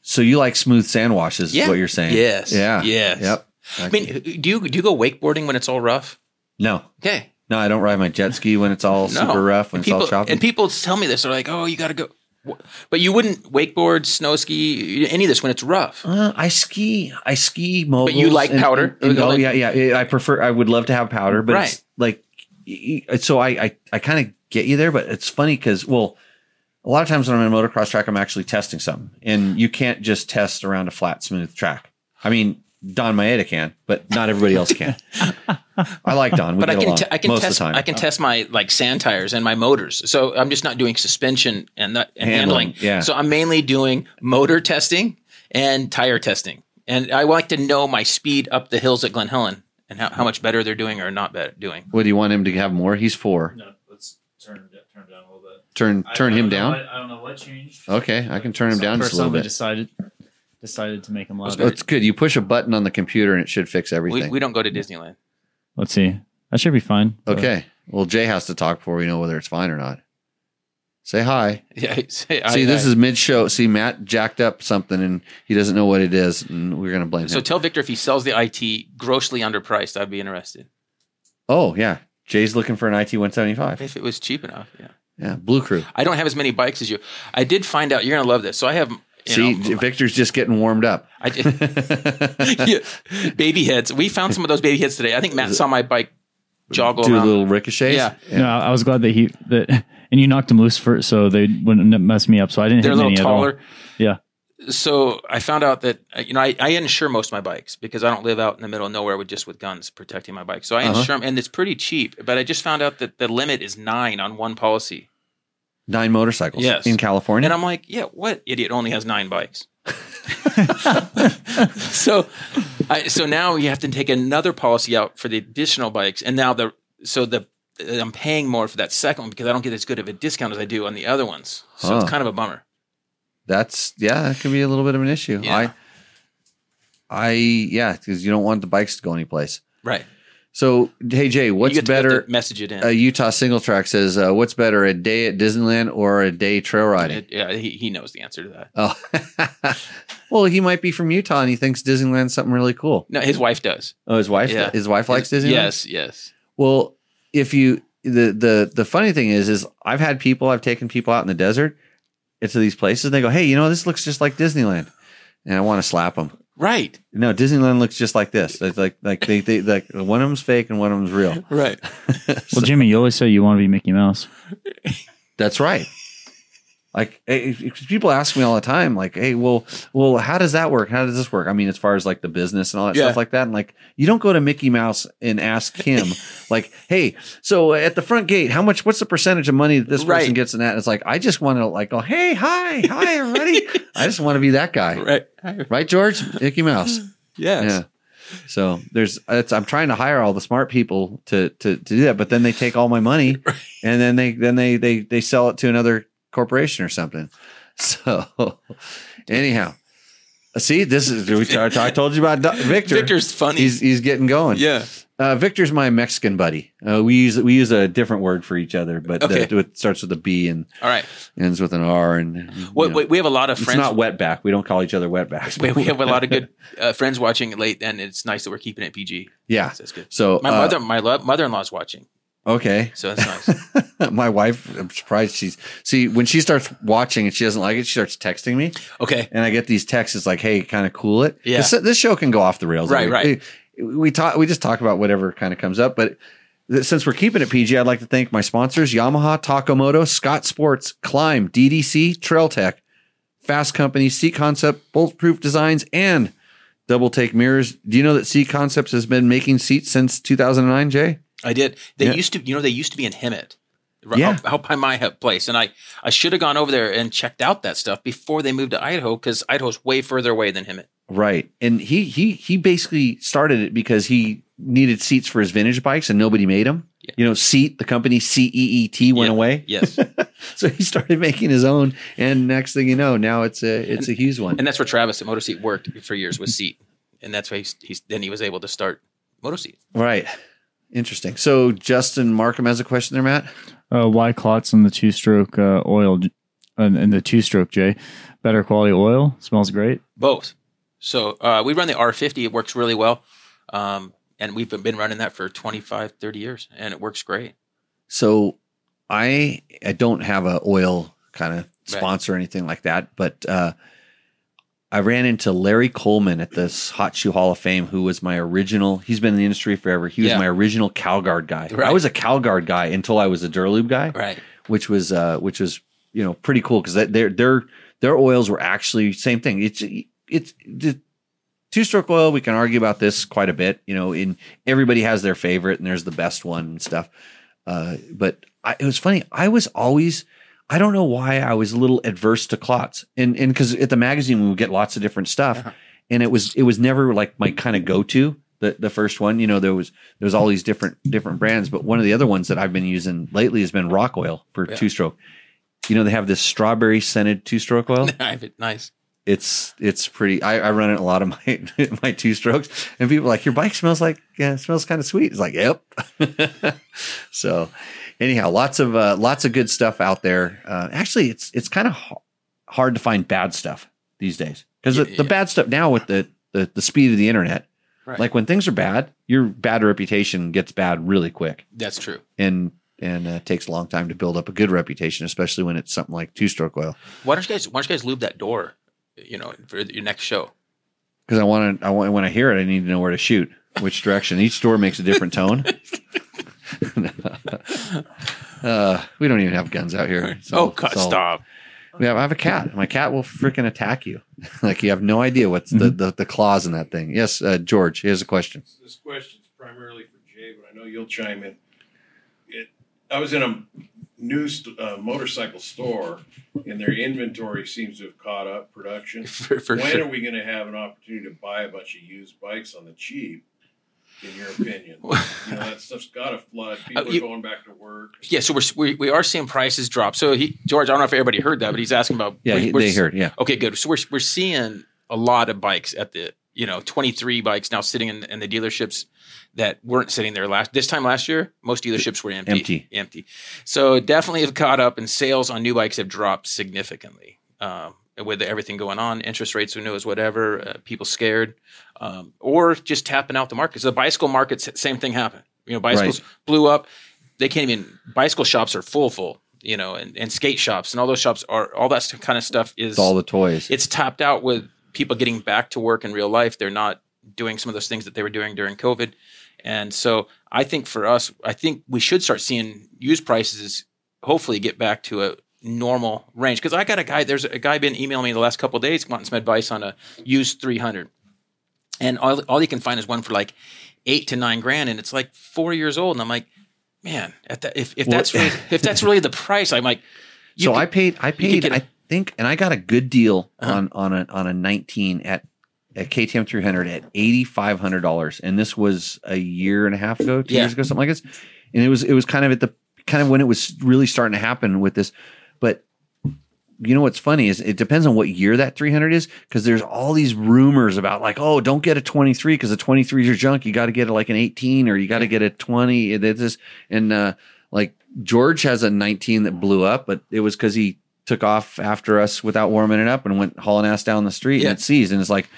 Speaker 1: So you like smooth sand washes,
Speaker 2: Yeah.
Speaker 1: is what you're saying?
Speaker 2: Yes.
Speaker 1: Yeah.
Speaker 2: Yes.
Speaker 1: Yep.
Speaker 2: I mean, do you do you go wakeboarding when it's all rough?
Speaker 1: no,
Speaker 2: Okay.
Speaker 1: no, I don't ride my jet ski when it's all
Speaker 2: No.
Speaker 1: super rough when
Speaker 2: and
Speaker 1: it's all
Speaker 2: people
Speaker 1: choppy.
Speaker 2: and people tell me this. They're like, oh, you got to go. Wh- But you wouldn't wakeboard, snow ski, any of this when it's rough.
Speaker 1: Uh, I ski. I ski mobile.
Speaker 2: you like powder?
Speaker 1: oh yeah, yeah, yeah. I prefer. I would love to have powder, but
Speaker 2: Right.
Speaker 1: it's like y- y- so. I I, I kind of get you there, but it's funny because well, a lot of times when I'm in a motocross track, I'm actually testing something, and you can't just test around a flat, smooth track. I mean, Don Maeda can, but not everybody else can. I like Don. We
Speaker 2: But I
Speaker 1: get
Speaker 2: can
Speaker 1: along
Speaker 2: te- I can
Speaker 1: most
Speaker 2: test
Speaker 1: of the time. Uh,
Speaker 2: I can test my like sand tires and my motors. So I'm just not doing suspension and that and handling.
Speaker 1: Handling, yeah.
Speaker 2: So I'm mainly doing motor testing and tire testing. And I like to know my speed up the hills at Glen Helen and how, how much better they're doing or not better doing.
Speaker 1: what do you want him to have more? He's four.
Speaker 3: No, let's turn turn down a little bit.
Speaker 1: Turn turn him down.
Speaker 3: I don't know what changed.
Speaker 1: Okay, I can turn him
Speaker 3: Some
Speaker 1: down just a
Speaker 3: person
Speaker 1: little
Speaker 3: we
Speaker 1: bit.
Speaker 3: Decided decided to make him
Speaker 1: Oh,
Speaker 3: louder.
Speaker 1: it's good. You push a button on the computer and it should fix
Speaker 2: We,
Speaker 1: everything.
Speaker 2: we don't go to Disneyland. [laughs]
Speaker 3: Let's see. That should be fine.
Speaker 1: okay. Well, Jay has to talk before we know whether it's fine or not. Say hi.
Speaker 2: Yeah. See,
Speaker 1: See, this is mid show. See, Matt jacked up something and he doesn't know what it is, and we're going to blame
Speaker 2: So
Speaker 1: him.
Speaker 2: tell Victor if he sells the IT grossly underpriced, I'd be interested.
Speaker 1: oh, yeah. Jay's looking for an IT 175.
Speaker 2: If it was cheap enough, yeah.
Speaker 1: Yeah. Blue Crew.
Speaker 2: I don't have as many bikes as you. I did find out you're gonna love this. So I have you
Speaker 1: See,
Speaker 2: know,
Speaker 1: J- Victor's just getting warmed
Speaker 2: [laughs]
Speaker 1: up. [laughs]
Speaker 2: I did, yeah, [laughs] baby heads. We found some of those baby heads today. I think Matt saw my bike joggle
Speaker 1: Do
Speaker 2: around.
Speaker 1: little ricochets.
Speaker 2: um, Yeah.
Speaker 3: No, I was glad that he that [laughs] and you knocked him loose first, so they wouldn't mess me up. So I didn't
Speaker 2: They're a
Speaker 3: hit
Speaker 2: little
Speaker 3: any at
Speaker 2: taller.
Speaker 3: all. Yeah.
Speaker 2: So I found out that uh, you know I, I insure most of my bikes because I don't live out in the middle of nowhere with just with guns protecting my bike. So I
Speaker 1: Uh-huh.
Speaker 2: insure them, and it's pretty cheap. But I just found out that the limit is nine on one policy,
Speaker 1: Nine motorcycles
Speaker 2: Yes.
Speaker 1: in California.
Speaker 2: and I'm like, yeah, what idiot only has
Speaker 1: [laughs]
Speaker 2: nine bikes? so, I, so now you have to take another policy out for the additional bikes, and now the so the uh, I'm paying more for that second one because I don't get as good of a discount as I do on the other ones. So
Speaker 1: Huh.
Speaker 2: it's kind of a bummer.
Speaker 1: that's yeah, that could be a little bit of an issue.
Speaker 2: Yeah.
Speaker 1: I, I yeah, because you don't want the bikes to go anyplace.
Speaker 2: Right.
Speaker 1: So hey Jay, what's
Speaker 2: you get to- you have
Speaker 1: better?
Speaker 2: To message it in.
Speaker 1: uh, Utah Single Track says, uh, "What's better, a day at Disneyland or a day trail riding?"
Speaker 2: It- yeah, he, he knows the answer to that.
Speaker 1: Oh, [laughs] well, he might be from Utah and he thinks Disneyland's something really cool.
Speaker 2: No, his wife does.
Speaker 1: Oh, his wife,
Speaker 2: Yeah.
Speaker 1: his wife likes Disneyland.
Speaker 2: Yes, yes.
Speaker 1: Well, if you the the the funny thing is, is I've had people, I've taken people out in the desert into these places, and they go, "Hey, you know, this looks just like Disneyland," and I want to slap them.
Speaker 2: Right.
Speaker 1: No, Disneyland looks just like this. It's like like they, they like one of them's fake and one of them's real. [laughs]
Speaker 2: Right.
Speaker 3: Well, Jimmy, you always say you want to be Mickey Mouse.
Speaker 1: That's right. Like eh, eh, people ask me all the time, like, "Hey, well, well, how does that work? How does this work?" I mean, as far as like the business and all that
Speaker 2: Yeah.
Speaker 1: stuff like that, and like you don't go to Mickey Mouse and ask
Speaker 2: [laughs]
Speaker 1: him, like, "Hey, so at the front gate, how much? What's the percentage of money that this person
Speaker 2: Right.
Speaker 1: gets in that?" And it's like I just want to like go, "Hey, hi, hi,
Speaker 2: [laughs]
Speaker 1: everybody!" I just want to be that guy,
Speaker 2: Right.
Speaker 1: right, George Mickey Mouse.
Speaker 2: Yes.
Speaker 1: Yeah. So there's, it's, I'm trying to hire all the smart people to, to to do that, but then they take all my
Speaker 2: [laughs]
Speaker 1: money, and then they then they they they sell it to another corporation or something. [laughs] So anyhow, see, this is we t- I told you about Do- Victor.
Speaker 2: [laughs] Victor's funny.
Speaker 1: he's he's getting going.
Speaker 2: yeah.
Speaker 1: Uh, Victor's my Mexican buddy. Uh, we use we use a different word for each other, but
Speaker 2: Okay.
Speaker 1: the, it starts with a B and
Speaker 2: All right.
Speaker 1: ends with an R. And
Speaker 2: Wait,
Speaker 1: you know.
Speaker 2: wait, we have a lot of
Speaker 1: it's
Speaker 2: friends.
Speaker 1: not wetback. We don't call each other wetbacks.
Speaker 2: [laughs] we, we have a lot
Speaker 1: [laughs]
Speaker 2: of good uh, friends watching late, and it's nice that we're keeping it PG.
Speaker 1: yeah.
Speaker 2: So that's good.
Speaker 1: So
Speaker 2: My
Speaker 1: uh,
Speaker 2: mother, my lo- mother-in-law's watching,
Speaker 1: Okay.
Speaker 2: so
Speaker 1: [laughs]
Speaker 2: that's nice.
Speaker 1: my wife, I'm surprised she's see when she starts watching and she doesn't like it, she starts texting me,
Speaker 2: Okay.
Speaker 1: and I get these texts. It's like, hey, kind of cool it.
Speaker 2: Yeah.
Speaker 1: This, this show can go off the rails.
Speaker 2: Right,
Speaker 1: We-
Speaker 2: right.
Speaker 1: We, we talk. We just talk about whatever kind of comes up, but. th- Since we're keeping it PG, I'd like to thank my sponsors Yamaha, Takamoto, Scott Sports, Climb, DDC, Trail Tech, Fast Company, C Concept, Bulletproof Designs, and Double Take Mirrors. Do you know that C Concepts has been making seats since 2009, Jay?
Speaker 2: I did. They
Speaker 1: Yeah.
Speaker 2: used to, you know, they used to be in Hemet,
Speaker 1: Yeah.
Speaker 2: out, out by my hu- place, and I, I should have gone over there and checked out that stuff before they moved to Idaho because Idaho's way further away than Hemet.
Speaker 1: Right. And he he he basically started it because he needed seats for his vintage bikes and nobody made them.
Speaker 2: Yeah.
Speaker 1: You know, seat the company C E E T went
Speaker 2: Yeah.
Speaker 1: away. [laughs]
Speaker 2: Yes,
Speaker 1: So he started making his own and next thing you know, now it's a it's a Hughes one.
Speaker 2: and that's where Travis at Motor Seat worked for years with Seat, and that's why he's, he's then he was able to start Motor Seat.
Speaker 1: right. Interesting. So Justin Markham has a question there, Matt.
Speaker 3: Uh, why clots in the two stroke uh, oil and in the two stroke J? Better quality oil, smells great.
Speaker 2: Both. So uh, we run the R50. It works really well. Um, and we've been- been running that for 25, 30 years, and it works great.
Speaker 1: So I I don't have a oil kind of sponsor or anything like that, but uh I ran into Larry Coleman at this Hot Shoe Hall of Fame, who was my original. He's been in the industry forever. He was
Speaker 2: Yeah.
Speaker 1: my original Calguard guy. I
Speaker 2: Right.
Speaker 1: was a Calguard guy until I was a Duralube guy,
Speaker 2: Right. [laughs]
Speaker 1: which was uh, which was you know pretty cool because their their their oils were actually same thing. It's it's the two stroke oil. We can argue about this quite a bit. You know, in everybody has their favorite and there's the best one and stuff. Uh, but I, it was funny. I was always, I don't know why I was a little adverse to clots, and and because at the magazine we would get lots of different stuff, and it was it was never like my kind of go to. The, the first one, you know, there was there was all these different different brands, but one of the other ones that I've been using lately has been Rock Oil for
Speaker 2: Yeah.
Speaker 1: two stroke. You know, they have this strawberry scented two stroke oil
Speaker 2: nice.
Speaker 1: it's it's pretty I, I run it in a lot of my [laughs] my two strokes and people are like your bike smells like yeah it smells kind of sweet it's like yep [laughs] so anyhow lots of uh, lots of good stuff out there uh, actually it's it's kind of h- hard to find bad stuff these days because the,
Speaker 2: Yeah,
Speaker 1: the
Speaker 2: yeah.
Speaker 1: bad stuff now with the, the the speed of the internet
Speaker 2: Right.
Speaker 1: like when things are bad your bad reputation gets bad really quick
Speaker 2: That's true.
Speaker 1: and and uh, takes a long time to build up a good reputation especially when it's something like two stroke oil
Speaker 2: Why don't you guys? Why don't you guys lube that door? You know, for your next show.
Speaker 1: because I want to. I want when I hear it, I need to know where to shoot, which direction. Each door makes a different
Speaker 2: [laughs]
Speaker 1: tone. [laughs] uh, we don't even have guns out here. It's all-
Speaker 2: oh, God,
Speaker 1: it's all-
Speaker 2: stop!
Speaker 1: We have, I have a cat. My cat will freaking attack you. [laughs] like you have no idea what's
Speaker 2: Mm-hmm.
Speaker 1: the, the the claws in that thing. Yes, uh, George. Here's a question.
Speaker 5: This question's primarily for Jay, but I know you'll chime in. It, I was in a new st- uh, motorcycle store, and their inventory seems to have caught up production.
Speaker 2: For, for
Speaker 5: when
Speaker 2: sure.
Speaker 5: are we going to have an opportunity to buy a bunch of used bikes on the cheap? In your
Speaker 2: [laughs]
Speaker 5: opinion, you know that stuff's got to flood. People
Speaker 2: Uh, you-
Speaker 5: are going back to work.
Speaker 2: Yeah, so we're, we we are seeing prices drop. So he, George, I don't know if everybody heard that, but he's asking about
Speaker 1: Yeah,
Speaker 2: we're-
Speaker 1: he-
Speaker 2: we're
Speaker 1: they
Speaker 2: s-
Speaker 1: heard. Yeah,
Speaker 2: Okay, good. So we're we're seeing a lot of bikes at the you know twenty three bikes now sitting in, in the dealerships that weren't sitting there last this time last year. Most dealerships were empty,
Speaker 1: Empty.
Speaker 2: empty. So definitely have caught up, and sales on new bikes have dropped significantly um, with everything going on. Interest rates, who knows, whatever. Uh, people scared, um, or just tapping out the market. So the bicycle markets, same thing happened. You know, bicycles blew up. They can't even. Bicycle shops are full, full. You know, and, and skate shops and all those shops are all that kind of stuff is
Speaker 1: it's all the toys.
Speaker 2: it's topped out with people getting back to work in real life. They're not doing some of those things that they were doing during COVID. And so I think for us, I think we should start seeing used prices hopefully get back to a, normal range. Because I got a guy, there's a guy been emailing me the last couple of days wanting some advice on a used 300. And all, all he can find is one for like eight to nine grand. And it's like four years old. And I'm like, man, at that, if, if that's really, if that's really the price, I'm like, you
Speaker 1: so
Speaker 2: could-
Speaker 1: I paid. I paid.
Speaker 2: get a-
Speaker 1: I think, and I got a good deal
Speaker 2: Uh-huh.
Speaker 1: on on a on a nineteen at at KTM three hundred at eighty five hundred dollars, and this was a year and a half ago, two
Speaker 2: Yeah.
Speaker 1: years ago, something like this. And it was it was kind of at the kind of when it was really starting to happen with this, but. You know what's funny is it depends on what year that 300 is because there's all these rumors about like oh don't get a 23 because a 23 is your junk you got to get like an 18 or you got to get a 20 and this and uh, like George has a 19 that blew up but it was because he took off after us without warming it up and went hauling ass down the street
Speaker 2: Yeah.
Speaker 1: and it seized and it's like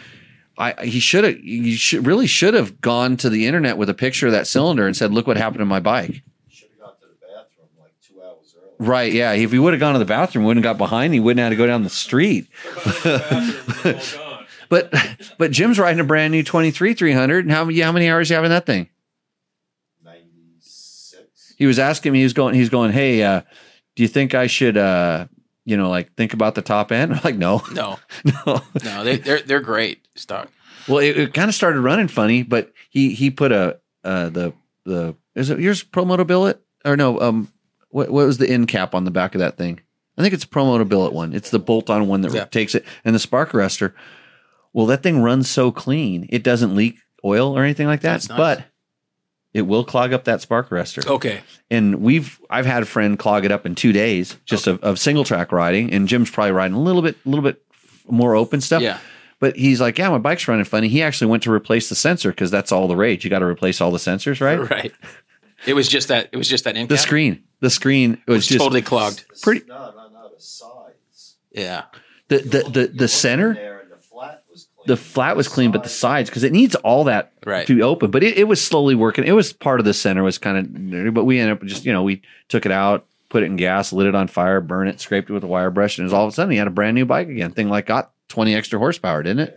Speaker 1: I he should have you should really should have gone to the internet with a picture of that cylinder and said look what happened to my bike
Speaker 6: Should have gone to the bathroom like two hours early.
Speaker 1: right yeah if he would have gone to the bathroom wouldn't have got behind he wouldn't have had to go down
Speaker 6: [laughs]
Speaker 1: the street
Speaker 5: Bathroom, it's all gone.
Speaker 1: but but Jim's riding a brand new 23 300 and how many how many hours you have in that thing
Speaker 6: Ninety six.
Speaker 1: he was asking me he was going he's going hey uh do you think I should uh you know like think about the top end [laughs] I'm like no
Speaker 2: no,
Speaker 1: no
Speaker 2: no, they, they're, they're great stock.
Speaker 1: Well, it, it kind of started running funny, but he he put a uh, the the is it yours Promoto billet or no? Um, what what was the end cap on the back of that thing? I think it's a Promoto billet one. It's the bolt on one that
Speaker 2: Yeah.
Speaker 1: takes it and the spark arrestor. Well, that thing runs so clean, it doesn't leak oil or anything like that.
Speaker 2: That's nice. Oh,
Speaker 1: But it will clog up that spark arrestor
Speaker 2: Okay. [laughs]
Speaker 1: and we've I've had a friend clog it up in two days just of, of single track riding, and Jim's probably riding a little bit, a little bit more open stuff.
Speaker 2: Yeah.
Speaker 1: But he's like, yeah, my bike's running funny. He actually went to replace the sensor because that's all the rage. You got to replace all the sensors, right?
Speaker 2: Right. It was just that, it was just that end
Speaker 1: The
Speaker 2: cap.
Speaker 1: screen, the screen was,
Speaker 2: was
Speaker 1: just
Speaker 2: totally clogged.
Speaker 1: Pretty-
Speaker 6: No, no, no. The sides.
Speaker 2: Yeah.
Speaker 1: the
Speaker 6: You
Speaker 1: the
Speaker 6: look-
Speaker 1: the,
Speaker 6: you look
Speaker 1: the
Speaker 6: in
Speaker 1: center,
Speaker 6: there and the flat was clean.
Speaker 1: the flat was clean, but the sides because it needs all that
Speaker 2: Right.
Speaker 1: to be open. But it, it was slowly working. It was part of the center was kind of nerdy, but we ended up just, you know, we took it out, put it in gas, lit it on fire, burn it, scraped it with a wire brush, and it was all of a sudden he had a brand new bike again. Thing like got 20 extra horsepower, didn't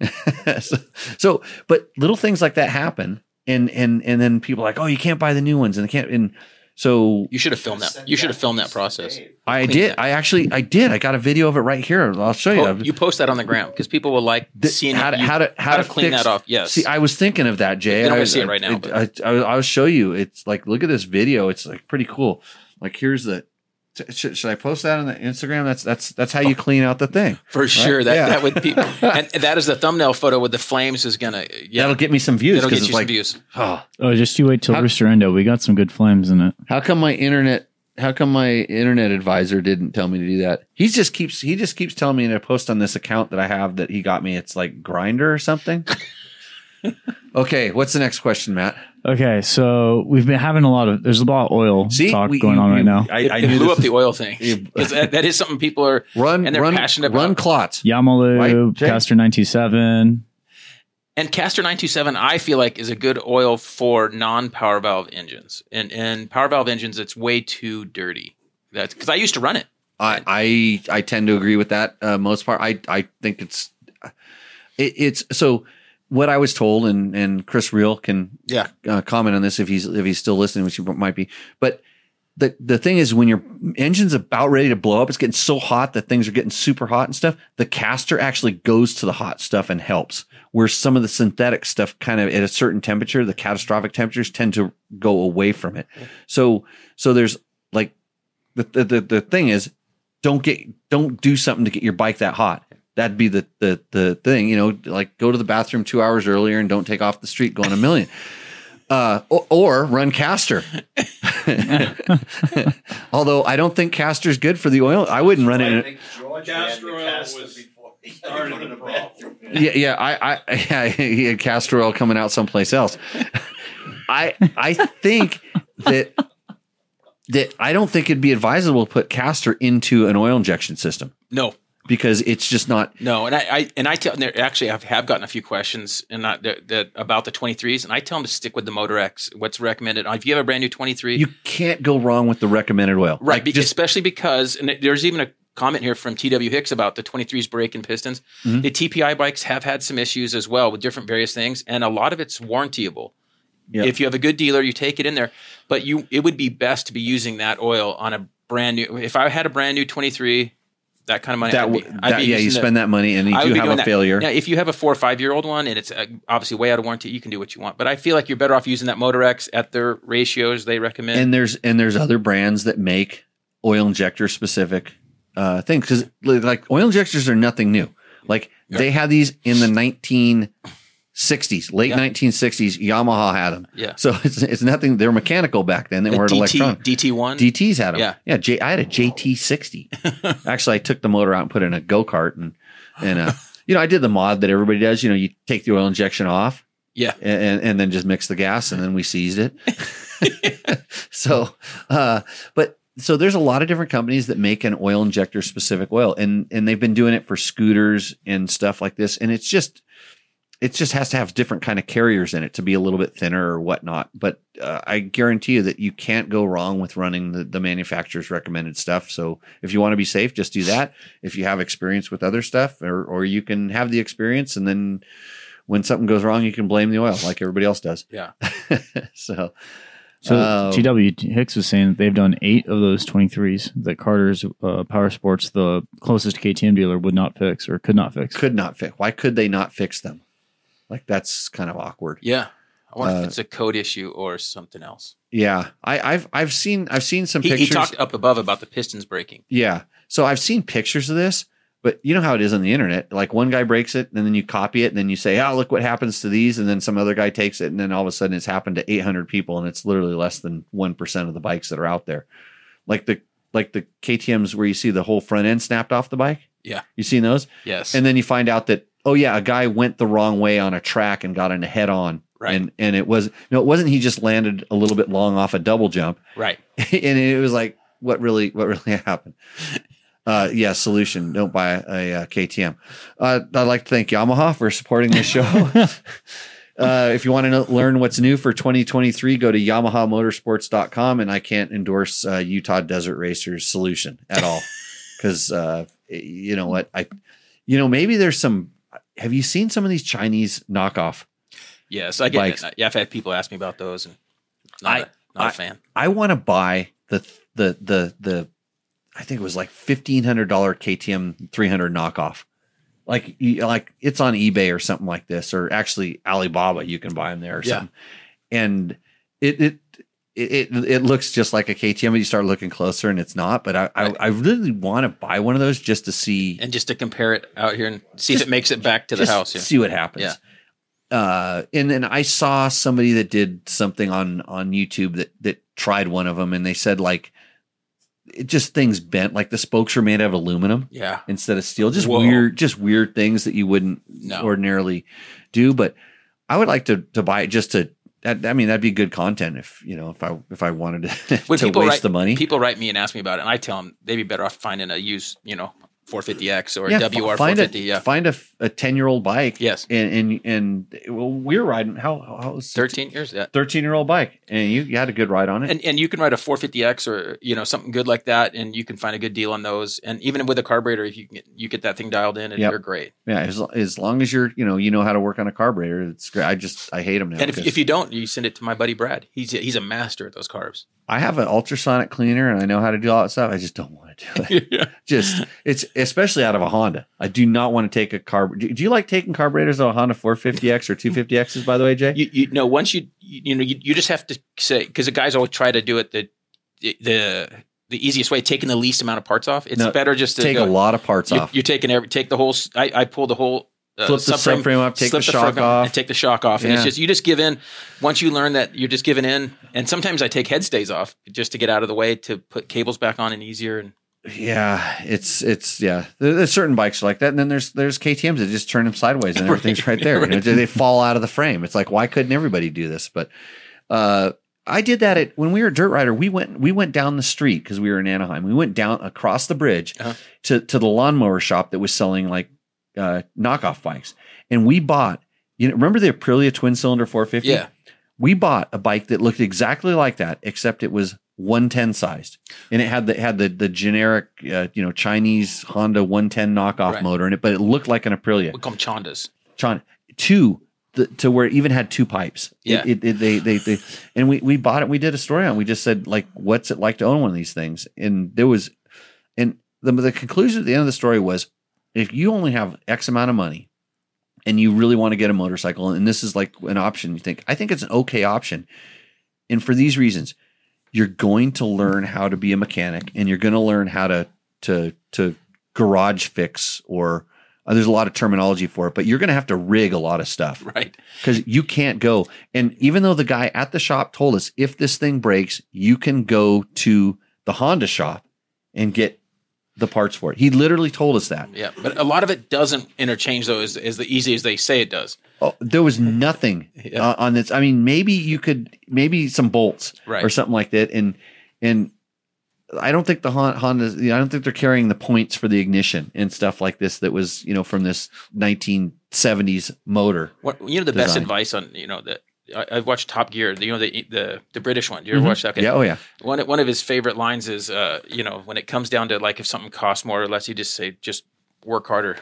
Speaker 1: it? [laughs] so, so, but little things like that happen. And and and then people are like, oh, you can't buy the new ones, and they can't and so
Speaker 2: You should have filmed that.
Speaker 6: Send
Speaker 2: You should have filmed that
Speaker 6: to
Speaker 2: process.
Speaker 6: Dave.
Speaker 1: I
Speaker 2: clean
Speaker 1: did.
Speaker 2: that. Oh,
Speaker 1: I actually I did. I got a video of it right here. I'll show you.
Speaker 2: Po- you post that on the ground because people will like
Speaker 1: Th-
Speaker 2: seeing
Speaker 1: Oh, how to
Speaker 2: you-
Speaker 1: how to how,
Speaker 2: how to clean
Speaker 1: fix-
Speaker 2: that off. Yes.
Speaker 1: See, I was thinking of that, Jay.
Speaker 2: You don't
Speaker 1: I,
Speaker 2: see it right now,
Speaker 1: I-
Speaker 2: but-
Speaker 1: I, I, will show you. It's like look at this video. It's like pretty cool. Like here's the. Should, should I post that on the Instagram? That's that's that's how you
Speaker 2: Oh.
Speaker 1: clean out the thing.
Speaker 2: for sure. That
Speaker 1: Yeah.
Speaker 2: that would
Speaker 1: [laughs]
Speaker 2: be, and that is the thumbnail photo with the flames is gonna. Yeah,
Speaker 1: That'll get me some views
Speaker 2: that'll get
Speaker 1: because
Speaker 2: you
Speaker 1: it's
Speaker 2: some
Speaker 1: like,
Speaker 2: views.
Speaker 1: oh,
Speaker 3: Oh, just you wait till
Speaker 1: How-
Speaker 3: Rooster Endo. We got some good flames in it.
Speaker 1: how come my internet? How come my internet advisor didn't tell me to do that? He just keeps he just keeps telling me to post on this account that I have that he got me. It's like Grinder or something.
Speaker 2: [laughs]
Speaker 1: okay, what's the next question, Matt?
Speaker 3: Okay, so we've been having a lot of there's a lot of oil
Speaker 1: See,
Speaker 3: talk
Speaker 1: we-
Speaker 3: going
Speaker 1: you-
Speaker 3: on right
Speaker 1: you-
Speaker 3: now.
Speaker 1: I,
Speaker 2: It,
Speaker 1: I
Speaker 2: it
Speaker 1: knew
Speaker 2: blew
Speaker 1: this
Speaker 2: up the oil thing
Speaker 1: You-
Speaker 2: [laughs] 'Cause that, that is something people are.
Speaker 1: run
Speaker 2: and they're
Speaker 1: run,
Speaker 2: passionate about
Speaker 1: run
Speaker 2: it.
Speaker 1: clots.
Speaker 3: Yamalu,
Speaker 1: Right, Jay?
Speaker 3: Caster 927.
Speaker 2: And Castor 927, I feel like is a good oil for non power valve engines. And and power valve engines, it's way too dirty. That's because I used to run it.
Speaker 1: I I I tend to agree with that uh, most part. I I think it's uh, it, it's so what I was told, and and Chris Real can
Speaker 2: Yeah.
Speaker 1: uh, comment on this if he's if he's still listening, which he might be. But the the thing is, when your engine's about ready to blow up, it's getting so hot that things are getting super hot and stuff. The caster actually goes to the hot stuff and helps. Where some of the synthetic stuff, kind of at a certain temperature, the catastrophic temperatures tend to go away from it. So so there's like the the the, the thing is don't get don't do something to get your bike that hot. That'd be the the the thing, you know, like go to the bathroom two hours earlier and don't take off the street going a million. [laughs] Uh, or, or run caster. [laughs] Although I don't think caster's good for the oil. I wouldn't run it.
Speaker 6: I
Speaker 1: in-
Speaker 6: think George ran
Speaker 5: Castor
Speaker 6: the
Speaker 5: oil
Speaker 6: caster
Speaker 5: was
Speaker 6: before he [laughs]
Speaker 5: Started
Speaker 6: started in the
Speaker 5: the problem.
Speaker 6: bathroom.
Speaker 1: yeah, yeah. I, [laughs] I, yeah, he had castor oil coming out someplace else. I, I think that that I don't think it'd be advisable to put castor into an oil injection system
Speaker 2: No,
Speaker 1: because it's just not.
Speaker 2: No, and I, I and I tell and there, actually I've have gotten a few questions and not that, that about the 23s, and I tell them to stick with the Motor X. What's recommended? If you have a brand new 23,
Speaker 1: You can't go wrong with the recommended oil.
Speaker 2: right?
Speaker 1: Like,
Speaker 2: be-
Speaker 1: just
Speaker 2: especially because and there's even a comment here from TW Hicks about the 23s brake and pistons.
Speaker 1: Mhm.
Speaker 2: The TPI bikes have had some issues as well with different various things, and a lot of it's warrantyable.
Speaker 1: Yeah.
Speaker 2: If you have a good dealer, you take it in there, but you it would be best to be using that oil on a brand new. If I had a brand new 23, that kind of money,
Speaker 1: that,
Speaker 2: I'd be,
Speaker 1: w-
Speaker 2: I'd
Speaker 1: that-
Speaker 2: be
Speaker 1: yeah, you
Speaker 2: using
Speaker 1: spend that money and you
Speaker 2: I would
Speaker 1: do
Speaker 2: be
Speaker 1: have
Speaker 2: doing
Speaker 1: a
Speaker 2: that.
Speaker 1: failure.
Speaker 2: Yeah, if you have a four or five year old one and it's uh, obviously way out of warranty, you can do what you want. But I feel like you're better off using that Motor X at their ratios they recommend.
Speaker 1: and there's and there's other brands that make oil injector specific uh things because like oil injectors are nothing new like
Speaker 2: Yeah.
Speaker 1: they had these in the 1960s late
Speaker 2: Yeah.
Speaker 1: 1960s yamaha had them
Speaker 2: yeah.
Speaker 1: so [laughs] it's, it's nothing they're mechanical back then they weren't electronic
Speaker 2: DT1.
Speaker 1: dt's had them
Speaker 2: Yeah.
Speaker 1: yeah J, i had a
Speaker 2: [laughs]
Speaker 1: jt60 actually i took the motor out and put it in a go-kart and and uh you know i did the mod that everybody does you know you take the oil injection off
Speaker 2: yeah.
Speaker 1: and, and, and then just mix the gas and then we seized
Speaker 2: [laughs]
Speaker 1: it. so, uh, but so there's a lot of different companies that make an oil injector specific oil and, and they've been doing it for scooters and stuff like this. And it's just, it just has to have different kind of carriers in it to be a little bit thinner or whatnot. But uh, I guarantee you that you can't go wrong with running the, the manufacturer's recommended stuff. So if you want to be safe, just do that. If you have experience with other stuff, or or you can have the experience and then when something goes wrong, you can blame the oil like everybody else does.
Speaker 2: Yeah.
Speaker 1: [laughs] so
Speaker 3: So
Speaker 1: Oh.
Speaker 3: GW Hicks was saying that they've done eight of those 23s that Carter's uh, Power Sports, the closest KTM dealer, would not fix or could not fix.
Speaker 1: could not fix. Why could they not fix them? Like that's kind of awkward.
Speaker 2: Yeah. I wonder
Speaker 1: Uh,
Speaker 2: if it's a code issue or something else.
Speaker 1: Yeah. I, I've I've seen I've seen some
Speaker 2: He, he
Speaker 1: pictures.
Speaker 2: talked up above about the pistons breaking.
Speaker 1: yeah. So I've seen pictures of this, but you know how it is on the internet. Like one guy breaks it and then you copy it and then you say, Oh, look what happens to these, and then some other guy takes it, and then all of a sudden it's happened to eight hundred people and it's literally less than one percent of the bikes that are out there. Like the like the KTMs where you see the whole front end snapped off the bike.
Speaker 2: Yeah.
Speaker 1: You seen those?
Speaker 2: Yes.
Speaker 1: And then you find out that oh yeah, a guy went the wrong way on a track and got in a head on.
Speaker 2: Right.
Speaker 1: And and it was no, it wasn't he just landed a little bit long off a double jump.
Speaker 2: right.
Speaker 1: [laughs] and it was like what really what really [laughs] happened. Uh, yeah, solution. Don't buy a, uh KTM. Uh, I'd like to thank Yamaha for supporting this show. uh, if you want to know, learn what's new for 2023, go to YamahaMotorsports.com. And I can't endorse uh, Utah Desert Racers solution at all because uh, you know what I, you know maybe there's some. Have you seen some of these Chinese knockoff?
Speaker 2: Yes. I get
Speaker 1: Bikes.
Speaker 2: it. Yeah. I've had people ask me about those and not,
Speaker 1: I-
Speaker 2: a not a
Speaker 1: I-
Speaker 2: fan.
Speaker 1: I want to buy the the the the I think it was like fifteen hundred dollar KTM three hundred knockoff. Like you- like it's on eBay or something like this, or actually Alibaba, you can buy them there or
Speaker 2: Yeah.
Speaker 1: something. And it it. It, it it looks just like a KTM, but you start looking closer and it's not. But I I,
Speaker 2: Right.
Speaker 1: I really want to buy one of those just to see
Speaker 2: And just to compare it out here and see if
Speaker 1: Just-
Speaker 2: it makes it back to the
Speaker 1: just
Speaker 2: house. Yeah.
Speaker 1: See what happens.
Speaker 2: Yeah.
Speaker 1: Uh, and then I saw somebody that did something on on YouTube that that tried one of them, and they said like, it just things bent, like the spokes are made out of aluminum
Speaker 2: yeah.
Speaker 1: instead of steel. Just
Speaker 2: Whoa.
Speaker 1: weird, just weird things that you wouldn't
Speaker 2: No.
Speaker 1: ordinarily do. But I would like to to buy it just to. That, I mean, that'd be good content if you know if I if I wanted to, [laughs]
Speaker 2: When
Speaker 1: to waste
Speaker 2: people write-
Speaker 1: the money.
Speaker 2: People write me and ask me about it, and I tell them they'd be better off finding a used, you know, 450X or a
Speaker 1: fi- find
Speaker 2: WR450.
Speaker 1: a,
Speaker 2: yeah.
Speaker 1: find a a ten year old bike.
Speaker 2: Yes.
Speaker 1: and and and well, we're riding. How how was
Speaker 2: 13 years. Yeah.
Speaker 1: 13 year old bike and you, you had a good ride on it.
Speaker 2: and and you can ride a 450x or you know something good like that and you can find a good deal on those and even with a carburetor if you can get, you get that thing dialed in and
Speaker 1: Yep.
Speaker 2: you're great
Speaker 1: yeah, as, as long as you're, you know, you know how to work on a carburetor, it's great. I just, I hate them now.
Speaker 2: and if,
Speaker 1: 'cause
Speaker 2: if you don't you send it to my buddy brad he's a, he's a master at those carbs [laughs]
Speaker 1: I have an ultrasonic cleaner and I know how to do all that stuff, I just don't want to do
Speaker 2: [laughs]
Speaker 1: it. just, it's especially out of a Honda. I do not want to take a carb. Do, do you like taking carburetors on a Honda 450X or 250Xs, by the way, Jay?
Speaker 2: you you know once you you, you know you, you just have to say because the guys always try to do it the the the easiest way taking the least amount of parts off it's
Speaker 1: No,
Speaker 2: better just to
Speaker 1: take
Speaker 2: go-
Speaker 1: a lot of parts
Speaker 2: you,
Speaker 1: off.
Speaker 2: you're taking every take the whole s- i, I pull the whole uh,
Speaker 1: Flip the
Speaker 2: subframe,
Speaker 1: subframe off, take the
Speaker 2: slip
Speaker 1: shock
Speaker 2: frame
Speaker 1: off.
Speaker 2: and take the shock off. And
Speaker 1: Yeah.
Speaker 2: it's just you just give in. Once you learn that you're just giving in, and sometimes I take headstays off just to get out of the way to put cables back on and easier. And
Speaker 1: yeah, it's it's yeah. There- There's certain bikes like that, and then there's there's KTM's that just turn them sideways
Speaker 2: [laughs]
Speaker 1: and everything's right, there. You know, they fall out of the frame. It's like why couldn't everybody do this? But uh, I did that at when we were a dirt rider. We went we went down the street because we were in Anaheim. We went down across the bridge
Speaker 2: Uh-huh.
Speaker 1: to to the lawnmower shop that was selling like uh, knockoff bikes, and we bought. You know, remember the Aprilia twin cylinder 450?
Speaker 2: yeah,
Speaker 1: we bought a bike that looked exactly like that, except it was 110 sized, and it had the had the the generic uh, you know Chinese Honda 110 knockoff
Speaker 2: Right.
Speaker 1: motor in it, but it looked like an Aprilia.
Speaker 2: we call them chondas.
Speaker 1: Chon, two the, to where it even had two pipes. It-
Speaker 2: Yeah.
Speaker 1: It, it- they, they, they, and we, we bought it. We did a story on. it. We just said like, what's it like to own one of these things? And there was, and the, the conclusion at the end of the story was, if you only have X amount of money, and you really want to get a motorcycle, and this is like an option, you think I think it's an okay option, and for these reasons, you're going to learn how to be a mechanic, and you're going to learn how to to to garage fix or uh, there's a lot of terminology for it, but you're going to have to rig a lot of stuff
Speaker 2: [laughs] right?
Speaker 1: because you can't go. And even though the guy at the shop told us if this thing breaks, you can go to the Honda shop and get the parts for it. He literally told us that.
Speaker 2: Yeah, but a lot of it doesn't interchange though, as, as the easy as they say it does.
Speaker 1: Oh, there was nothing
Speaker 2: Yeah.
Speaker 1: uh, on this. I mean, maybe you could, maybe some bolts
Speaker 2: Right.
Speaker 1: or something like that. And and I don't think the Hon- Honda, you know, I don't think they're carrying the points for the ignition and stuff like this. That was you know from this 1970s motor.
Speaker 2: What you know, the best
Speaker 1: Design.
Speaker 2: advice on you know that I, I watched Top Gear. You know the the the British one. Do you ever watch that? Okay.
Speaker 1: Yeah. Oh yeah.
Speaker 2: One one of his favorite lines is, uh, you know, when it comes down to like if something costs more or less, you just say, just work harder.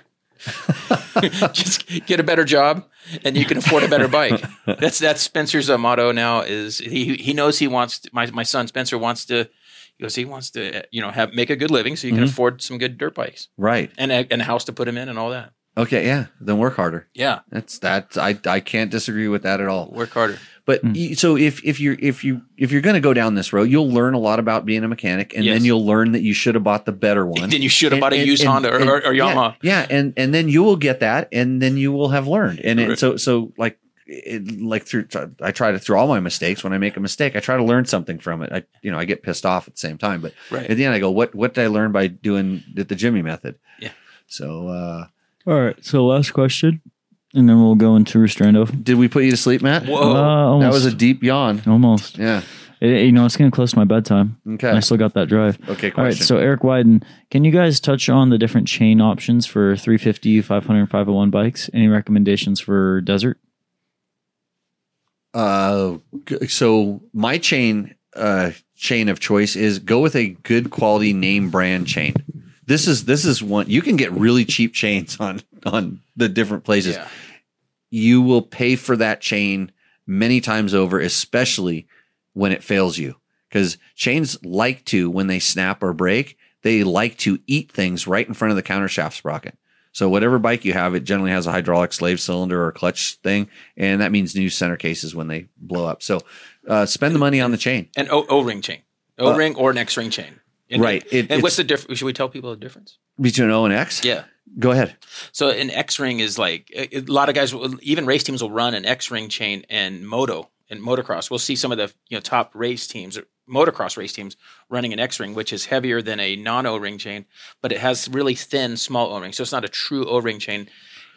Speaker 2: [laughs] just get a better job, and you can afford a better bike.
Speaker 1: [laughs]
Speaker 2: That's that's Spencer's uh, motto now. Is he he knows he wants to- my my son Spencer wants to. He goes, he wants to, uh, you know, have make a good living so you can
Speaker 1: Mhm.
Speaker 2: afford some good dirt bikes
Speaker 1: Right.
Speaker 2: and a, and a house to put him in and all that.
Speaker 1: Okay. Yeah. Then work harder.
Speaker 2: Yeah,
Speaker 1: That's that. I I can't disagree with that at all.
Speaker 2: work harder.
Speaker 1: But
Speaker 3: Mm.
Speaker 1: you- so if if you're if you if you're going to go down this road, you'll learn a lot about being a mechanic, and
Speaker 2: Yes.
Speaker 1: then you'll learn that you should have bought the better one.
Speaker 2: [laughs] Then you should have
Speaker 1: And-
Speaker 2: bought a
Speaker 1: and-
Speaker 2: used
Speaker 1: and-
Speaker 2: Honda or,
Speaker 1: and-
Speaker 2: or, or Yamaha.
Speaker 1: Yeah, yeah, and and then you will get that, and then you will have learned. And it,
Speaker 2: Right.
Speaker 1: so so like it, like through I try to through all my mistakes. When I make a mistake, I try to learn something from it. I you know I get pissed off at the same time, but
Speaker 2: Right.
Speaker 1: at the end I go, what what did I learn by doing the, the Jimmy method?
Speaker 2: Yeah.
Speaker 1: So uh
Speaker 3: All right. So last question, and then we'll go into Restrando.
Speaker 1: did we put you to sleep, Matt?
Speaker 2: Whoa.
Speaker 3: Uh, almost.
Speaker 1: Oh, That was a deep yawn.
Speaker 3: Uh, almost.
Speaker 1: Yeah.
Speaker 3: It- you know, it's getting close to my bedtime. and
Speaker 1: Okay.
Speaker 3: I still got that drive.
Speaker 1: Okay. Question.
Speaker 3: All right, so Eric Wyden, can you guys touch on the different chain options for 350, 500, 501 bikes? Any recommendations for desert?
Speaker 1: Uh, g- so my chain uh chain of choice is go with a good quality name brand chain. This is this is one you can get really cheap chains on on the different places.
Speaker 2: Yeah.
Speaker 1: You will pay for that chain many times over, especially when it fails you. Because chains like to when they snap or break, they like to eat things right in front of the counter shaft sprocket. So whatever bike you have, it generally has a hydraulic slave cylinder or clutch thing, and that means new center cases when they blow up. So uh, spend the money on the chain.
Speaker 2: An O O ring chain, O ring or an X ring chain. And-
Speaker 1: right. It-
Speaker 2: and
Speaker 1: it's-
Speaker 2: what's the difference? Should we tell people the difference?
Speaker 1: Between O and X,
Speaker 2: Yeah.
Speaker 1: Go ahead.
Speaker 2: So an X ring is like a, a lot of guys, will, even race teams will run an X ring chain and moto and motocross. We'll see some of the you know top race teams, motocross race teams, running an X ring, which is heavier than a non O ring chain, but it has really thin, small O ring. So it's not a true O ring chain.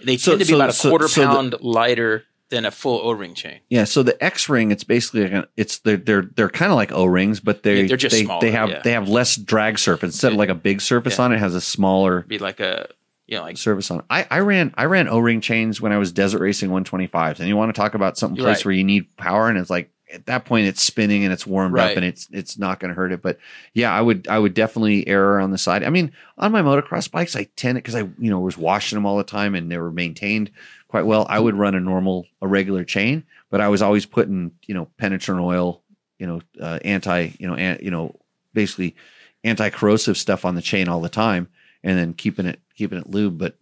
Speaker 2: They
Speaker 1: So-
Speaker 2: tend to be
Speaker 1: so-
Speaker 2: about a
Speaker 1: so-
Speaker 2: quarter
Speaker 1: so the-
Speaker 2: pound lighter than a full O ring chain.
Speaker 1: Yeah. So the X ring, it's basically like an- it's they're they're they're kind of like O rings, but they
Speaker 2: Yeah, they're just
Speaker 1: they,
Speaker 2: smaller,
Speaker 1: they have
Speaker 2: yeah.
Speaker 1: they have less drag surface instead of like a big surface
Speaker 2: Yeah.
Speaker 1: on it, it has a smaller
Speaker 2: It'd be like a you know like
Speaker 1: service on. I, I ran I ran O ring chains when I was desert racing 125s, and you want to talk about something
Speaker 2: You're
Speaker 1: place
Speaker 2: right.
Speaker 1: where you need power, and it's like at that point it's spinning and it's warmed
Speaker 2: Right.
Speaker 1: up and it's it's not going to hurt it. But yeah, I would I would definitely err on the side. I mean, on my motocross bikes, I tend because I you know was washing them all the time and they were maintained quite well. I would run a normal a regular chain, but I was always putting you know penetrant oil, you know uh, anti you know an, you know basically anti corrosive stuff on the chain all the time and then keeping it keeping it lube. But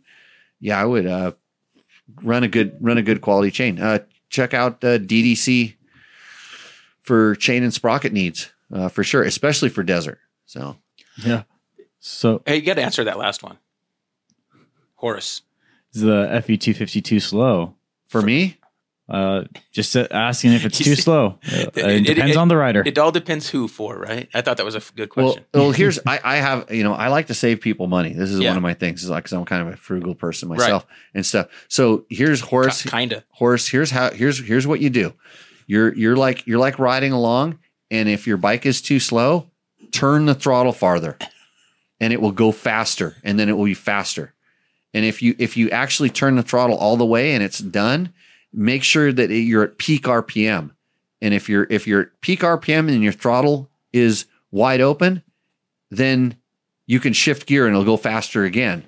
Speaker 1: yeah, I would uh, run a good run a good quality chain. Uh, check out uh, DDC for chain and sprocket needs uh, for sure, especially for desert. So
Speaker 3: Yeah. So
Speaker 2: hey, you got to answer that last one, Horace.
Speaker 3: is the FE250 too slow?
Speaker 1: for me,
Speaker 3: Uh, just uh, asking
Speaker 1: [laughs]
Speaker 3: if it's too slow. Uh, It,
Speaker 2: It- it-
Speaker 3: depends on the rider.
Speaker 2: It all depends who for, right? I thought that was a f- good
Speaker 1: well,
Speaker 2: question.
Speaker 1: well,
Speaker 2: [laughs]
Speaker 1: here's I, I have you know I like to save people money. This is
Speaker 2: Yeah.
Speaker 1: one of my things. Is like because I'm kind of a frugal person myself and stuff. So here's horse
Speaker 2: Ki- kinda.
Speaker 1: horse here's how here's here's what you do you're you're like you're like riding along and if your bike is too slow turn the throttle farther and it will go faster and then it will be faster and if you if you actually turn the throttle all the way and it's done make sure that it- you're at peak rpm and if you're if you're at peak rpm and your throttle is wide open then you can shift gear and it'll go faster again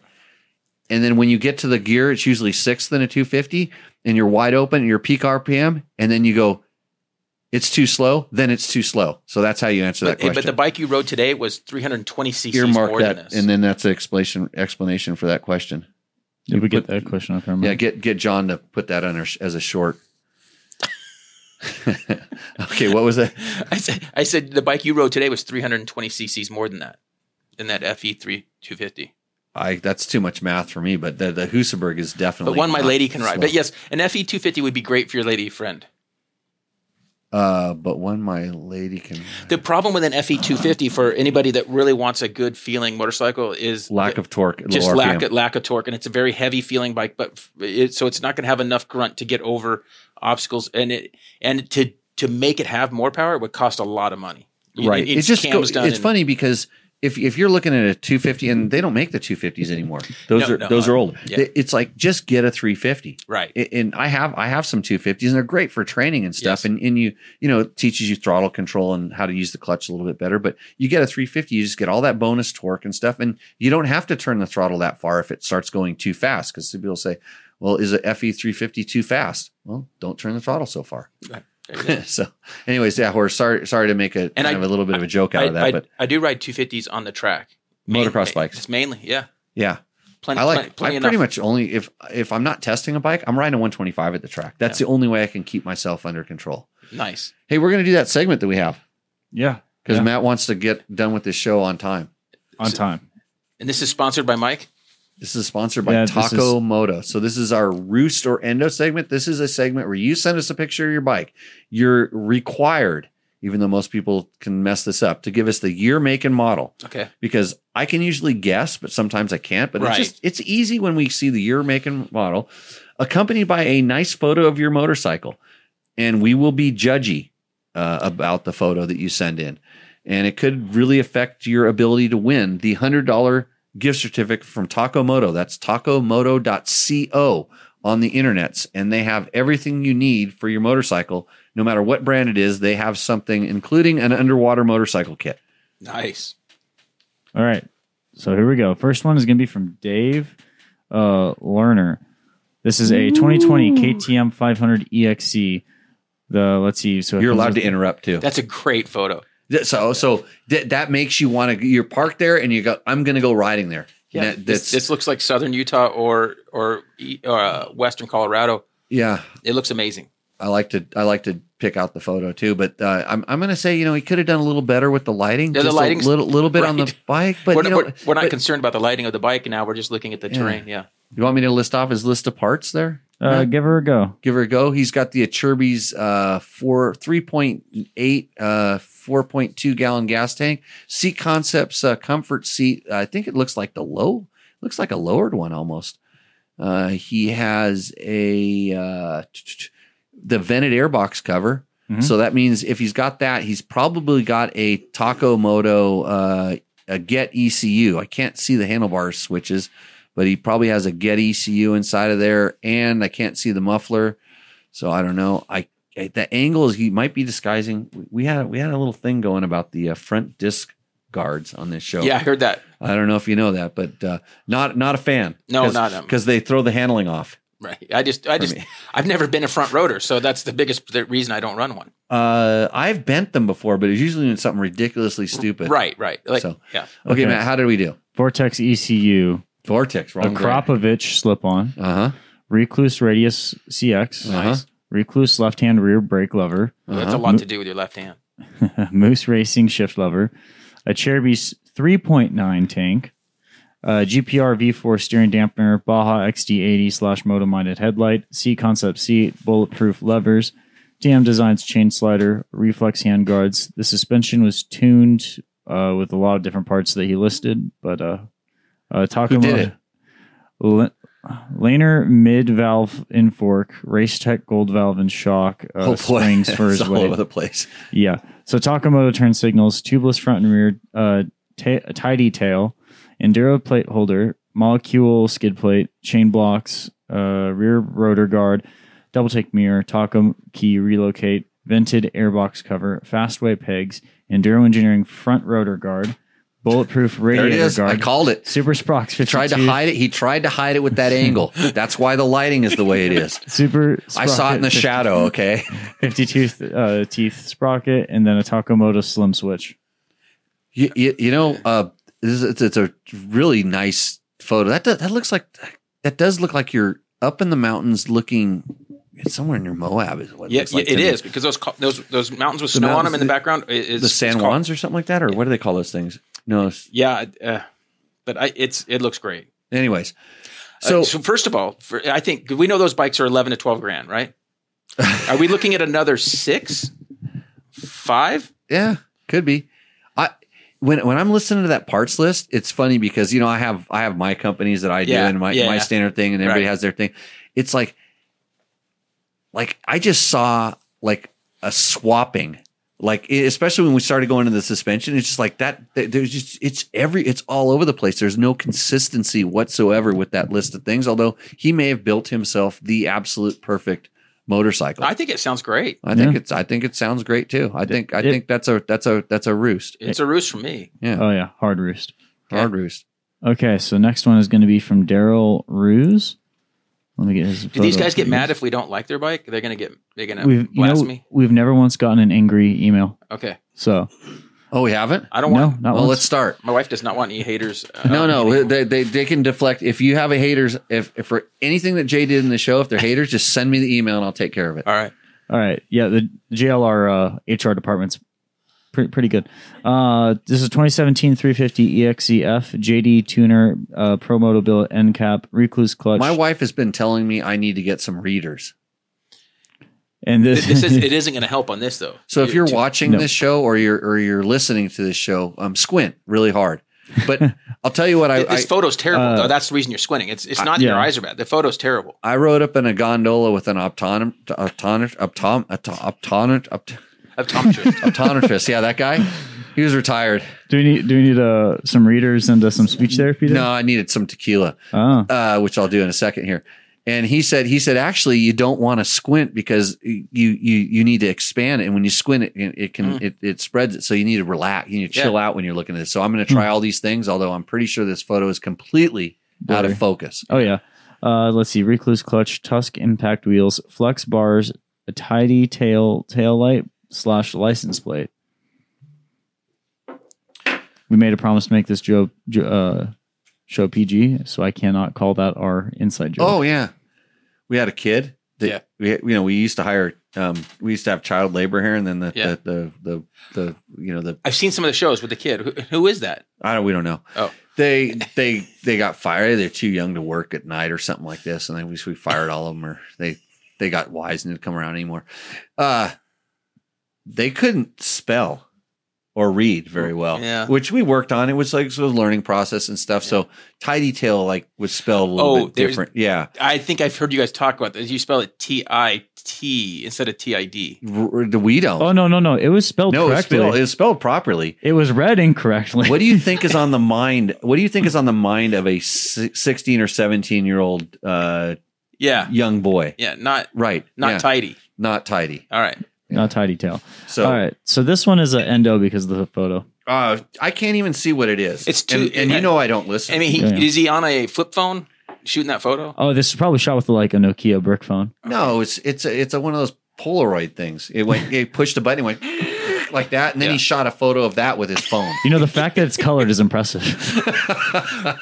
Speaker 1: and then when you get to the gear it's usually sixth than a 250 and you're wide open and your peak RPM, and then you go, it's too slow, then it's too slow. So that's how you answer that
Speaker 2: But,
Speaker 1: question.
Speaker 2: but the bike you rode today was 320 cc's
Speaker 1: Earmark
Speaker 2: more than
Speaker 1: that,
Speaker 2: this.
Speaker 1: and then that's the explanation explanation for that question.
Speaker 3: Did we get
Speaker 1: But-
Speaker 3: that question up there?
Speaker 2: Mm-hmm.
Speaker 1: Yeah,
Speaker 3: Mike?
Speaker 1: get get John to put that on her sh- as a short. [laughs] okay, what was that?
Speaker 2: [laughs] I said, I said the bike you rode today was 320 cc's more than that, than that FE three 250.
Speaker 1: I that's too much math for me, but the, the Husaberg is definitely
Speaker 2: But one my
Speaker 1: not
Speaker 2: lady can ride.
Speaker 1: slow.
Speaker 2: But yes, an FE 250 would be great for your lady friend.
Speaker 1: uh, but one my lady can ride.
Speaker 2: The problem with an FE 250 for anybody that really wants a good feeling motorcycle is
Speaker 1: lack
Speaker 2: the-
Speaker 1: of torque, at
Speaker 2: just
Speaker 1: low
Speaker 2: lack
Speaker 1: RPM.
Speaker 2: of, lack of torque, and it's a very heavy feeling bike. But f- it, so it's not going to have enough grunt to get over obstacles, and it and to to make it have more power, it would cost a lot of money. You-
Speaker 1: right.
Speaker 2: it-
Speaker 1: It just
Speaker 2: cams
Speaker 1: goes,
Speaker 2: done
Speaker 1: it's
Speaker 2: and-
Speaker 1: funny because if if you're looking at a 250 and they don't make the 250s anymore, those
Speaker 2: No,
Speaker 1: are
Speaker 2: no,
Speaker 1: those
Speaker 2: I-
Speaker 1: are old.
Speaker 2: yeah.
Speaker 1: It's like just get a 350.
Speaker 2: Right.
Speaker 1: A- and I have I have some 250s and they're great for training and stuff
Speaker 2: Yes.
Speaker 1: and and you you know it teaches you throttle control and how to use the clutch a little bit better but you get a 350 you just get all that bonus torque and stuff and you don't have to turn the throttle that far if it starts going too fast cuz people say well is a FE 350 too fast well don't turn the throttle so far [laughs]
Speaker 2: There you go.
Speaker 1: so anyways yeah we're sorry sorry to make a kind
Speaker 2: I-
Speaker 1: of a little bit of a joke out
Speaker 2: I,
Speaker 1: of that
Speaker 2: I-
Speaker 1: but
Speaker 2: I do ride 250s on the track.
Speaker 1: Motocross
Speaker 2: Ma-
Speaker 1: bikes.
Speaker 2: It's mainly, yeah.
Speaker 1: yeah
Speaker 2: Plenty,
Speaker 1: I like
Speaker 2: plenty, plenty
Speaker 1: I
Speaker 2: enough.
Speaker 1: pretty much only if if I'm not testing a bike I'm riding a 125 at the track that's the only way I can keep myself under control
Speaker 2: nice.
Speaker 1: Hey, we're going to do that segment that we have
Speaker 3: Yeah.
Speaker 1: because
Speaker 3: Yeah.
Speaker 1: Matt wants to get done with this show on time.
Speaker 3: On time.
Speaker 2: And this is sponsored by Mike.
Speaker 1: This is sponsored by
Speaker 3: Yeah, this
Speaker 1: Taco Moto. So this is our roost or endo segment. This is a segment where you send us a picture of your bike. You're required, even though most people can mess this up, to give us the year, make, and model
Speaker 2: Okay.
Speaker 1: because I can usually guess, but sometimes I can't. But
Speaker 2: Right.
Speaker 1: it's just it's easy when we see the year, make, and model, accompanied by a nice photo of your motorcycle, and we will be judgy uh, about the photo that you send in, and it could really affect your ability to win the hundred dollar gift certificate from Takomoto. That's takomoto.co on the internets, and they have everything you need for your motorcycle. No matter what brand it is, they have something, including an underwater motorcycle kit.
Speaker 2: Nice.
Speaker 3: All right. So here we go. First one is going to be from Dave uh, Lerner. This is a 2020 KTM 500 EXE. E The let's see. So it
Speaker 1: You're
Speaker 3: comes
Speaker 1: allowed
Speaker 3: with-
Speaker 1: to interrupt too.
Speaker 2: That's a great photo.
Speaker 1: Th- So so th- that makes you want to. You're parked there, and you go. I'm going to go riding there.
Speaker 2: Yeah.
Speaker 1: That-
Speaker 2: this,
Speaker 1: that's
Speaker 2: this looks like Southern Utah or or, E- or uh, Western Colorado.
Speaker 1: yeah.
Speaker 2: It looks amazing.
Speaker 1: I like to I like to pick out the photo too, but uh, I'm I'm going to say you know he could have done a little better with the lighting.
Speaker 2: Yeah, the
Speaker 1: just
Speaker 2: lighting's-
Speaker 1: a little little bit on the
Speaker 2: right. [laughs]
Speaker 1: bike, but
Speaker 2: we're,
Speaker 1: you know,
Speaker 2: we're, we're not
Speaker 1: but-
Speaker 2: concerned about the lighting of the bike now. We're just looking at the
Speaker 1: Yeah.
Speaker 2: terrain. Yeah.
Speaker 1: you want me to list off his list of parts there?
Speaker 3: Uh, give her a go.
Speaker 1: Give her a go. He's got the Acherby's uh, four three point eight uh, four point two gallon gas tank. Seat Concepts uh, comfort seat. I think it looks like the low. Looks like a lowered one almost. Uh, he has a uh, t- t- t- the vented airbox cover.
Speaker 3: Mhm.
Speaker 1: So that means if he's got that, he's probably got a Takomoto uh, a Get ECU. I can't see the handlebar switches, but he probably has a Get ECU inside of there, and I can't see the muffler. So I don't know. I I- the angle is he might be disguising. we- We had we had a little thing going about the uh, front disc guards on this show.
Speaker 2: Yeah, I heard that.
Speaker 1: I don't know if you know that, but uh, not not a fan.
Speaker 2: No,
Speaker 1: Cause,
Speaker 2: not him.
Speaker 1: because they throw the handling off.
Speaker 2: Right. I just, I
Speaker 1: For
Speaker 2: just,
Speaker 1: me.
Speaker 2: I've never been a front roader, so that's the biggest th- reason I don't run one.
Speaker 1: Uh, I've bent them before, but it's usually in something ridiculously stupid.
Speaker 2: right. Right. Like,
Speaker 1: So-
Speaker 2: yeah.
Speaker 1: Okay,
Speaker 3: Okay.
Speaker 1: Matt, how did we do?
Speaker 3: Vortex E ECU,
Speaker 1: Vortex,
Speaker 3: a
Speaker 1: wrong.
Speaker 3: Kropovich slip on,
Speaker 1: Uh huh.
Speaker 3: Recluse Radius CX,
Speaker 1: Uh-huh.
Speaker 3: Recluse left hand rear brake lever,
Speaker 2: That's a
Speaker 1: Uh-huh.
Speaker 2: lot to do with your left hand.
Speaker 3: Moose Racing shift lever, a Cheruby's 3.9 tank, a GPR V4 steering dampener, Baja XD80 slash moto minded headlight, C concept seat, bulletproof levers, TM Designs chain slider, reflex hand guards. The suspension was tuned uh, with a lot of different parts that he listed, but uh, uh, Taco
Speaker 1: Who did it?
Speaker 3: L- Laner mid valve in fork, Race Tech gold valve and shock, uh, springs
Speaker 1: [laughs]
Speaker 3: for his
Speaker 1: Oh, it's all
Speaker 3: weight.
Speaker 1: over the place.
Speaker 3: Yeah. So Takamoto turn signals, tubeless front and rear, uh, ta- tidy tail, enduro plate holder, molecule skid plate, chain blocks, uh, rear rotor guard, double take mirror, Taco key relocate, vented airbox cover, fastway pegs, enduro engineering front rotor guard, bulletproof
Speaker 1: There it
Speaker 3: radiator
Speaker 1: is. I
Speaker 3: guard,
Speaker 1: called it.
Speaker 3: super sprox 52,
Speaker 1: Tried to hide it. He tried to hide it with
Speaker 3: [laughs]
Speaker 1: that angle. That's why the lighting is the way it is.
Speaker 3: super.
Speaker 1: I saw it in the
Speaker 3: sprocket
Speaker 1: shadow. Okay.
Speaker 3: 52 th- uh, teeth sprocket, and then a Takamoto slim switch.
Speaker 1: You, you, you know, uh, this is, it's, it's a really nice photo. That does, that looks like that does look like you're up in the mountains looking. It's somewhere near Moab. Is what it
Speaker 2: Yeah,
Speaker 1: looks like
Speaker 2: yeah, it
Speaker 1: to me.
Speaker 2: is because those co- those those mountains with
Speaker 1: The
Speaker 2: snow on them
Speaker 1: mountains-
Speaker 2: in the background i- is
Speaker 1: the San
Speaker 2: it's called-
Speaker 1: Juans or something like that, or what do they call those things? No. it's-
Speaker 2: Yeah, uh, but I, it's it looks great.
Speaker 1: Anyways,
Speaker 2: So,
Speaker 1: so
Speaker 2: so first of all, for, I think we know those bikes are eleven to twelve grand, right? are we looking at another six,
Speaker 1: [laughs]
Speaker 2: five?
Speaker 1: yeah, could be. I when when I'm listening to that parts list, it's funny because you know I have I have my companies that I do
Speaker 2: Yeah,
Speaker 1: and my
Speaker 2: yeah,
Speaker 1: my
Speaker 2: yeah.
Speaker 1: standard thing, and everybody
Speaker 2: Right.
Speaker 1: has their thing. It's like like I just saw like a swapping. Like e- especially when we started going to the suspension, it's just like that. th- There's just it's every it's all over the place. There's no consistency whatsoever with that list of things. Although he may have built himself the absolute perfect motorcycle.
Speaker 2: I think it sounds great.
Speaker 1: I think
Speaker 3: Yeah.
Speaker 1: it's I think it sounds great too. I think I
Speaker 3: it-
Speaker 1: think that's a that's a that's a roost.
Speaker 2: It's a roost for me.
Speaker 3: Oh, yeah, hard roost.
Speaker 1: Hard roost.
Speaker 3: Okay, so next one is going to be from Daryl Ruse. Let me get his.
Speaker 2: Do these
Speaker 3: photo
Speaker 2: guys get
Speaker 3: please.
Speaker 2: mad if we don't like their bike? They're gonna get they're gonna
Speaker 3: We've you
Speaker 2: blast
Speaker 3: know,
Speaker 2: me.
Speaker 3: we've never once gotten an angry email.
Speaker 2: Okay,
Speaker 3: So
Speaker 1: Oh, we haven't?
Speaker 2: I don't
Speaker 3: no,
Speaker 2: want.
Speaker 3: not
Speaker 1: Well,
Speaker 3: once.
Speaker 1: let's start.
Speaker 2: My wife does not want any haters. Uh,
Speaker 1: No, no,
Speaker 2: anymore.
Speaker 1: they, they they can deflect. If you have a haters, if, if for anything that Jay did in the show, if they're haters, just send me the email and I'll take care of it.
Speaker 2: All right.
Speaker 3: All right. Yeah, the JLR uh, HR department's pretty pretty good. Uh, this is 2017 350 EXEF JD tuner uh, Pro Moto billet end cap recluse clutch.
Speaker 1: My wife has been telling me I need to get some readers.
Speaker 3: and
Speaker 2: Th-
Speaker 3: this,
Speaker 2: This
Speaker 3: [laughs]
Speaker 2: is it isn't going to help on this though.
Speaker 1: So if you're
Speaker 2: too-
Speaker 1: watching
Speaker 3: No.
Speaker 1: this show or you're or you're listening to this show, um, squint really hard. [laughs] But I'll tell you what, I,
Speaker 2: Th- this
Speaker 1: I
Speaker 2: photo's terrible.
Speaker 3: uh,
Speaker 2: though. That's the reason you're squinting. It's it's not
Speaker 3: yeah.
Speaker 2: your eyes are bad. The photo's terrible.
Speaker 1: I rode up in a gondola with an optometrist, optometrist, optometrist, optometrist,
Speaker 3: [laughs]
Speaker 2: Optometrist.
Speaker 1: optometrist. Yeah, that guy. He was retired.
Speaker 3: do we need do we need uh, some readers and uh, some speech therapy? There?
Speaker 1: No, I needed some tequila,
Speaker 3: Oh.
Speaker 1: uh, which I'll do in a second here. And he said, he said, actually, you don't want to squint because you you you need to expand it, and when you squint, it it, it can it, it spreads it. So you need to relax, you need to
Speaker 2: Mm. Yeah.
Speaker 1: chill out when you're looking at this. So I'm going to try all these things, although I'm pretty sure this photo is completely out
Speaker 3: Blurry.
Speaker 1: of focus.
Speaker 3: Oh yeah. Uh, let's see. Recluse clutch, tusk impact wheels, flex bars, a tidy tail tail light slash license plate. We made a promise to make this Joe Jo- uh, show PG, so I cannot call that our inside joke.
Speaker 1: Oh yeah, we had a kid. That
Speaker 2: Yeah.
Speaker 1: we you know we used to hire um we used to have child labor here, and then the
Speaker 2: Yeah.
Speaker 1: the, the the the you know the
Speaker 2: I've seen some of the shows with the kid. Who, who is that?
Speaker 1: I don't. We don't know.
Speaker 2: Oh.
Speaker 1: they they they got fired. They're too young to work at night or something like this, and then we, we fired all of them, or they they got wise and didn't come around anymore. Uh, they couldn't spell or read very well,
Speaker 2: Yeah.
Speaker 1: which we worked on. It was like so it was a learning process and stuff. So tidy tail like was spelled a little
Speaker 2: Oh,
Speaker 1: bit
Speaker 2: there's-
Speaker 1: different. Yeah,
Speaker 2: I think I've heard you guys talk about this. You spell it T I T instead of T I D.
Speaker 1: R- r- we don't.
Speaker 3: Oh, no, no, no! It was spelled
Speaker 1: no, it's
Speaker 3: correctly.
Speaker 1: spelled, it's spelled properly.
Speaker 3: it was read incorrectly.
Speaker 1: What do you think is on
Speaker 2: [laughs]
Speaker 1: the mind? What do you think is on the mind of a si- sixteen or seventeen year old uh,
Speaker 2: Yeah.
Speaker 1: young boy?
Speaker 2: Yeah. Not
Speaker 1: Right.
Speaker 2: not
Speaker 1: yeah,
Speaker 2: tidy.
Speaker 1: not tidy.
Speaker 2: All right.
Speaker 3: [laughs] Not tidy tail.
Speaker 1: So
Speaker 3: All right, so this one is an endo because of the photo.
Speaker 1: uh, I can't even see what it is.
Speaker 2: It's too-
Speaker 1: and, and you know I don't listen.
Speaker 2: I mean, he,
Speaker 3: Yeah.
Speaker 2: is he on a flip phone shooting that photo?
Speaker 3: Oh, this is probably shot with like a Nokia brick phone.
Speaker 1: no, it's it's a, it's a, one of those Polaroid things. It went. It pushed a button. It went [laughs] like that, and then he
Speaker 2: Yeah.
Speaker 1: shot a photo of that with his phone.
Speaker 3: You know, the fact that it's colored is impressive. [laughs]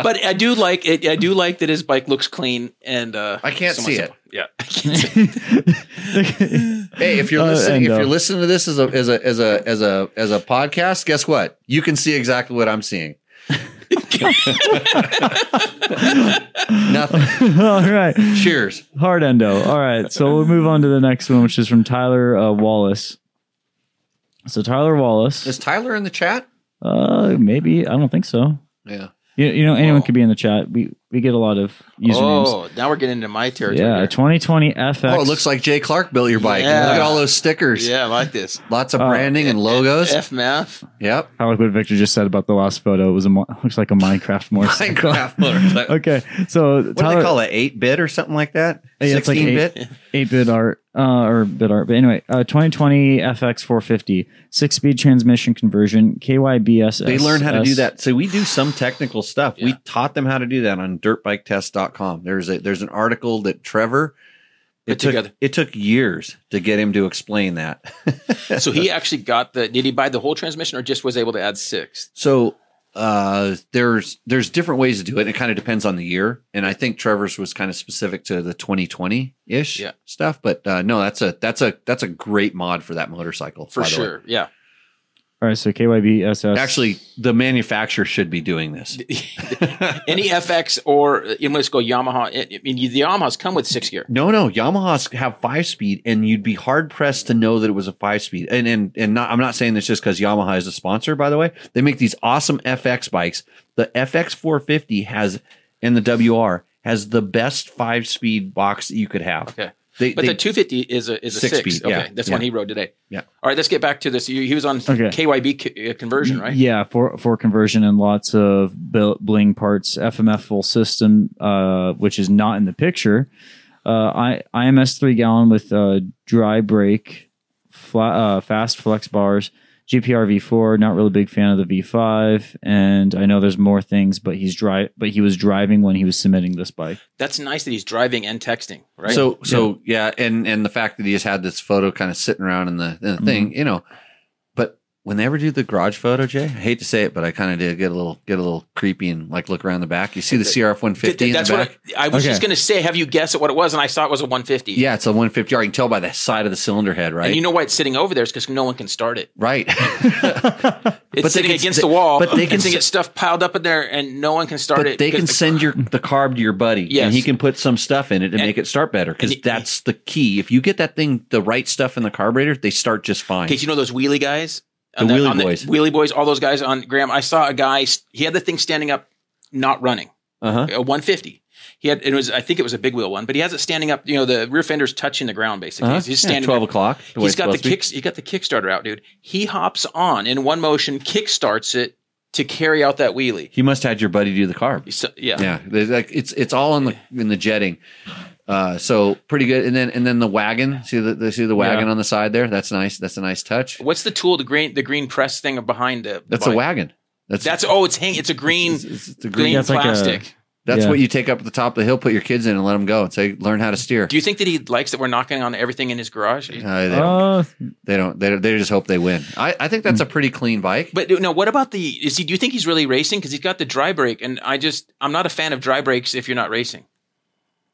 Speaker 2: But I do like it. I do like that his bike looks clean and uh,
Speaker 1: I can't
Speaker 2: someone
Speaker 1: see
Speaker 2: said-
Speaker 1: it.
Speaker 2: Yeah. I can't
Speaker 1: [laughs] hey, if you're
Speaker 3: Uh,
Speaker 1: listening, if
Speaker 3: and, uh,
Speaker 1: you're listening to this as a as a as a as a as a podcast, guess what? You can see exactly what I'm
Speaker 2: [laughs]
Speaker 1: seeing. Nothing.
Speaker 3: All right.
Speaker 1: Cheers.
Speaker 3: Hard endo. All right. So we'll move on to the next one, which is from Tyler uh, Wallace. So Tyler
Speaker 1: Is
Speaker 3: Wallace,
Speaker 1: Tyler in the chat?
Speaker 3: uh, maybe I don't think so.
Speaker 1: Yeah.
Speaker 3: You, you know, anyone
Speaker 2: Whoa.
Speaker 3: could be in the chat. We We get a lot of usernames.
Speaker 2: Oh, now we're getting into my territory.
Speaker 3: yeah,
Speaker 2: here.
Speaker 3: 2020 FX.
Speaker 7: Oh, it looks like Jay Clark built your bike.
Speaker 2: Yeah.
Speaker 7: Look at all those stickers.
Speaker 2: yeah, I like [laughs] this.
Speaker 7: Lots of
Speaker 3: Oh.
Speaker 7: branding and logos.
Speaker 2: F math.
Speaker 7: Yep.
Speaker 3: I like what Victor just said about the last photo. It was a mo- looks like a Minecraft [laughs] motorcycle.
Speaker 7: Minecraft motorcycle.
Speaker 3: okay, so
Speaker 7: What do they call it? Eight bit or something like that?
Speaker 3: Yeah, it's like
Speaker 7: Sixteen
Speaker 3: eight-
Speaker 7: bit.
Speaker 3: Eight bit art uh, or bit art, but anyway, uh, 2020 FX 450 six speed transmission conversion KYBS.
Speaker 1: They learn how to do that. So we do some technical stuff. We taught them how to do that on dirtbiketest.com. There's a there's an article that Trevor
Speaker 2: Put
Speaker 1: it took,
Speaker 2: together.
Speaker 1: It took years to get him to explain that. [laughs]
Speaker 2: So he actually got the. Did he buy the whole transmission, or just was able to add six?
Speaker 1: So uh, there's there's different ways to do it. and It kind of depends on the year, and I think Trevor's was kind of specific to the 2020 ish
Speaker 2: Yeah.
Speaker 1: stuff. But uh, no, that's a that's a that's a great mod for that motorcycle
Speaker 2: For
Speaker 1: by the way.
Speaker 2: sure. Yeah.
Speaker 3: All right, so KYBSS.
Speaker 1: Actually, the manufacturer should be doing this.
Speaker 2: Any FX or uh, let's go Yamaha. I I mean, the Yamahas come with six gear.
Speaker 1: No, no, Yamahas have five speed, and you'd be hard pressed to know that it was a five speed. And and and not, I'm not saying this just because Yamaha is a sponsor. By the way, they make these awesome FX bikes. The FX 450 has, and the WR has the best five speed box that you could have.
Speaker 2: Okay.
Speaker 1: They,
Speaker 2: But
Speaker 1: they-
Speaker 2: the 250 is a is a six.
Speaker 1: Six speed,
Speaker 2: okay,
Speaker 1: yeah,
Speaker 2: that's
Speaker 1: yeah.
Speaker 2: one he rode today.
Speaker 1: Yeah.
Speaker 2: All right, let's get back to this. You- He was on
Speaker 3: Okay.
Speaker 2: KYB c- uh, conversion, right?
Speaker 3: Yeah, for for conversion and lots of bil- bling parts, FMF full system, uh, which is not in the picture. Uh, I IMS three gallon with uh, dry brake, flat, uh, fast flex bars, GPR V4. Not really big fan of the V5, and I know there's more things, but he's dry. But he was driving when he was submitting this bike.
Speaker 2: That's nice that he's driving and texting, right?
Speaker 1: So so yeah. and and the fact that he just had this photo kind of sitting around in the,
Speaker 2: Mm-hmm.
Speaker 1: in the thing, you know. But when they ever do the garage photo, Jay, I hate to say it, but I kind of did get a little get a little creepy and like look around the back. You see the CRF
Speaker 2: Did-
Speaker 1: 150
Speaker 2: did-
Speaker 1: in the
Speaker 2: that's
Speaker 1: back.
Speaker 2: what I, I was
Speaker 3: Okay.
Speaker 2: just going to say. Have you guessed at what it was? And I saw it was a 150.
Speaker 1: Yeah, it's a 150R. You can tell by the side of the cylinder head, right?
Speaker 2: And you know why it's sitting over there is because no one can start it.
Speaker 1: right.
Speaker 2: [laughs] It's
Speaker 1: But they
Speaker 2: sitting
Speaker 1: can-
Speaker 2: against
Speaker 1: they-
Speaker 2: the wall.
Speaker 1: but they can
Speaker 2: and they
Speaker 1: s-
Speaker 2: get stuff piled up in there, and no one can start
Speaker 1: but
Speaker 2: it.
Speaker 1: they can
Speaker 2: 'cause the-
Speaker 1: send your the carb to your buddy,
Speaker 2: Yes.
Speaker 1: and he can put some stuff in it to make it start better because
Speaker 2: and-
Speaker 1: that's the key. If you get that thing the right stuff in the carburetor, they start just fine.
Speaker 2: Because you know those wheelie guys,
Speaker 1: The
Speaker 2: On
Speaker 1: wheelie
Speaker 2: on
Speaker 1: boys.
Speaker 2: wheelie boys, all those guys on Graham. I saw a guy. s- He had the thing standing up, not running.
Speaker 1: Uh huh.
Speaker 2: a 150. He had it was I think it was a big wheel one, but he has it standing up. You know, the rear fender's touching the ground
Speaker 1: Uh-huh.
Speaker 2: basically. He's just standing.
Speaker 1: Twelve o'clock. the way
Speaker 2: He's
Speaker 1: it's
Speaker 2: got the
Speaker 1: supposed to be.
Speaker 2: kick. He got the Kickstarter out, dude. He hops on in one motion, kickstarts it to carry out that wheelie.
Speaker 1: He must had your buddy do the carb.
Speaker 2: So, yeah.
Speaker 1: yeah there's like it's it's all in the in the jetting uh so pretty good and then and then the wagon see the, the see the wagon on the side there that's nice that's a nice touch
Speaker 2: What's the tool? The green, the green press thing behind the.
Speaker 1: that's
Speaker 2: bike?
Speaker 1: a wagon that's
Speaker 2: That's oh, it's hang. It's a green,
Speaker 1: it's, it's- it's a
Speaker 2: green
Speaker 1: green
Speaker 3: That's like a-
Speaker 2: plastic.
Speaker 1: that's
Speaker 3: yeah.
Speaker 1: what you take up at the top of the hill put your kids in and let them go and say learn how to steer
Speaker 2: Do you think that he likes that we're knocking on everything in his garage?
Speaker 1: Uh, they, don't,
Speaker 3: Uh,
Speaker 1: they don't they don't- they just hope they win i i think that's a pretty clean bike
Speaker 2: But no, what about the? Is he? Do you think he's really racing? Because he's got the dry brake, and I just I'm not a fan of dry brakes if you're not racing.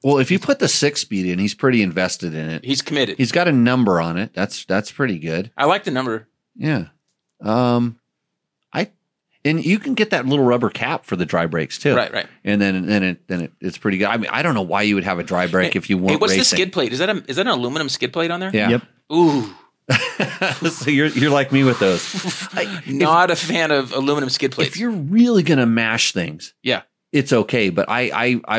Speaker 1: well if you put the six speed in he's pretty invested in it
Speaker 2: He's committed.
Speaker 1: he's got a number on it that's that's pretty good
Speaker 2: I like the number.
Speaker 1: Yeah. Um I and you can get that little rubber cap for the dry brakes too.
Speaker 2: Right, right.
Speaker 1: And then then it then it, it's pretty good. I mean, I don't know why you would have a dry brake
Speaker 2: [laughs]
Speaker 1: if you weren't
Speaker 2: Hey, what's the
Speaker 1: racing.
Speaker 2: skid plate? Is that a is that an aluminum skid plate on there?
Speaker 1: Yeah.
Speaker 3: Yep.
Speaker 2: Ooh,
Speaker 1: [laughs] so you're you're like me with
Speaker 2: [laughs]
Speaker 1: those.
Speaker 2: not a fan of aluminum skid
Speaker 1: if
Speaker 2: plates.
Speaker 1: you're really gonna mash things,
Speaker 2: Yeah.
Speaker 1: it's okay. But I I I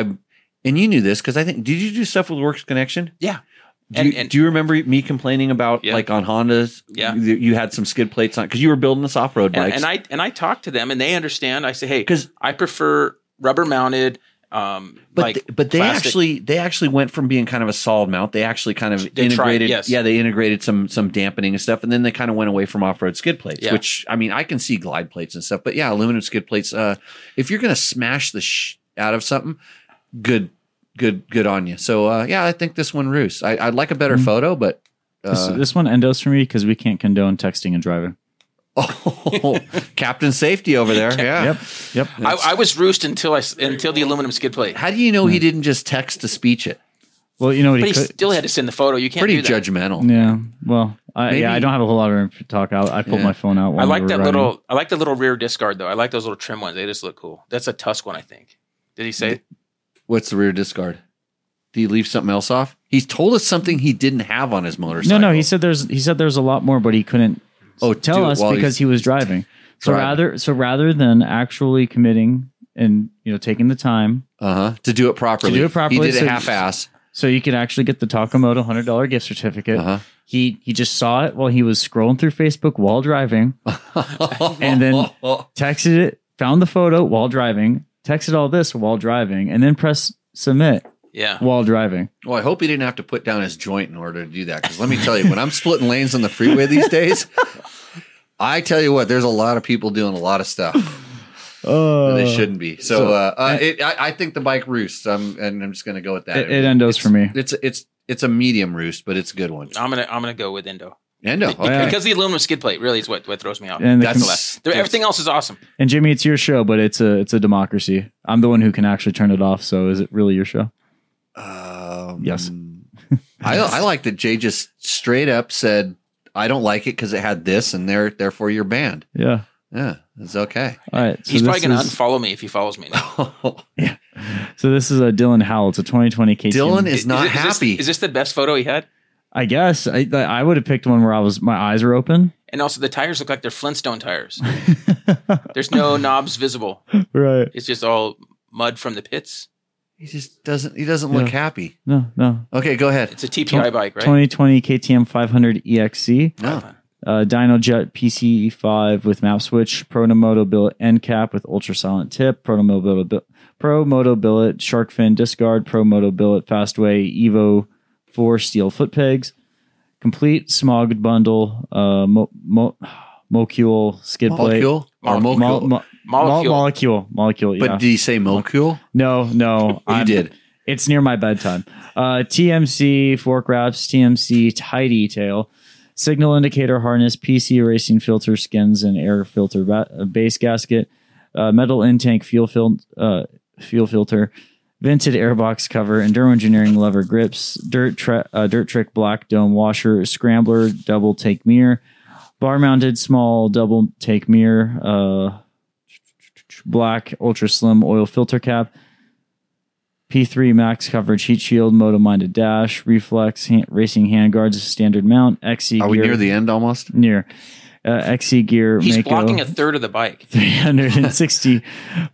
Speaker 1: and you knew this because I think did you do stuff with Works Connection?
Speaker 2: Yeah.
Speaker 1: Do,
Speaker 2: And-
Speaker 1: you,
Speaker 2: and-
Speaker 1: do you remember me complaining about
Speaker 2: Yeah.
Speaker 1: like on Hondas?
Speaker 2: Yeah.
Speaker 1: you, you had some skid plates on because you were building this off road
Speaker 2: and,
Speaker 1: bike.
Speaker 2: and I and I talk to them, and they understand. I say, hey,
Speaker 1: 'Cause-
Speaker 2: I prefer rubber mounted. Um,
Speaker 1: But
Speaker 2: like,
Speaker 1: th- but they
Speaker 2: plastic.
Speaker 1: actually they actually went from being kind of a solid mount. They actually kind of
Speaker 2: They tried,
Speaker 1: integrated.
Speaker 2: yes.
Speaker 1: Yeah, they integrated some some dampening and stuff, and then they kind of went away from off road skid plates.
Speaker 2: Yeah.
Speaker 1: Which I mean, I can see glide plates and stuff, but yeah, aluminum skid plates. Uh, if you're gonna smash the sh- out of something, good, good, good on you. So uh, yeah, I think this one roosts. I, I'd like a better photo, but
Speaker 3: Mm-hmm. this,
Speaker 1: uh,
Speaker 3: this one endos for me because we can't condone texting and driving.
Speaker 1: [laughs] oh, Captain Safety over
Speaker 2: [laughs]
Speaker 1: there. Yeah.
Speaker 3: Yep, yep.
Speaker 2: I, I was roosed until I s- until the aluminum skid plate.
Speaker 1: How do you
Speaker 3: Mm.
Speaker 1: know he didn't just text to speech it?
Speaker 3: well, you know what
Speaker 2: But
Speaker 3: he
Speaker 2: he
Speaker 3: could.
Speaker 2: still had to send the photo. You can't
Speaker 1: Pretty
Speaker 2: do that.
Speaker 1: judgmental.
Speaker 3: yeah. Well, I, yeah.
Speaker 1: Maybe-
Speaker 3: I don't have a whole lot of room to talk. I, I pulled
Speaker 1: Yeah.
Speaker 3: my phone out. While
Speaker 2: I
Speaker 3: we
Speaker 2: like
Speaker 3: were
Speaker 2: that
Speaker 3: riding.
Speaker 2: little. I like the little rear discard though. I like those little trim ones. They just look cool. That's a Tusk one, I think. Did he say?
Speaker 1: What's the rear discard? Did he leave something else off? He's told us something he didn't have on his motorcycle.
Speaker 3: No, no. He said there's he said there's a lot more, but he couldn't
Speaker 1: "Oh,
Speaker 2: [laughs]
Speaker 3: tell us because he was driving. So
Speaker 1: driving.
Speaker 3: rather so rather than actually committing and you know taking the time
Speaker 1: Uh huh. To do it properly.
Speaker 3: To do it properly,
Speaker 1: He did
Speaker 3: so-
Speaker 1: it half
Speaker 3: [laughs]
Speaker 1: ass.
Speaker 3: so you could actually get the Takamoto hundred dollar gift certificate.
Speaker 2: Uh-huh.
Speaker 1: Uh
Speaker 3: He he just saw it while he was scrolling through Facebook while driving,
Speaker 1: huh. [laughs]
Speaker 3: And then- texted it, found the photo while driving, texted all this while driving, and then press submit
Speaker 2: Yeah.
Speaker 3: while driving.
Speaker 1: Well, I hope he didn't have to put down his joint in order to do that. Because let me tell you, when I'm splitting lanes on the freeway these days, [laughs] I tell you what, there's a lot of people doing a lot of stuff
Speaker 3: Oh,
Speaker 1: that they shouldn't be. So,
Speaker 3: so-
Speaker 1: uh, uh, it, I, I think the bike roosts. I'm, and I'm just going to go with that.
Speaker 3: It- it endos
Speaker 1: It's-
Speaker 3: for me.
Speaker 1: It's it's it's a medium roost, but it's a good one.
Speaker 2: I'm gonna I'm gonna go with Endo
Speaker 1: Endo.
Speaker 2: Be-
Speaker 1: Okay.
Speaker 2: because the aluminum skid plate really is what, what throws me off.
Speaker 3: And, the
Speaker 1: That's-
Speaker 3: con-
Speaker 2: There- Everything else is awesome.
Speaker 3: and Jimmy, it's your show, but it's a it's a democracy. I'm the one who can actually turn it off. So is it really your show?
Speaker 1: Um,
Speaker 3: Yes.
Speaker 1: [laughs] I, I like that Jay just straight up said, I don't like it because it had this and there, therefore you're banned.
Speaker 3: Yeah.
Speaker 1: Yeah, it's
Speaker 3: [laughs]
Speaker 1: okay.
Speaker 3: All right. So
Speaker 2: He's probably
Speaker 3: this
Speaker 2: gonna
Speaker 3: is,
Speaker 2: unfollow me if he follows me. Now.
Speaker 3: So this is a Dylan Howell. It's a 2020 KTM.
Speaker 1: Dylan is not
Speaker 2: it-
Speaker 1: happy.
Speaker 2: This, is this the best photo he had?
Speaker 3: I guess I I- I would have picked one where I was my eyes were open.
Speaker 2: And also the tires look like they're Flintstone tires. There's no knobs visible.
Speaker 3: right.
Speaker 2: It's just all mud from the pits.
Speaker 1: he just doesn't. He doesn't look
Speaker 3: Yeah.
Speaker 1: happy.
Speaker 3: No. No.
Speaker 1: Okay, go ahead.
Speaker 2: It's a TPI bike, right?
Speaker 3: 2020 KTM 500 EXC.
Speaker 1: No,
Speaker 3: uh, DynoJet PC5 with map switch, Protomoto billet end cap with ultra silent tip, Protomoto billet, bi- Promoto billet shark fin discard, Promoto billet fastway Evo 4 steel foot pegs, complete smog bundle, uh, mo- mo- Mocule skid plate,
Speaker 1: molecule or
Speaker 2: Molecule.
Speaker 1: molecule.
Speaker 3: Mo- mo-
Speaker 2: Molecule.
Speaker 3: mo- molecule, molecule,
Speaker 1: but
Speaker 3: yeah.
Speaker 1: did he say molecule?
Speaker 3: no, no,
Speaker 1: [laughs] You
Speaker 3: I'm-
Speaker 1: did.
Speaker 3: it's near my bedtime. Uh, TMC fork wraps, TMC tidy tail, signal indicator harness, PC racing filter skins, and air filter ba- uh, base gasket, uh, metal in tank fuel fil- uh, fuel filter, vented airbox cover, enduro engineering lever grips, dirt tra- uh, dirt trick black dome washer, scrambler double take mirror, bar mounted small double take mirror, uh, black ultra slim oil filter cap. P3 max coverage heat shield, moto minded dash, reflex, hand, racing handguards, standard mount, XC
Speaker 1: Are we
Speaker 3: gear.
Speaker 1: near the end almost?
Speaker 3: near uh, XC gear?
Speaker 2: He's
Speaker 3: Mako.
Speaker 2: blocking a third of the bike.
Speaker 3: 360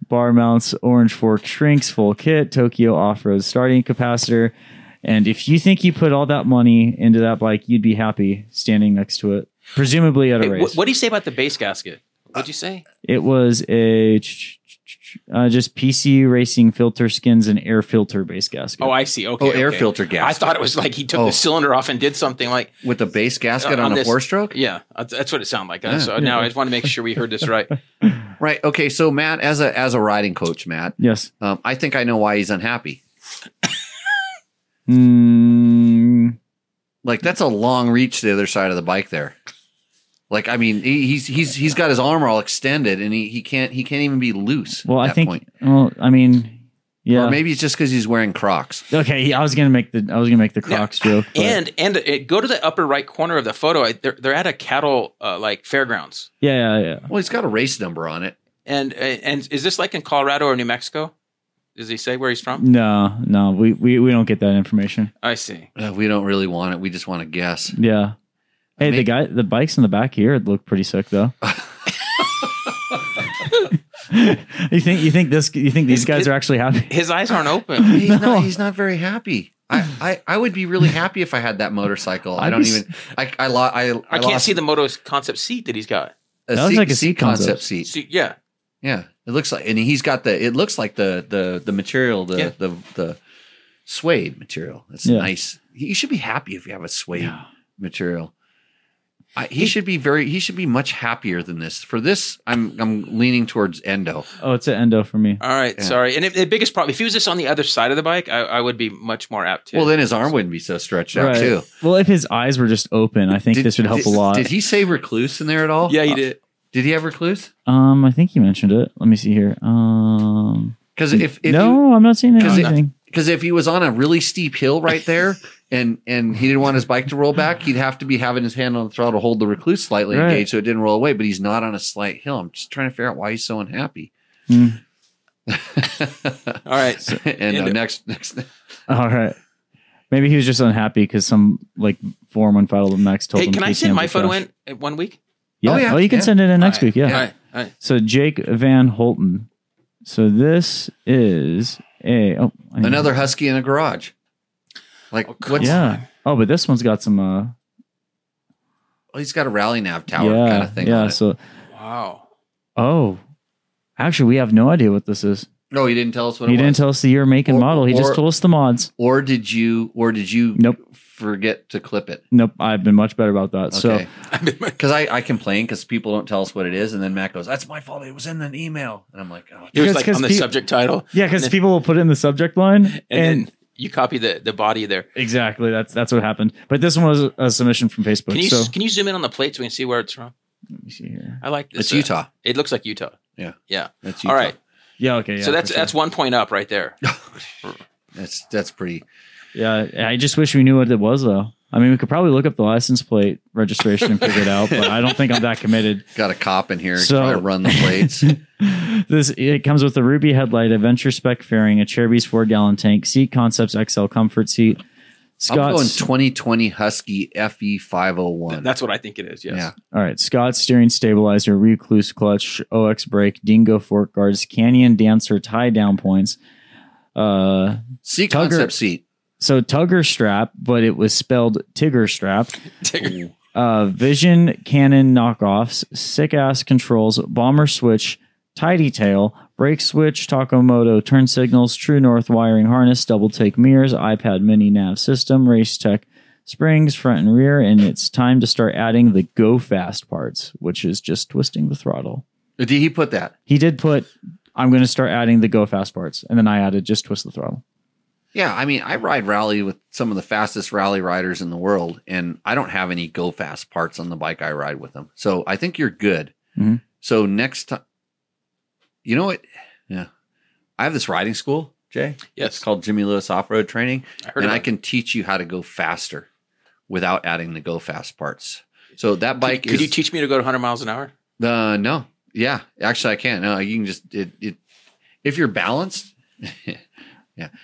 Speaker 3: bar mounts, orange fork shrinks, full kit, Tokyo off road starting capacitor. And if you think you put all that money into that bike, you'd be happy standing next to it, presumably at a
Speaker 2: Hey,
Speaker 3: race.
Speaker 2: what do you say about the base gasket? What'd you say?
Speaker 3: It was a uh, just PC racing filter skins and air filter base gasket.
Speaker 2: Oh, I see. Okay.
Speaker 1: Oh, air
Speaker 2: okay.
Speaker 1: filter gas.
Speaker 2: I thought it was like he took
Speaker 1: Oh.
Speaker 2: the cylinder off and did something like
Speaker 1: with the base gasket
Speaker 2: Uh, on
Speaker 1: on, a
Speaker 2: this-
Speaker 1: four stroke.
Speaker 2: yeah. that's- That's what it sounded like.
Speaker 1: Yeah.
Speaker 2: so now I just want to make sure we heard this right.
Speaker 1: Right. Okay. So Matt, as a as a riding coach, Matt,
Speaker 3: yes.
Speaker 1: um, I think I know why he's unhappy.
Speaker 3: Mm,
Speaker 1: Like that's a long reach to the other side of the bike there. Like I mean, he, he's he's he's got his arm all extended, and he, he can't he can't even be loose.
Speaker 3: well,
Speaker 1: at
Speaker 3: I
Speaker 1: that
Speaker 3: think.
Speaker 1: point.
Speaker 3: Well, I mean, yeah.
Speaker 1: or maybe it's just because he's wearing Crocs.
Speaker 3: okay, yeah, I was gonna make the I was gonna make the Crocs joke. but-
Speaker 2: and and it, go to the upper right corner of the photo. I, they're, they're at a cattle uh, like fairgrounds.
Speaker 3: yeah, yeah, yeah.
Speaker 1: Well, he's got a race number on it.
Speaker 2: And and is this like in Colorado or New Mexico? Does he say where he's from?
Speaker 3: No, no, we, we, we don't get that information.
Speaker 2: I see.
Speaker 1: Uh, we don't really want it. We just want to
Speaker 3: [laughs]
Speaker 1: guess.
Speaker 3: Yeah. Hey, the
Speaker 1: mean-
Speaker 3: guy, the bikes in the back here look pretty
Speaker 2: [laughs]
Speaker 3: sick though. you think you think this you think these
Speaker 2: It's-
Speaker 3: guys
Speaker 2: it-
Speaker 3: are
Speaker 2: [laughs]
Speaker 3: actually happy?
Speaker 2: His eyes
Speaker 1: [laughs]
Speaker 2: aren't open.
Speaker 1: He's
Speaker 3: No.
Speaker 1: not. He's not very happy. I, I, I would be really happy if I had that motorcycle. I
Speaker 3: I'd
Speaker 1: don't
Speaker 3: be s-
Speaker 1: even. I I, lo- I, I
Speaker 2: I can't
Speaker 1: lost
Speaker 2: see the Moto's concept seat that he's got.
Speaker 1: a
Speaker 3: That was
Speaker 1: seat,
Speaker 3: like a
Speaker 1: seat
Speaker 3: seat
Speaker 1: concept,
Speaker 3: concept.
Speaker 1: seat.
Speaker 2: See, yeah,
Speaker 1: Yeah, it looks like, and he's got the. It looks like the the the material, the
Speaker 2: Yeah.
Speaker 1: the the suede material. That's
Speaker 3: Yeah.
Speaker 1: nice. He- You should be happy if you have a suede material. I, he should be very. He should be much happier than this. For this, I'm I'm leaning towards Endo.
Speaker 3: Oh, it's an endo for me.
Speaker 2: All right,
Speaker 1: Yeah.
Speaker 2: sorry. And if, the biggest problem, if he was just on the other side of the bike, I, I would be much more apt to.
Speaker 1: Well, then his arm wouldn't be so stretched out
Speaker 3: Right.
Speaker 1: too.
Speaker 3: Well, if his eyes were just open, I think
Speaker 1: Did-
Speaker 3: this would help
Speaker 1: did-
Speaker 3: a lot.
Speaker 1: Did he say recluse in there at all? Uh,
Speaker 2: yeah, he did.
Speaker 1: Did he have recluse?
Speaker 3: um, I think you mentioned it. Let me see here. Um,
Speaker 1: Because if if you,
Speaker 3: no, I'm not seeing
Speaker 1: 'cause it-
Speaker 3: anything.
Speaker 1: because if he was on a really steep hill right
Speaker 3: [laughs]
Speaker 1: there and and he didn't want his bike to roll back, he'd have to be having his hand on the throttle to hold the recluse slightly
Speaker 3: Right.
Speaker 1: engaged so it didn't roll away, but he's not on a slight hill. I'm just trying to figure out why he's so unhappy. [laughs]
Speaker 3: Hmm.
Speaker 2: All right.
Speaker 1: and uh,
Speaker 2: Endo.
Speaker 1: next
Speaker 3: [laughs]
Speaker 1: next
Speaker 3: All right. Maybe he was just unhappy because some like foreman filed him next. Told
Speaker 2: Hey,
Speaker 3: him
Speaker 2: can I
Speaker 3: KTM
Speaker 2: send my
Speaker 3: was
Speaker 2: photo
Speaker 3: trash.
Speaker 2: in in uh, one week?
Speaker 3: Yeah. Oh,
Speaker 1: Oh, yeah.
Speaker 3: you can
Speaker 1: Yeah.
Speaker 3: send it in
Speaker 2: All
Speaker 3: next
Speaker 2: right.
Speaker 3: week. Yeah.
Speaker 2: All right. All right.
Speaker 3: So Jake Van Holten So this is a oh I know.
Speaker 1: Another Husky in a garage. Like
Speaker 2: Oh, come
Speaker 1: what's?
Speaker 3: yeah. Oh, but this one's got some uh
Speaker 1: oh, he's got a rally nav tower
Speaker 3: yeah,
Speaker 1: kind of thing.
Speaker 3: Yeah,
Speaker 1: on it.
Speaker 3: so
Speaker 2: Wow. [laughs]
Speaker 3: oh actually we have no idea what this is.
Speaker 1: No, Oh, he didn't tell us what
Speaker 3: He
Speaker 1: it
Speaker 3: didn't
Speaker 1: was.
Speaker 3: tell us the year, make, and
Speaker 1: Or-
Speaker 3: model. He just
Speaker 1: or-
Speaker 3: told us the mods.
Speaker 1: or did you? Or did you?
Speaker 3: Nope.
Speaker 1: Forget to clip it.
Speaker 3: Nope, I've been much better about that. So
Speaker 1: Okay. Because I, I complain because people don't tell us what it is, and then Matt goes, "That's my fault. It was in an email," and I'm like, "Oh,
Speaker 2: It was
Speaker 3: Because-
Speaker 2: like
Speaker 3: because
Speaker 2: on the
Speaker 3: pe-
Speaker 2: subject title,
Speaker 3: yeah,
Speaker 2: And
Speaker 3: because
Speaker 2: then-
Speaker 3: people will put it in the subject line and,
Speaker 2: and, then you copy the, the body there.
Speaker 3: exactly that's that's what happened. But this one was a, a submission from Facebook.
Speaker 2: Can you
Speaker 3: so
Speaker 2: can you zoom in on the plate so we can see where it's from?
Speaker 3: let me see here.
Speaker 2: I like this.
Speaker 1: it's
Speaker 2: uh,
Speaker 1: Utah.
Speaker 2: It looks like Utah.
Speaker 1: Yeah.
Speaker 2: Yeah.
Speaker 1: That's
Speaker 2: All right.
Speaker 3: Yeah, okay, yeah.
Speaker 2: so that's
Speaker 3: for sure.
Speaker 2: that's one point up right there.
Speaker 1: That's that's pretty.
Speaker 3: yeah. I just wish we knew what it was though. I mean, we could probably look up the license plate registration and figure it out, but I don't think I'm that committed.
Speaker 1: [laughs] Got a cop in here
Speaker 3: So-
Speaker 1: trying to run the plates.
Speaker 3: this it comes with a ruby headlight, a venture spec fairing, a Cherokee's four gallon tank, seat concepts XL comfort seat.
Speaker 1: I'm going
Speaker 3: [laughs] Scott's
Speaker 1: 2020 Husky E FE 501.
Speaker 2: [laughs] That's what I think it is. Yes.
Speaker 1: Yeah.
Speaker 3: all right. Scott's steering stabilizer, recluse clutch, OX brake, Dingo fork guards, Canyon dancer tie down points. Uh,
Speaker 1: C
Speaker 3: Tugger-
Speaker 1: concept seat.
Speaker 3: so Tugger strap, but it was spelled Tigger strap.
Speaker 2: Tigger.
Speaker 3: uh, Vision Canon knockoffs, sick ass controls, bomber switch, tidy tail, brake switch, Takamoto turn signals, True North wiring harness, double take mirrors, iPad mini nav system, race tech springs, front and rear, and it's time to start adding the go fast parts, which is just twisting the throttle.
Speaker 1: Did he put that?
Speaker 3: He did put, I'm going to start adding the go fast parts, and then I added just twist the throttle.
Speaker 1: Yeah, I mean, I ride rally with some of the fastest rally riders in the world, and I don't have any go fast parts on the bike I ride with them. So I think you're good.
Speaker 3: Mhm.
Speaker 1: So next time, you know what? Yeah, I have this riding school, Jay.
Speaker 2: Yes.
Speaker 1: It's called Jimmy Lewis Off Road Training,
Speaker 2: I heard
Speaker 1: and
Speaker 2: about
Speaker 1: I
Speaker 2: it.
Speaker 1: can teach you how to go faster without adding the go fast parts. So that bike is
Speaker 2: Could, could you teach me to go to 100 miles an hour?
Speaker 1: Uh, no. Yeah, actually, I can't. No, you can just it. it if you're balanced,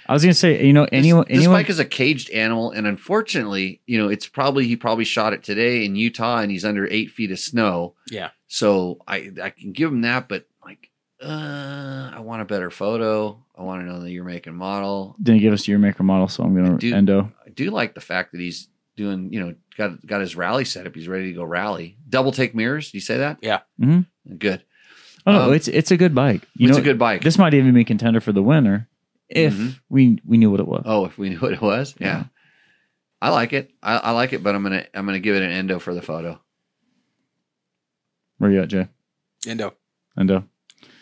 Speaker 3: I was going to say, you know, anyone,
Speaker 1: This, this
Speaker 3: anyone,
Speaker 1: bike is a caged animal, and unfortunately, you know, it's probably he probably shot it today in Utah, and he's under eight feet of snow.
Speaker 2: Yeah.
Speaker 1: So I I can give him that, but like, uh, I want a better photo. I want to know that you're making model.
Speaker 3: didn't give us your maker model, so I'm going to
Speaker 1: Dude.
Speaker 3: endo.
Speaker 1: I do like the fact that he's doing, you know, got got his rally set up. He's ready to go rally. Double take mirrors. Did you say that?
Speaker 2: Yeah.
Speaker 3: Mhm.
Speaker 1: Good.
Speaker 3: Oh, no,
Speaker 1: Um,
Speaker 3: it's it's a good bike. You
Speaker 1: it's
Speaker 3: know,
Speaker 1: a good bike.
Speaker 3: This might even be contender for the winner if
Speaker 1: Mhm.
Speaker 3: we we knew what it was.
Speaker 1: Oh, if we knew what it was, yeah.
Speaker 3: Yeah.
Speaker 1: I like it. I, I like it, but I'm gonna I'm gonna give it an endo for the photo.
Speaker 3: Where you at, Jay?
Speaker 2: Endo.
Speaker 3: Endo.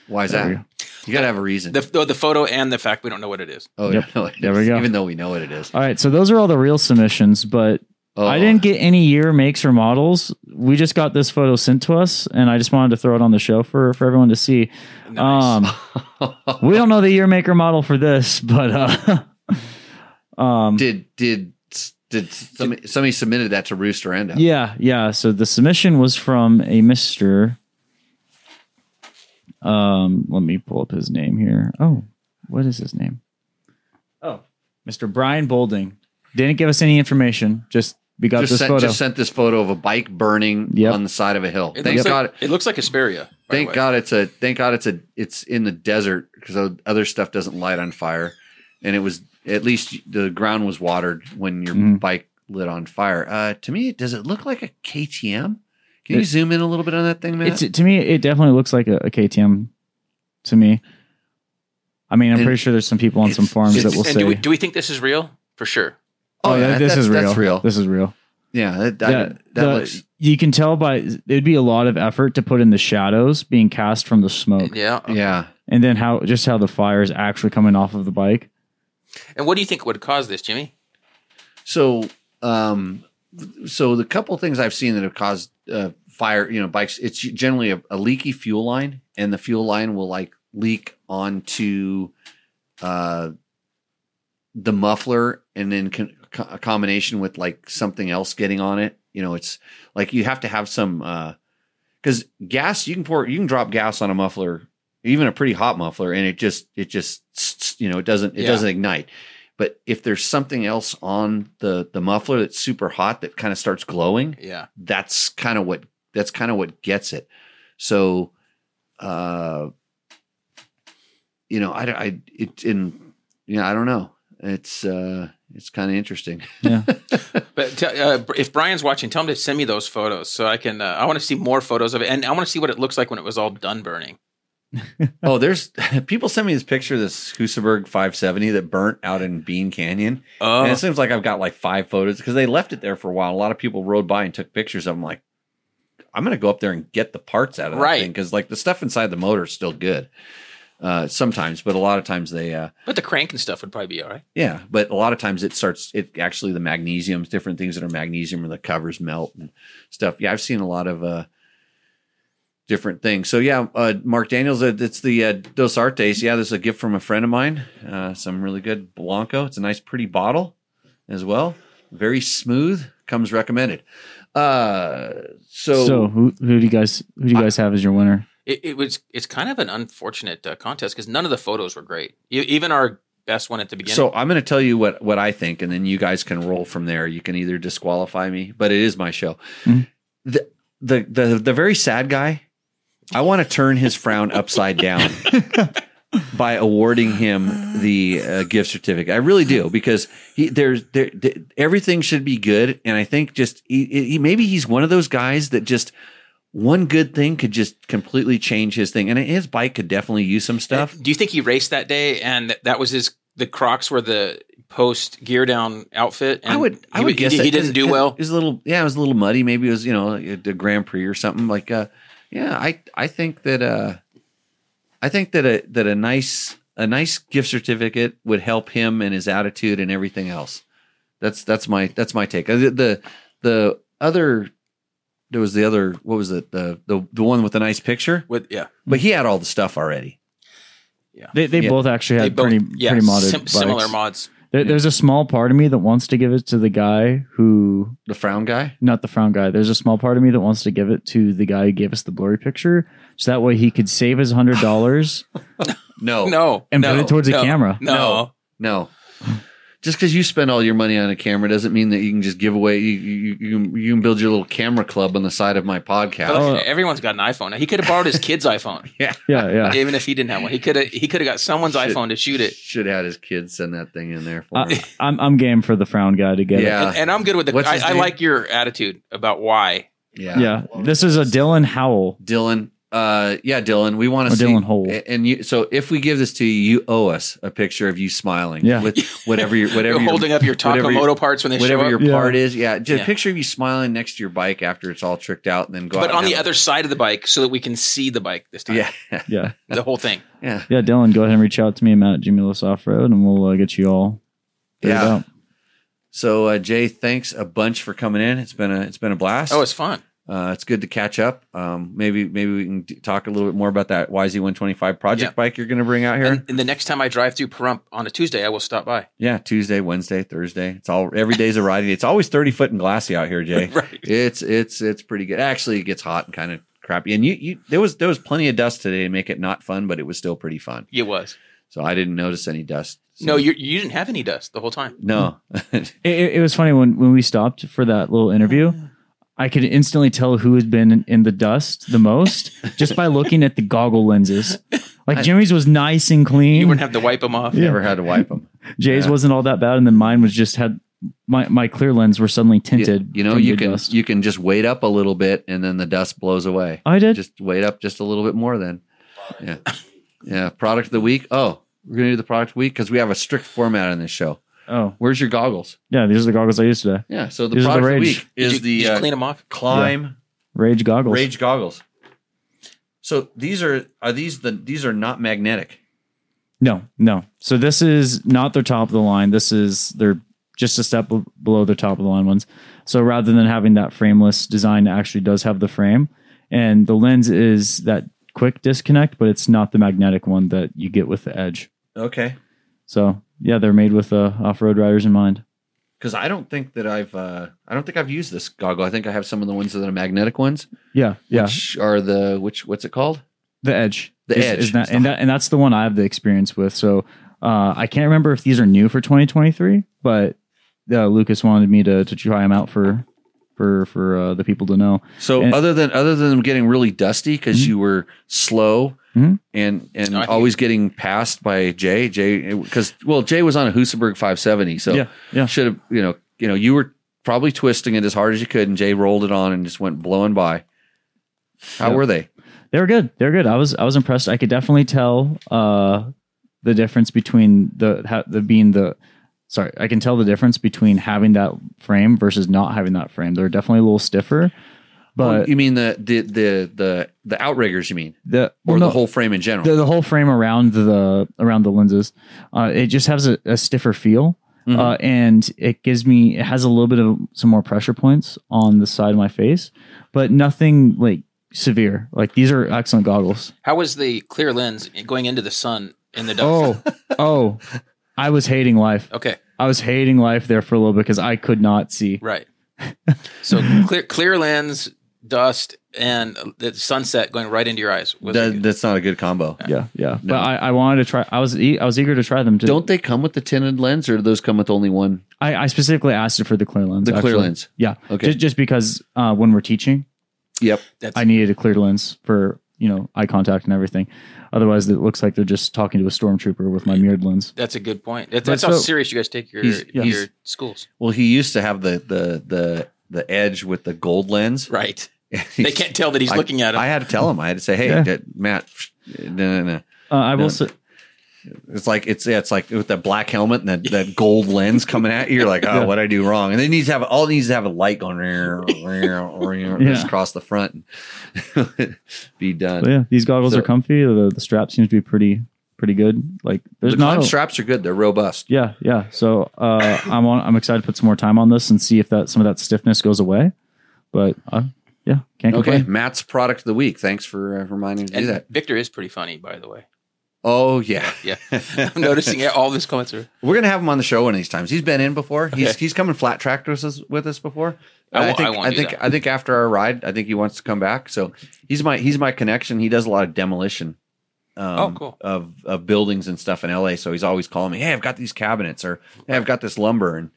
Speaker 1: Why is
Speaker 3: There
Speaker 1: that? You,
Speaker 3: we
Speaker 1: gotta have a reason.
Speaker 2: The, the, the photo and the fact we don't know what it is.
Speaker 1: oh,
Speaker 3: Yep.
Speaker 1: no, it
Speaker 3: There
Speaker 1: is,
Speaker 3: we go.
Speaker 1: Even though we know what it is.
Speaker 3: All right, so those are all the real submissions, but
Speaker 1: Oh, [laughs]
Speaker 3: I didn't get any year makes or models. We just got this photo sent to us, and I just wanted to throw it on the show for for everyone to see.
Speaker 2: Nice.
Speaker 3: Um, we don't know the year maker model for this, but uh, [laughs] um,
Speaker 1: did did did somebody, somebody submitted that to Rooster Endo?
Speaker 3: Yeah, yeah. So the submission was from a Mister. Um, let me pull up his name here. Oh, what is his name? Oh, Mister Brian Bolding. Didn't give us any information. Just we got
Speaker 1: Just
Speaker 3: this
Speaker 1: sent,
Speaker 3: photo.
Speaker 1: just sent this photo of a bike burning
Speaker 3: Yep.
Speaker 1: on the side of a hill.
Speaker 2: It
Speaker 1: thank
Speaker 2: looks
Speaker 1: God.
Speaker 2: Like, it looks like Asperia. by the
Speaker 1: thank
Speaker 2: way.
Speaker 1: God it's a thank God it's a it's in the desert because other stuff doesn't light on fire, and it was at least the ground was watered when your
Speaker 3: Mhm.
Speaker 1: bike lit on fire. Uh, to me, does it look like a KTM? Can you
Speaker 3: It-
Speaker 1: zoom in a little bit on that thing, man?
Speaker 3: it's to me, it definitely looks like a, a KTM. To me, I mean, I'm
Speaker 1: And
Speaker 3: pretty sure there's some people on some
Speaker 1: it's-
Speaker 3: forums that
Speaker 1: it's-
Speaker 3: will
Speaker 2: and
Speaker 3: say,
Speaker 2: do we, do we think this is real? For sure.
Speaker 3: "Oh, yeah, this
Speaker 1: that's,
Speaker 3: is real.
Speaker 1: That's real.
Speaker 3: This is real."
Speaker 1: Yeah, that that, that,
Speaker 3: the-
Speaker 1: looks.
Speaker 3: You can tell by it'd be a lot of effort to put in the shadows being cast from the smoke,
Speaker 2: Yeah.
Speaker 1: Yeah,
Speaker 3: and then how just how the fire is actually coming off of the bike.
Speaker 2: And what do you think would cause this, Jimmy?
Speaker 1: So, um, so the couple things I've seen that have caused uh, fire, you know, bikes. It's generally a, a leaky fuel line, and the fuel line will like leak onto uh, the muffler, and then con- co- a combination with like something else getting on it. You know, it's like you have to have some because gas. You can pour, you can drop gas on a muffler, even a pretty hot muffler, and it just, it just, you know, it doesn't, it
Speaker 2: Yeah.
Speaker 1: doesn't ignite but if there's something else on the the muffler that's super hot that kind of starts glowing
Speaker 2: Yeah.
Speaker 1: that's kind of what that's kind of what gets it so uh you know, I, I, it, in, you know, I don't know. It's, uh, it's kind of interesting.
Speaker 2: But t- uh, if Brian's watching, tell him to send me those photos so I can. Uh, I want to see more photos of it, and I want to see what it looks like when it was all done burning.
Speaker 1: oh, there's [laughs] people send me this picture of this Gooseberg 570 that burnt out in Bean Canyon.
Speaker 2: Oh,
Speaker 1: And it seems like I've got like five photos because they left it there for a while. A lot of people rode by and took pictures of them. Like, I'm going to go up there and get the parts out of that
Speaker 2: Right.
Speaker 1: because like the stuff inside the motor is still good uh, sometimes, but a lot of times they, uh,
Speaker 2: but the crank and stuff would probably be all right.
Speaker 1: yeah, but a lot of times it starts. It actually the magnesiums, different things that are magnesium, and the covers melt and stuff. Yeah, I've seen a lot of uh, different things. So yeah, uh, Mark Daniels, uh, it's the uh, Dos Artes. Yeah, this is a gift from a friend of mine. Uh, some really good Blanco. It's a nice, pretty bottle as well. Very smooth. Comes recommended. Uh,
Speaker 3: So,
Speaker 1: so,
Speaker 3: who, who do you guys who do you guys have as your winner?
Speaker 2: It, it was. It's kind of an unfortunate uh, contest because none of the photos were great. E- even our best one at the beginning.
Speaker 1: So I'm going to tell you what what I think, and then you guys can roll from there. You can either disqualify me, but it is my show.
Speaker 3: Mhm.
Speaker 1: The, the the the very sad guy. I want to turn his frown upside down by awarding him the uh, gift certificate. I really do because he there's there, th- everything should be good, and I think just he, he, maybe he's one of those guys that just. One good thing could just completely change his thing, and his bike could definitely use some stuff.
Speaker 2: Do you think he raced that day and th- that was his? The Crocs were the post gear down outfit. And
Speaker 1: I would, I
Speaker 2: he-
Speaker 1: would
Speaker 2: he,
Speaker 1: guess
Speaker 2: he,
Speaker 1: that 'cause
Speaker 2: didn't do
Speaker 1: it-
Speaker 2: well.
Speaker 1: It was a little, yeah, it was a little muddy. Maybe it was, you know, a the Grand Prix or something like. Uh, yeah, I, I think that, uh, I think that a that a nice a nice gift certificate would help him and his attitude and everything else. That's that's my that's my take. Uh, The the, the other there was the other what was it the the the one with the nice picture,
Speaker 2: With yeah,
Speaker 1: but he had all the stuff already.
Speaker 3: They they
Speaker 1: Yeah.
Speaker 3: both actually
Speaker 2: they
Speaker 3: had
Speaker 2: both
Speaker 3: pretty
Speaker 2: yeah
Speaker 3: pretty modded
Speaker 2: sim- similar
Speaker 3: bikes.
Speaker 2: mods.
Speaker 3: There- There's a small part of me that wants to give it to the guy who
Speaker 1: The frown guy.
Speaker 3: not the frown guy. There's a small part of me that wants to give it to the guy who gave us the blurry picture, so that way he could save his hundred dollars
Speaker 2: [laughs]
Speaker 1: No,
Speaker 2: No,
Speaker 3: and
Speaker 2: no,
Speaker 3: put it towards
Speaker 2: no,
Speaker 3: the camera.
Speaker 2: No,
Speaker 1: Oh. No. Just because you spend all your money on a camera doesn't mean that you can just give away. You, you, you, can- you can build your little camera club on the side of my podcast.
Speaker 2: But
Speaker 3: Oh.
Speaker 2: everyone's got an iPhone. He could have borrowed his
Speaker 1: [laughs]
Speaker 2: kid's iPhone,
Speaker 3: Yeah, yeah.
Speaker 2: even if he didn't have one. He could have he could have got someone's
Speaker 1: Shit.
Speaker 2: iPhone to Oh, shoot it.
Speaker 1: Should have had his kids send that thing in there for
Speaker 3: Uh,
Speaker 1: him.
Speaker 3: I'm I'm game for the frown guy to get it.
Speaker 1: Yeah.
Speaker 2: and, and I'm good with the.
Speaker 1: What's his
Speaker 2: I, I
Speaker 1: name?
Speaker 2: like your attitude about why.
Speaker 1: Yeah.
Speaker 3: Yeah. This is a Dylan Howell.
Speaker 1: Dylan. Uh, yeah, Dylan. We want
Speaker 3: Or
Speaker 1: to see
Speaker 3: Oh, Dylan Hole.
Speaker 1: a- And you, so if we give this to you, you owe us a picture of you smiling.
Speaker 3: Yeah.
Speaker 1: With whatever your whatever your,
Speaker 2: holding up your
Speaker 1: whatever your-
Speaker 2: Takamoto parts when they show
Speaker 1: whatever
Speaker 2: up.
Speaker 1: your
Speaker 3: Yeah.
Speaker 1: part is. Yeah. Just
Speaker 2: Yeah.
Speaker 1: a picture of you smiling next to your bike after it's all tricked out, and then go.
Speaker 2: but
Speaker 1: out and
Speaker 2: on the
Speaker 1: have
Speaker 2: other side of the bike, so that we can see the bike this
Speaker 1: a-
Speaker 2: time.
Speaker 1: Yeah.
Speaker 3: Yeah,
Speaker 2: the
Speaker 1: [laughs]
Speaker 2: whole thing.
Speaker 1: Yeah.
Speaker 3: yeah. Dylan, go ahead and reach out to me. I'm at Jimmy Lewis Off Road, and we'll uh, get you all. figured
Speaker 1: Yeah.
Speaker 3: out.
Speaker 1: So uh, Jay, thanks a bunch for coming in. It's been a it's been a blast.
Speaker 2: Oh, it's fun.
Speaker 1: Uh, it's good to catch up. Um, maybe maybe we can d- talk a little bit more about that YZ125 project
Speaker 2: Yeah.
Speaker 1: bike you're going to bring out here.
Speaker 2: And, and the next time I drive through Pahrump on a Tuesday, I will stop by.
Speaker 1: yeah, Tuesday, Wednesday, Thursday. It's all every day's a riding. It's always 30 foot and glassy out here, Jay.
Speaker 2: [laughs] Right.
Speaker 1: It's it's it's pretty good. Actually, it gets hot and kind of crappy. And you you there was there was plenty of dust today to make it not fun, but it was still pretty fun.
Speaker 2: It was.
Speaker 1: So I didn't notice any dust. So- Hmm.
Speaker 2: No, you you didn't have any dust the whole time.
Speaker 1: no. [laughs]
Speaker 3: It, it, it was funny when when we stopped for that little interview. I could instantly tell who had been in, in the dust
Speaker 1: [laughs]
Speaker 3: the most just by looking at the goggle lenses. Like Jimmy's was nice and clean.
Speaker 2: You wouldn't have to wipe them off.
Speaker 3: Yeah.
Speaker 1: Never had to wipe them.
Speaker 3: Jay's wasn't all that bad, and then mine was just had my my clear lens were suddenly tinted.
Speaker 1: You know,
Speaker 3: from
Speaker 1: you
Speaker 3: the
Speaker 1: can
Speaker 3: dust.
Speaker 1: you can just wait up a little bit and then the dust blows away.
Speaker 3: I did.
Speaker 1: just wait up just a little bit more then. Yeah. Yeah. Product of the week. Oh, we're going to do the product of the week because we have a strict format on this show.
Speaker 3: oh
Speaker 1: Where's your goggles?
Speaker 3: yeah, these are the goggles I used today.
Speaker 1: Yeah. So the
Speaker 3: These are the
Speaker 1: product of the
Speaker 3: Rage.
Speaker 1: week is
Speaker 2: did you,
Speaker 1: the
Speaker 2: did you
Speaker 1: uh,
Speaker 2: clean them off?
Speaker 1: climb
Speaker 3: Rage goggles.
Speaker 1: rage goggles. So these are are these the these are not magnetic.
Speaker 3: No, no. So this is not their top of the line. This is they're just a step b- below their top of the line ones. So rather than having that frameless design, it actually does have the frame, and the lens is that quick disconnect, but it's not the magnetic one that you get with the edge.
Speaker 1: Okay.
Speaker 3: So yeah, they're made with uh, off-road riders in mind.
Speaker 1: Because I don't think that I've uh, I don't think I've used this goggle. I think I have some of the ones that are magnetic ones.
Speaker 3: Yeah, yeah.
Speaker 1: Which are the which what's it called?
Speaker 3: The Edge.
Speaker 1: The
Speaker 3: is,
Speaker 1: Edge.
Speaker 3: is that, and that and that's the one I have the experience with. So uh, I can't remember if these are new for 2023, but uh, Lucas wanted me to to try them out for for for uh, the people to know.
Speaker 1: So
Speaker 3: And- Mm-hmm.
Speaker 1: other than other than them getting really dusty because you were slow
Speaker 3: Mhm.
Speaker 1: and and
Speaker 2: No, I think-
Speaker 1: always getting passed by Jay. Jay because well Jay was on a Husaberg 570, so
Speaker 3: Yeah, yeah.
Speaker 1: should have you know you know you were probably twisting it as hard as you could, and Jay rolled it on and just went blowing by. How
Speaker 3: Yeah.
Speaker 1: were they?
Speaker 3: They were good. They were good. I was I was impressed. I could definitely tell uh, the difference between the ha- the being the sorry. I can tell the difference between having that frame versus not having that frame. They're definitely a little stiffer,
Speaker 1: Well,
Speaker 3: but
Speaker 1: you mean the the the the the outriggers? You mean
Speaker 3: the
Speaker 1: or
Speaker 3: well,
Speaker 1: the
Speaker 3: no,
Speaker 1: whole frame in general?
Speaker 3: the, the whole frame around the around the lenses. Uh, it just has a, a stiffer feel.
Speaker 1: Mhm.
Speaker 3: Uh, and it gives me it has a little bit of some more pressure points on the side of my face, but nothing like severe. Like these are
Speaker 1: [laughs]
Speaker 3: excellent goggles.
Speaker 2: How was the clear lens going into the sun in the dark?
Speaker 3: Oh, oh, I was hating life.
Speaker 1: Oh.
Speaker 2: Okay,
Speaker 3: I was hating life there for a little bit because I could not see.
Speaker 1: [laughs]
Speaker 2: right. So clear, clear lens, dust, and the sunset going right into your eyes. Was
Speaker 1: That-
Speaker 2: it good?
Speaker 1: that's not a good combo.
Speaker 3: Yeah, yeah.
Speaker 1: No.
Speaker 3: But I, I wanted to try. I was e- I was eager to try them. To,
Speaker 1: Don't they come with the tinted lens, or do those come with only one?
Speaker 3: I, I specifically asked it for the clear lens.
Speaker 1: The clear
Speaker 3: actually.
Speaker 1: lens.
Speaker 3: Yeah.
Speaker 1: Okay.
Speaker 3: Just, just because uh, when we're teaching,
Speaker 1: Yep.
Speaker 2: That's,
Speaker 3: I needed a clear lens for you know eye contact and everything. Otherwise, it looks like they're just talking to a stormtrooper with my mirrored lens.
Speaker 2: that's a good point. That-
Speaker 3: But
Speaker 2: that's how
Speaker 3: so-
Speaker 2: serious you guys take your
Speaker 1: He's-
Speaker 3: yeah.
Speaker 2: your schools.
Speaker 1: Well, he used to have the the the the edge with the gold lens. [laughs]
Speaker 2: Right. They can't tell that he's
Speaker 1: I-
Speaker 2: looking at him.
Speaker 1: I had to tell him. I had to say, "Hey,
Speaker 3: Yeah.
Speaker 1: that- Matt, psh, no, no, no."
Speaker 3: Uh, I will
Speaker 1: No.
Speaker 3: say,
Speaker 1: It's like it's yeah, it's like with that black helmet and that, that gold lens coming at you. You're like, "Oh, what I do wrong?" And then needs to have all it needs to have a light going [laughs]
Speaker 3: Yeah.
Speaker 1: just across the front and [laughs] be done.
Speaker 3: but yeah, these goggles
Speaker 1: Uh, So-
Speaker 3: are comfy. The, the strap seems to be pretty pretty good. Like there's
Speaker 1: the
Speaker 3: not
Speaker 1: climb
Speaker 3: a-
Speaker 1: straps are good. They're robust.
Speaker 3: Yeah, yeah. So uh, I'm on. I'm excited to put some more time on this and see if that some of that stiffness goes away. But uh, yeah, can't
Speaker 1: Okay,
Speaker 3: complain.
Speaker 1: Matt's product of the week. Thanks for uh, reminding me to do
Speaker 2: and
Speaker 1: that.
Speaker 2: Victor is pretty funny, by the way.
Speaker 1: Oh yeah,
Speaker 2: Yeah.
Speaker 1: [laughs]
Speaker 2: I'm noticing all this going through.
Speaker 1: We're gonna have him on the show one of these times. He's been in before. He's he's come and flat tracked with us with us before.
Speaker 2: I won't-
Speaker 1: think
Speaker 2: I won't do
Speaker 1: think
Speaker 2: that.
Speaker 1: I think after our ride, I think he wants to come back. So he's my he's my connection. He does a lot of demolition. Um,
Speaker 2: Oh, cool.
Speaker 1: Of of buildings and stuff in LA. So he's always calling me. Hey, I've got these cabinets, or Hey, I've got this lumber, and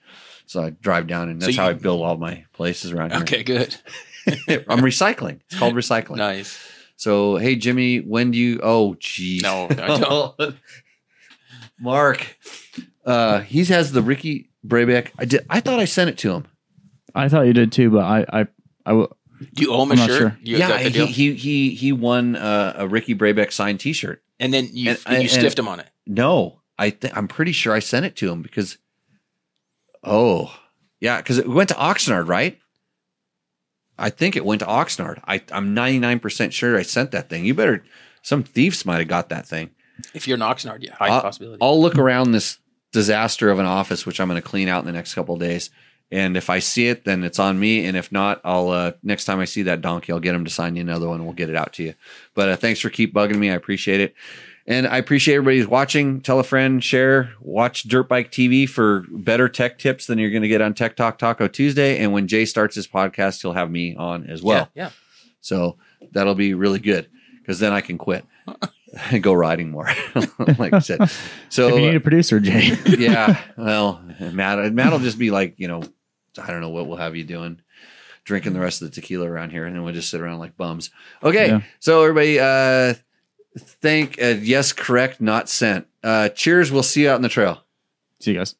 Speaker 1: so I drive down, and
Speaker 2: So
Speaker 1: that's
Speaker 2: you-
Speaker 1: how I build all my places around here.
Speaker 2: Okay, good.
Speaker 1: [laughs] I'm recycling. It's called recycling.
Speaker 2: Nice.
Speaker 1: So hey, Jimmy, when do you? Oh, geez.
Speaker 2: No, I don't.
Speaker 1: [laughs] Mark, uh, he has the Ricky Brabeck. I did. I thought I sent it to him.
Speaker 3: I thought you did too, but I I I will.
Speaker 2: Do you owe him a
Speaker 3: I'm not
Speaker 2: shirt?
Speaker 3: sure.
Speaker 2: You,
Speaker 1: yeah,
Speaker 2: that the deal?
Speaker 1: he, he he he won uh, a Ricky Brabeck signed T-shirt.
Speaker 2: and then you,
Speaker 1: and-
Speaker 2: and, you
Speaker 1: and-
Speaker 2: stiffed him on it.
Speaker 1: No, I th- I'm pretty sure I sent it to him because. Oh yeah, because it went to Oxnard, right? I think it went to Oxnard. I, I'm 99% sure I sent that thing. You better, some thieves might have got that thing.
Speaker 2: If you're an Oxnard, yeah, high
Speaker 1: Uh,
Speaker 2: possibility.
Speaker 1: I'll look around this disaster of an office, which I'm going to clean out in the next couple of days. And if I see it, then it's on me. And if not, I'll uh, next time I see that donkey, I'll get him to sign you another one. and We'll get it out to you. But uh, thanks for keep bugging me. I appreciate it. And I appreciate everybody who's watching. Tell a friend, share, watch Dirt Bike TV for better tech tips than you're going to get on Tech Talk Taco Tuesday. And when Jay starts his podcast, he'll have me on as well.
Speaker 2: yeah, yeah.
Speaker 1: So that'll be really good because then I can quit [laughs] and go riding more, [laughs] like I said.
Speaker 3: if you
Speaker 1: So uh,
Speaker 3: need a producer, Jay, [laughs]
Speaker 1: yeah, well, Matt, Matt will just be like, you know, I don't know what we'll have you doing, drinking the rest of the tequila around here, and then we'll just sit around like bums. Okay,
Speaker 3: Yeah.
Speaker 1: so everybody, uh, thank uh, yes, correct, not sent. Uh, cheers. We'll see you out on the trail.
Speaker 3: see you guys.